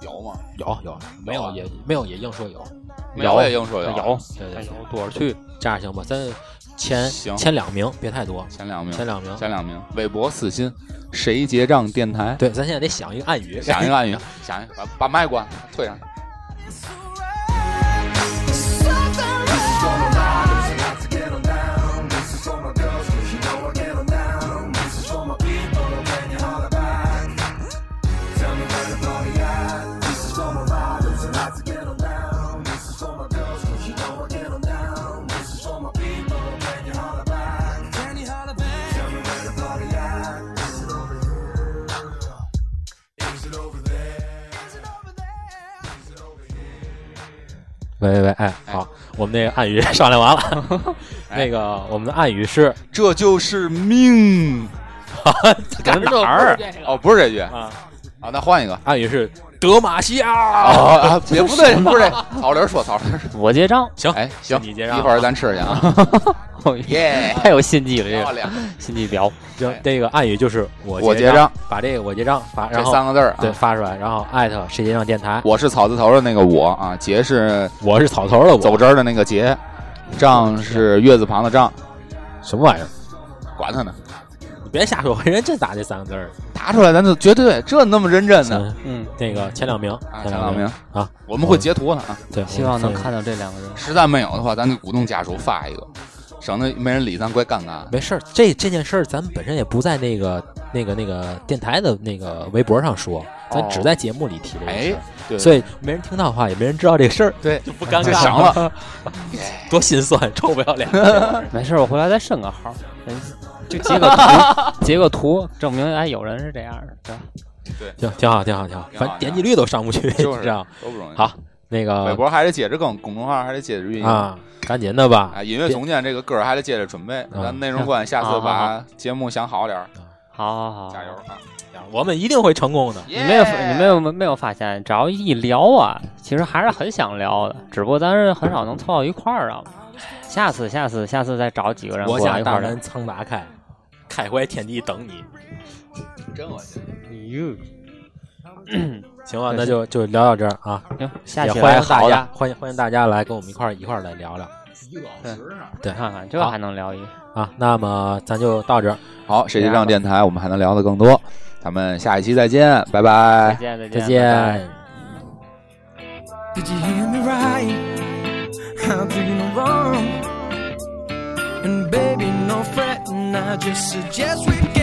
Speaker 7: 有啊吗？
Speaker 3: 有有，没有也没有也硬说有。
Speaker 7: 没有我啊也硬说
Speaker 2: 有，
Speaker 3: 对对，
Speaker 2: 哎有多少去？
Speaker 3: 这样行吧？咱前
Speaker 7: 行
Speaker 3: 前两名，别太多，
Speaker 7: 前两名，
Speaker 3: 前两名。
Speaker 7: 前两名，韦伯私信，谁结账电台？
Speaker 3: 对，咱现在得想一个暗语，
Speaker 7: 想一个暗语，想一个，把把麦关，退上。
Speaker 3: 喂喂喂，哎，好，我们那个暗语商量完了，
Speaker 7: 哎
Speaker 3: 那个我们的暗语是
Speaker 7: 这就是命。
Speaker 2: 搁哪儿？
Speaker 7: 哦，不是这句
Speaker 3: 啊
Speaker 7: 啊，那换一个。
Speaker 3: 暗语是德玛西亚。
Speaker 7: 哦，啊也不对，不是这。草林说，草林 说。
Speaker 2: 我结账，
Speaker 3: 行，
Speaker 7: 哎，行，
Speaker 3: 你接着啊
Speaker 7: 一会儿咱吃去啊。耶，
Speaker 2: 哎
Speaker 3: 哎
Speaker 2: 太有心计了，这
Speaker 7: 漂
Speaker 2: 个
Speaker 7: 亮。哎
Speaker 2: 心计婊。
Speaker 3: 行，这个暗语就是我
Speaker 7: 我结
Speaker 3: 结
Speaker 7: 账，
Speaker 3: 把这个我结账发，
Speaker 7: 这
Speaker 3: 然后
Speaker 7: 三个字儿啊，
Speaker 3: 对发出来，然后艾特谁结账电台，
Speaker 7: 我是草字头的那个我啊，杰是
Speaker 3: 我是草头的我，
Speaker 7: 走之儿的那个杰，丈是月字旁的丈，
Speaker 3: 什么玩意儿？
Speaker 7: 管他呢，
Speaker 3: 你别瞎说，人真打这三个字儿。
Speaker 7: 答出来咱就绝对这那么认真呢。
Speaker 3: 嗯，
Speaker 2: 嗯，
Speaker 3: 那个前两名，
Speaker 7: 啊，陈
Speaker 3: 前
Speaker 7: 老
Speaker 3: 两
Speaker 7: 明
Speaker 3: 名啊，
Speaker 7: 我们会截图的啊，
Speaker 3: 对，
Speaker 2: 希望能
Speaker 3: 我们
Speaker 2: 看到这两个人。
Speaker 7: 实在没有的话，咱就鼓动家属发一个，省得没人理咱怪尴尬。
Speaker 3: 没事儿，这这件事儿咱们本身也不在那个那个那个电台的那个微博上说，咱只在节目里提这个事
Speaker 7: 哎
Speaker 3: 儿，，
Speaker 7: 对，
Speaker 3: 所以没人听到的话，也没人知道这个事儿，
Speaker 7: 对
Speaker 3: 就不尴
Speaker 7: 就
Speaker 3: 尬
Speaker 7: 行了，
Speaker 3: 多心酸，臭不要脸。
Speaker 2: 没事儿，我回来再申个号儿，哎就截个图， 截个图，证明哎有人是这样的，对吧？
Speaker 3: 挺挺好，挺好，挺好，
Speaker 7: 挺好
Speaker 3: 反正点击率都上不去，
Speaker 7: 就
Speaker 3: 你
Speaker 7: 是
Speaker 3: 知道吗
Speaker 7: 都不容易。
Speaker 3: 好那
Speaker 7: 微
Speaker 3: 个
Speaker 7: 博还得接着更，公众号还得接着运营。
Speaker 3: 啊，赶紧的吧，
Speaker 7: 啊，音乐总监这个歌儿还得接着准备，
Speaker 3: 啊
Speaker 7: 咱内容官下次把节目想好点儿，
Speaker 2: 好好好，
Speaker 7: 加油！啊！
Speaker 3: 我们一定会成功的。
Speaker 2: 你没有发，你没有没有发现，只要一聊啊，其实还是很想聊的，只不过咱是很少能凑到一块儿啊。下次，下次，下次再找几个人
Speaker 3: 国
Speaker 2: 过来
Speaker 3: 家
Speaker 2: 一块
Speaker 3: 大
Speaker 2: 儿聊
Speaker 3: 门。常打开，开怀天地等你。
Speaker 7: 真恶心。
Speaker 2: 哟，
Speaker 3: 行吧，
Speaker 2: 对
Speaker 3: 那就就聊到这儿啊，
Speaker 2: 行，下
Speaker 3: 也
Speaker 2: 期
Speaker 3: 欢
Speaker 2: 来
Speaker 3: 迎大
Speaker 2: 好
Speaker 3: 家
Speaker 2: 的，，
Speaker 3: 欢迎欢迎大家来跟我们一块儿一块儿来聊聊
Speaker 2: 看看这还能聊一个。
Speaker 3: 啊。那么咱就到这儿，
Speaker 7: 好，谁结账电台，我们还能聊得更多，咱们下一期再见，拜拜
Speaker 2: 再。见，再
Speaker 3: 再
Speaker 2: 见，
Speaker 3: 见。
Speaker 2: 拜拜
Speaker 5: Did you hear me right? How do you know wrong?
Speaker 6: And baby, no fretting, I just suggest we get.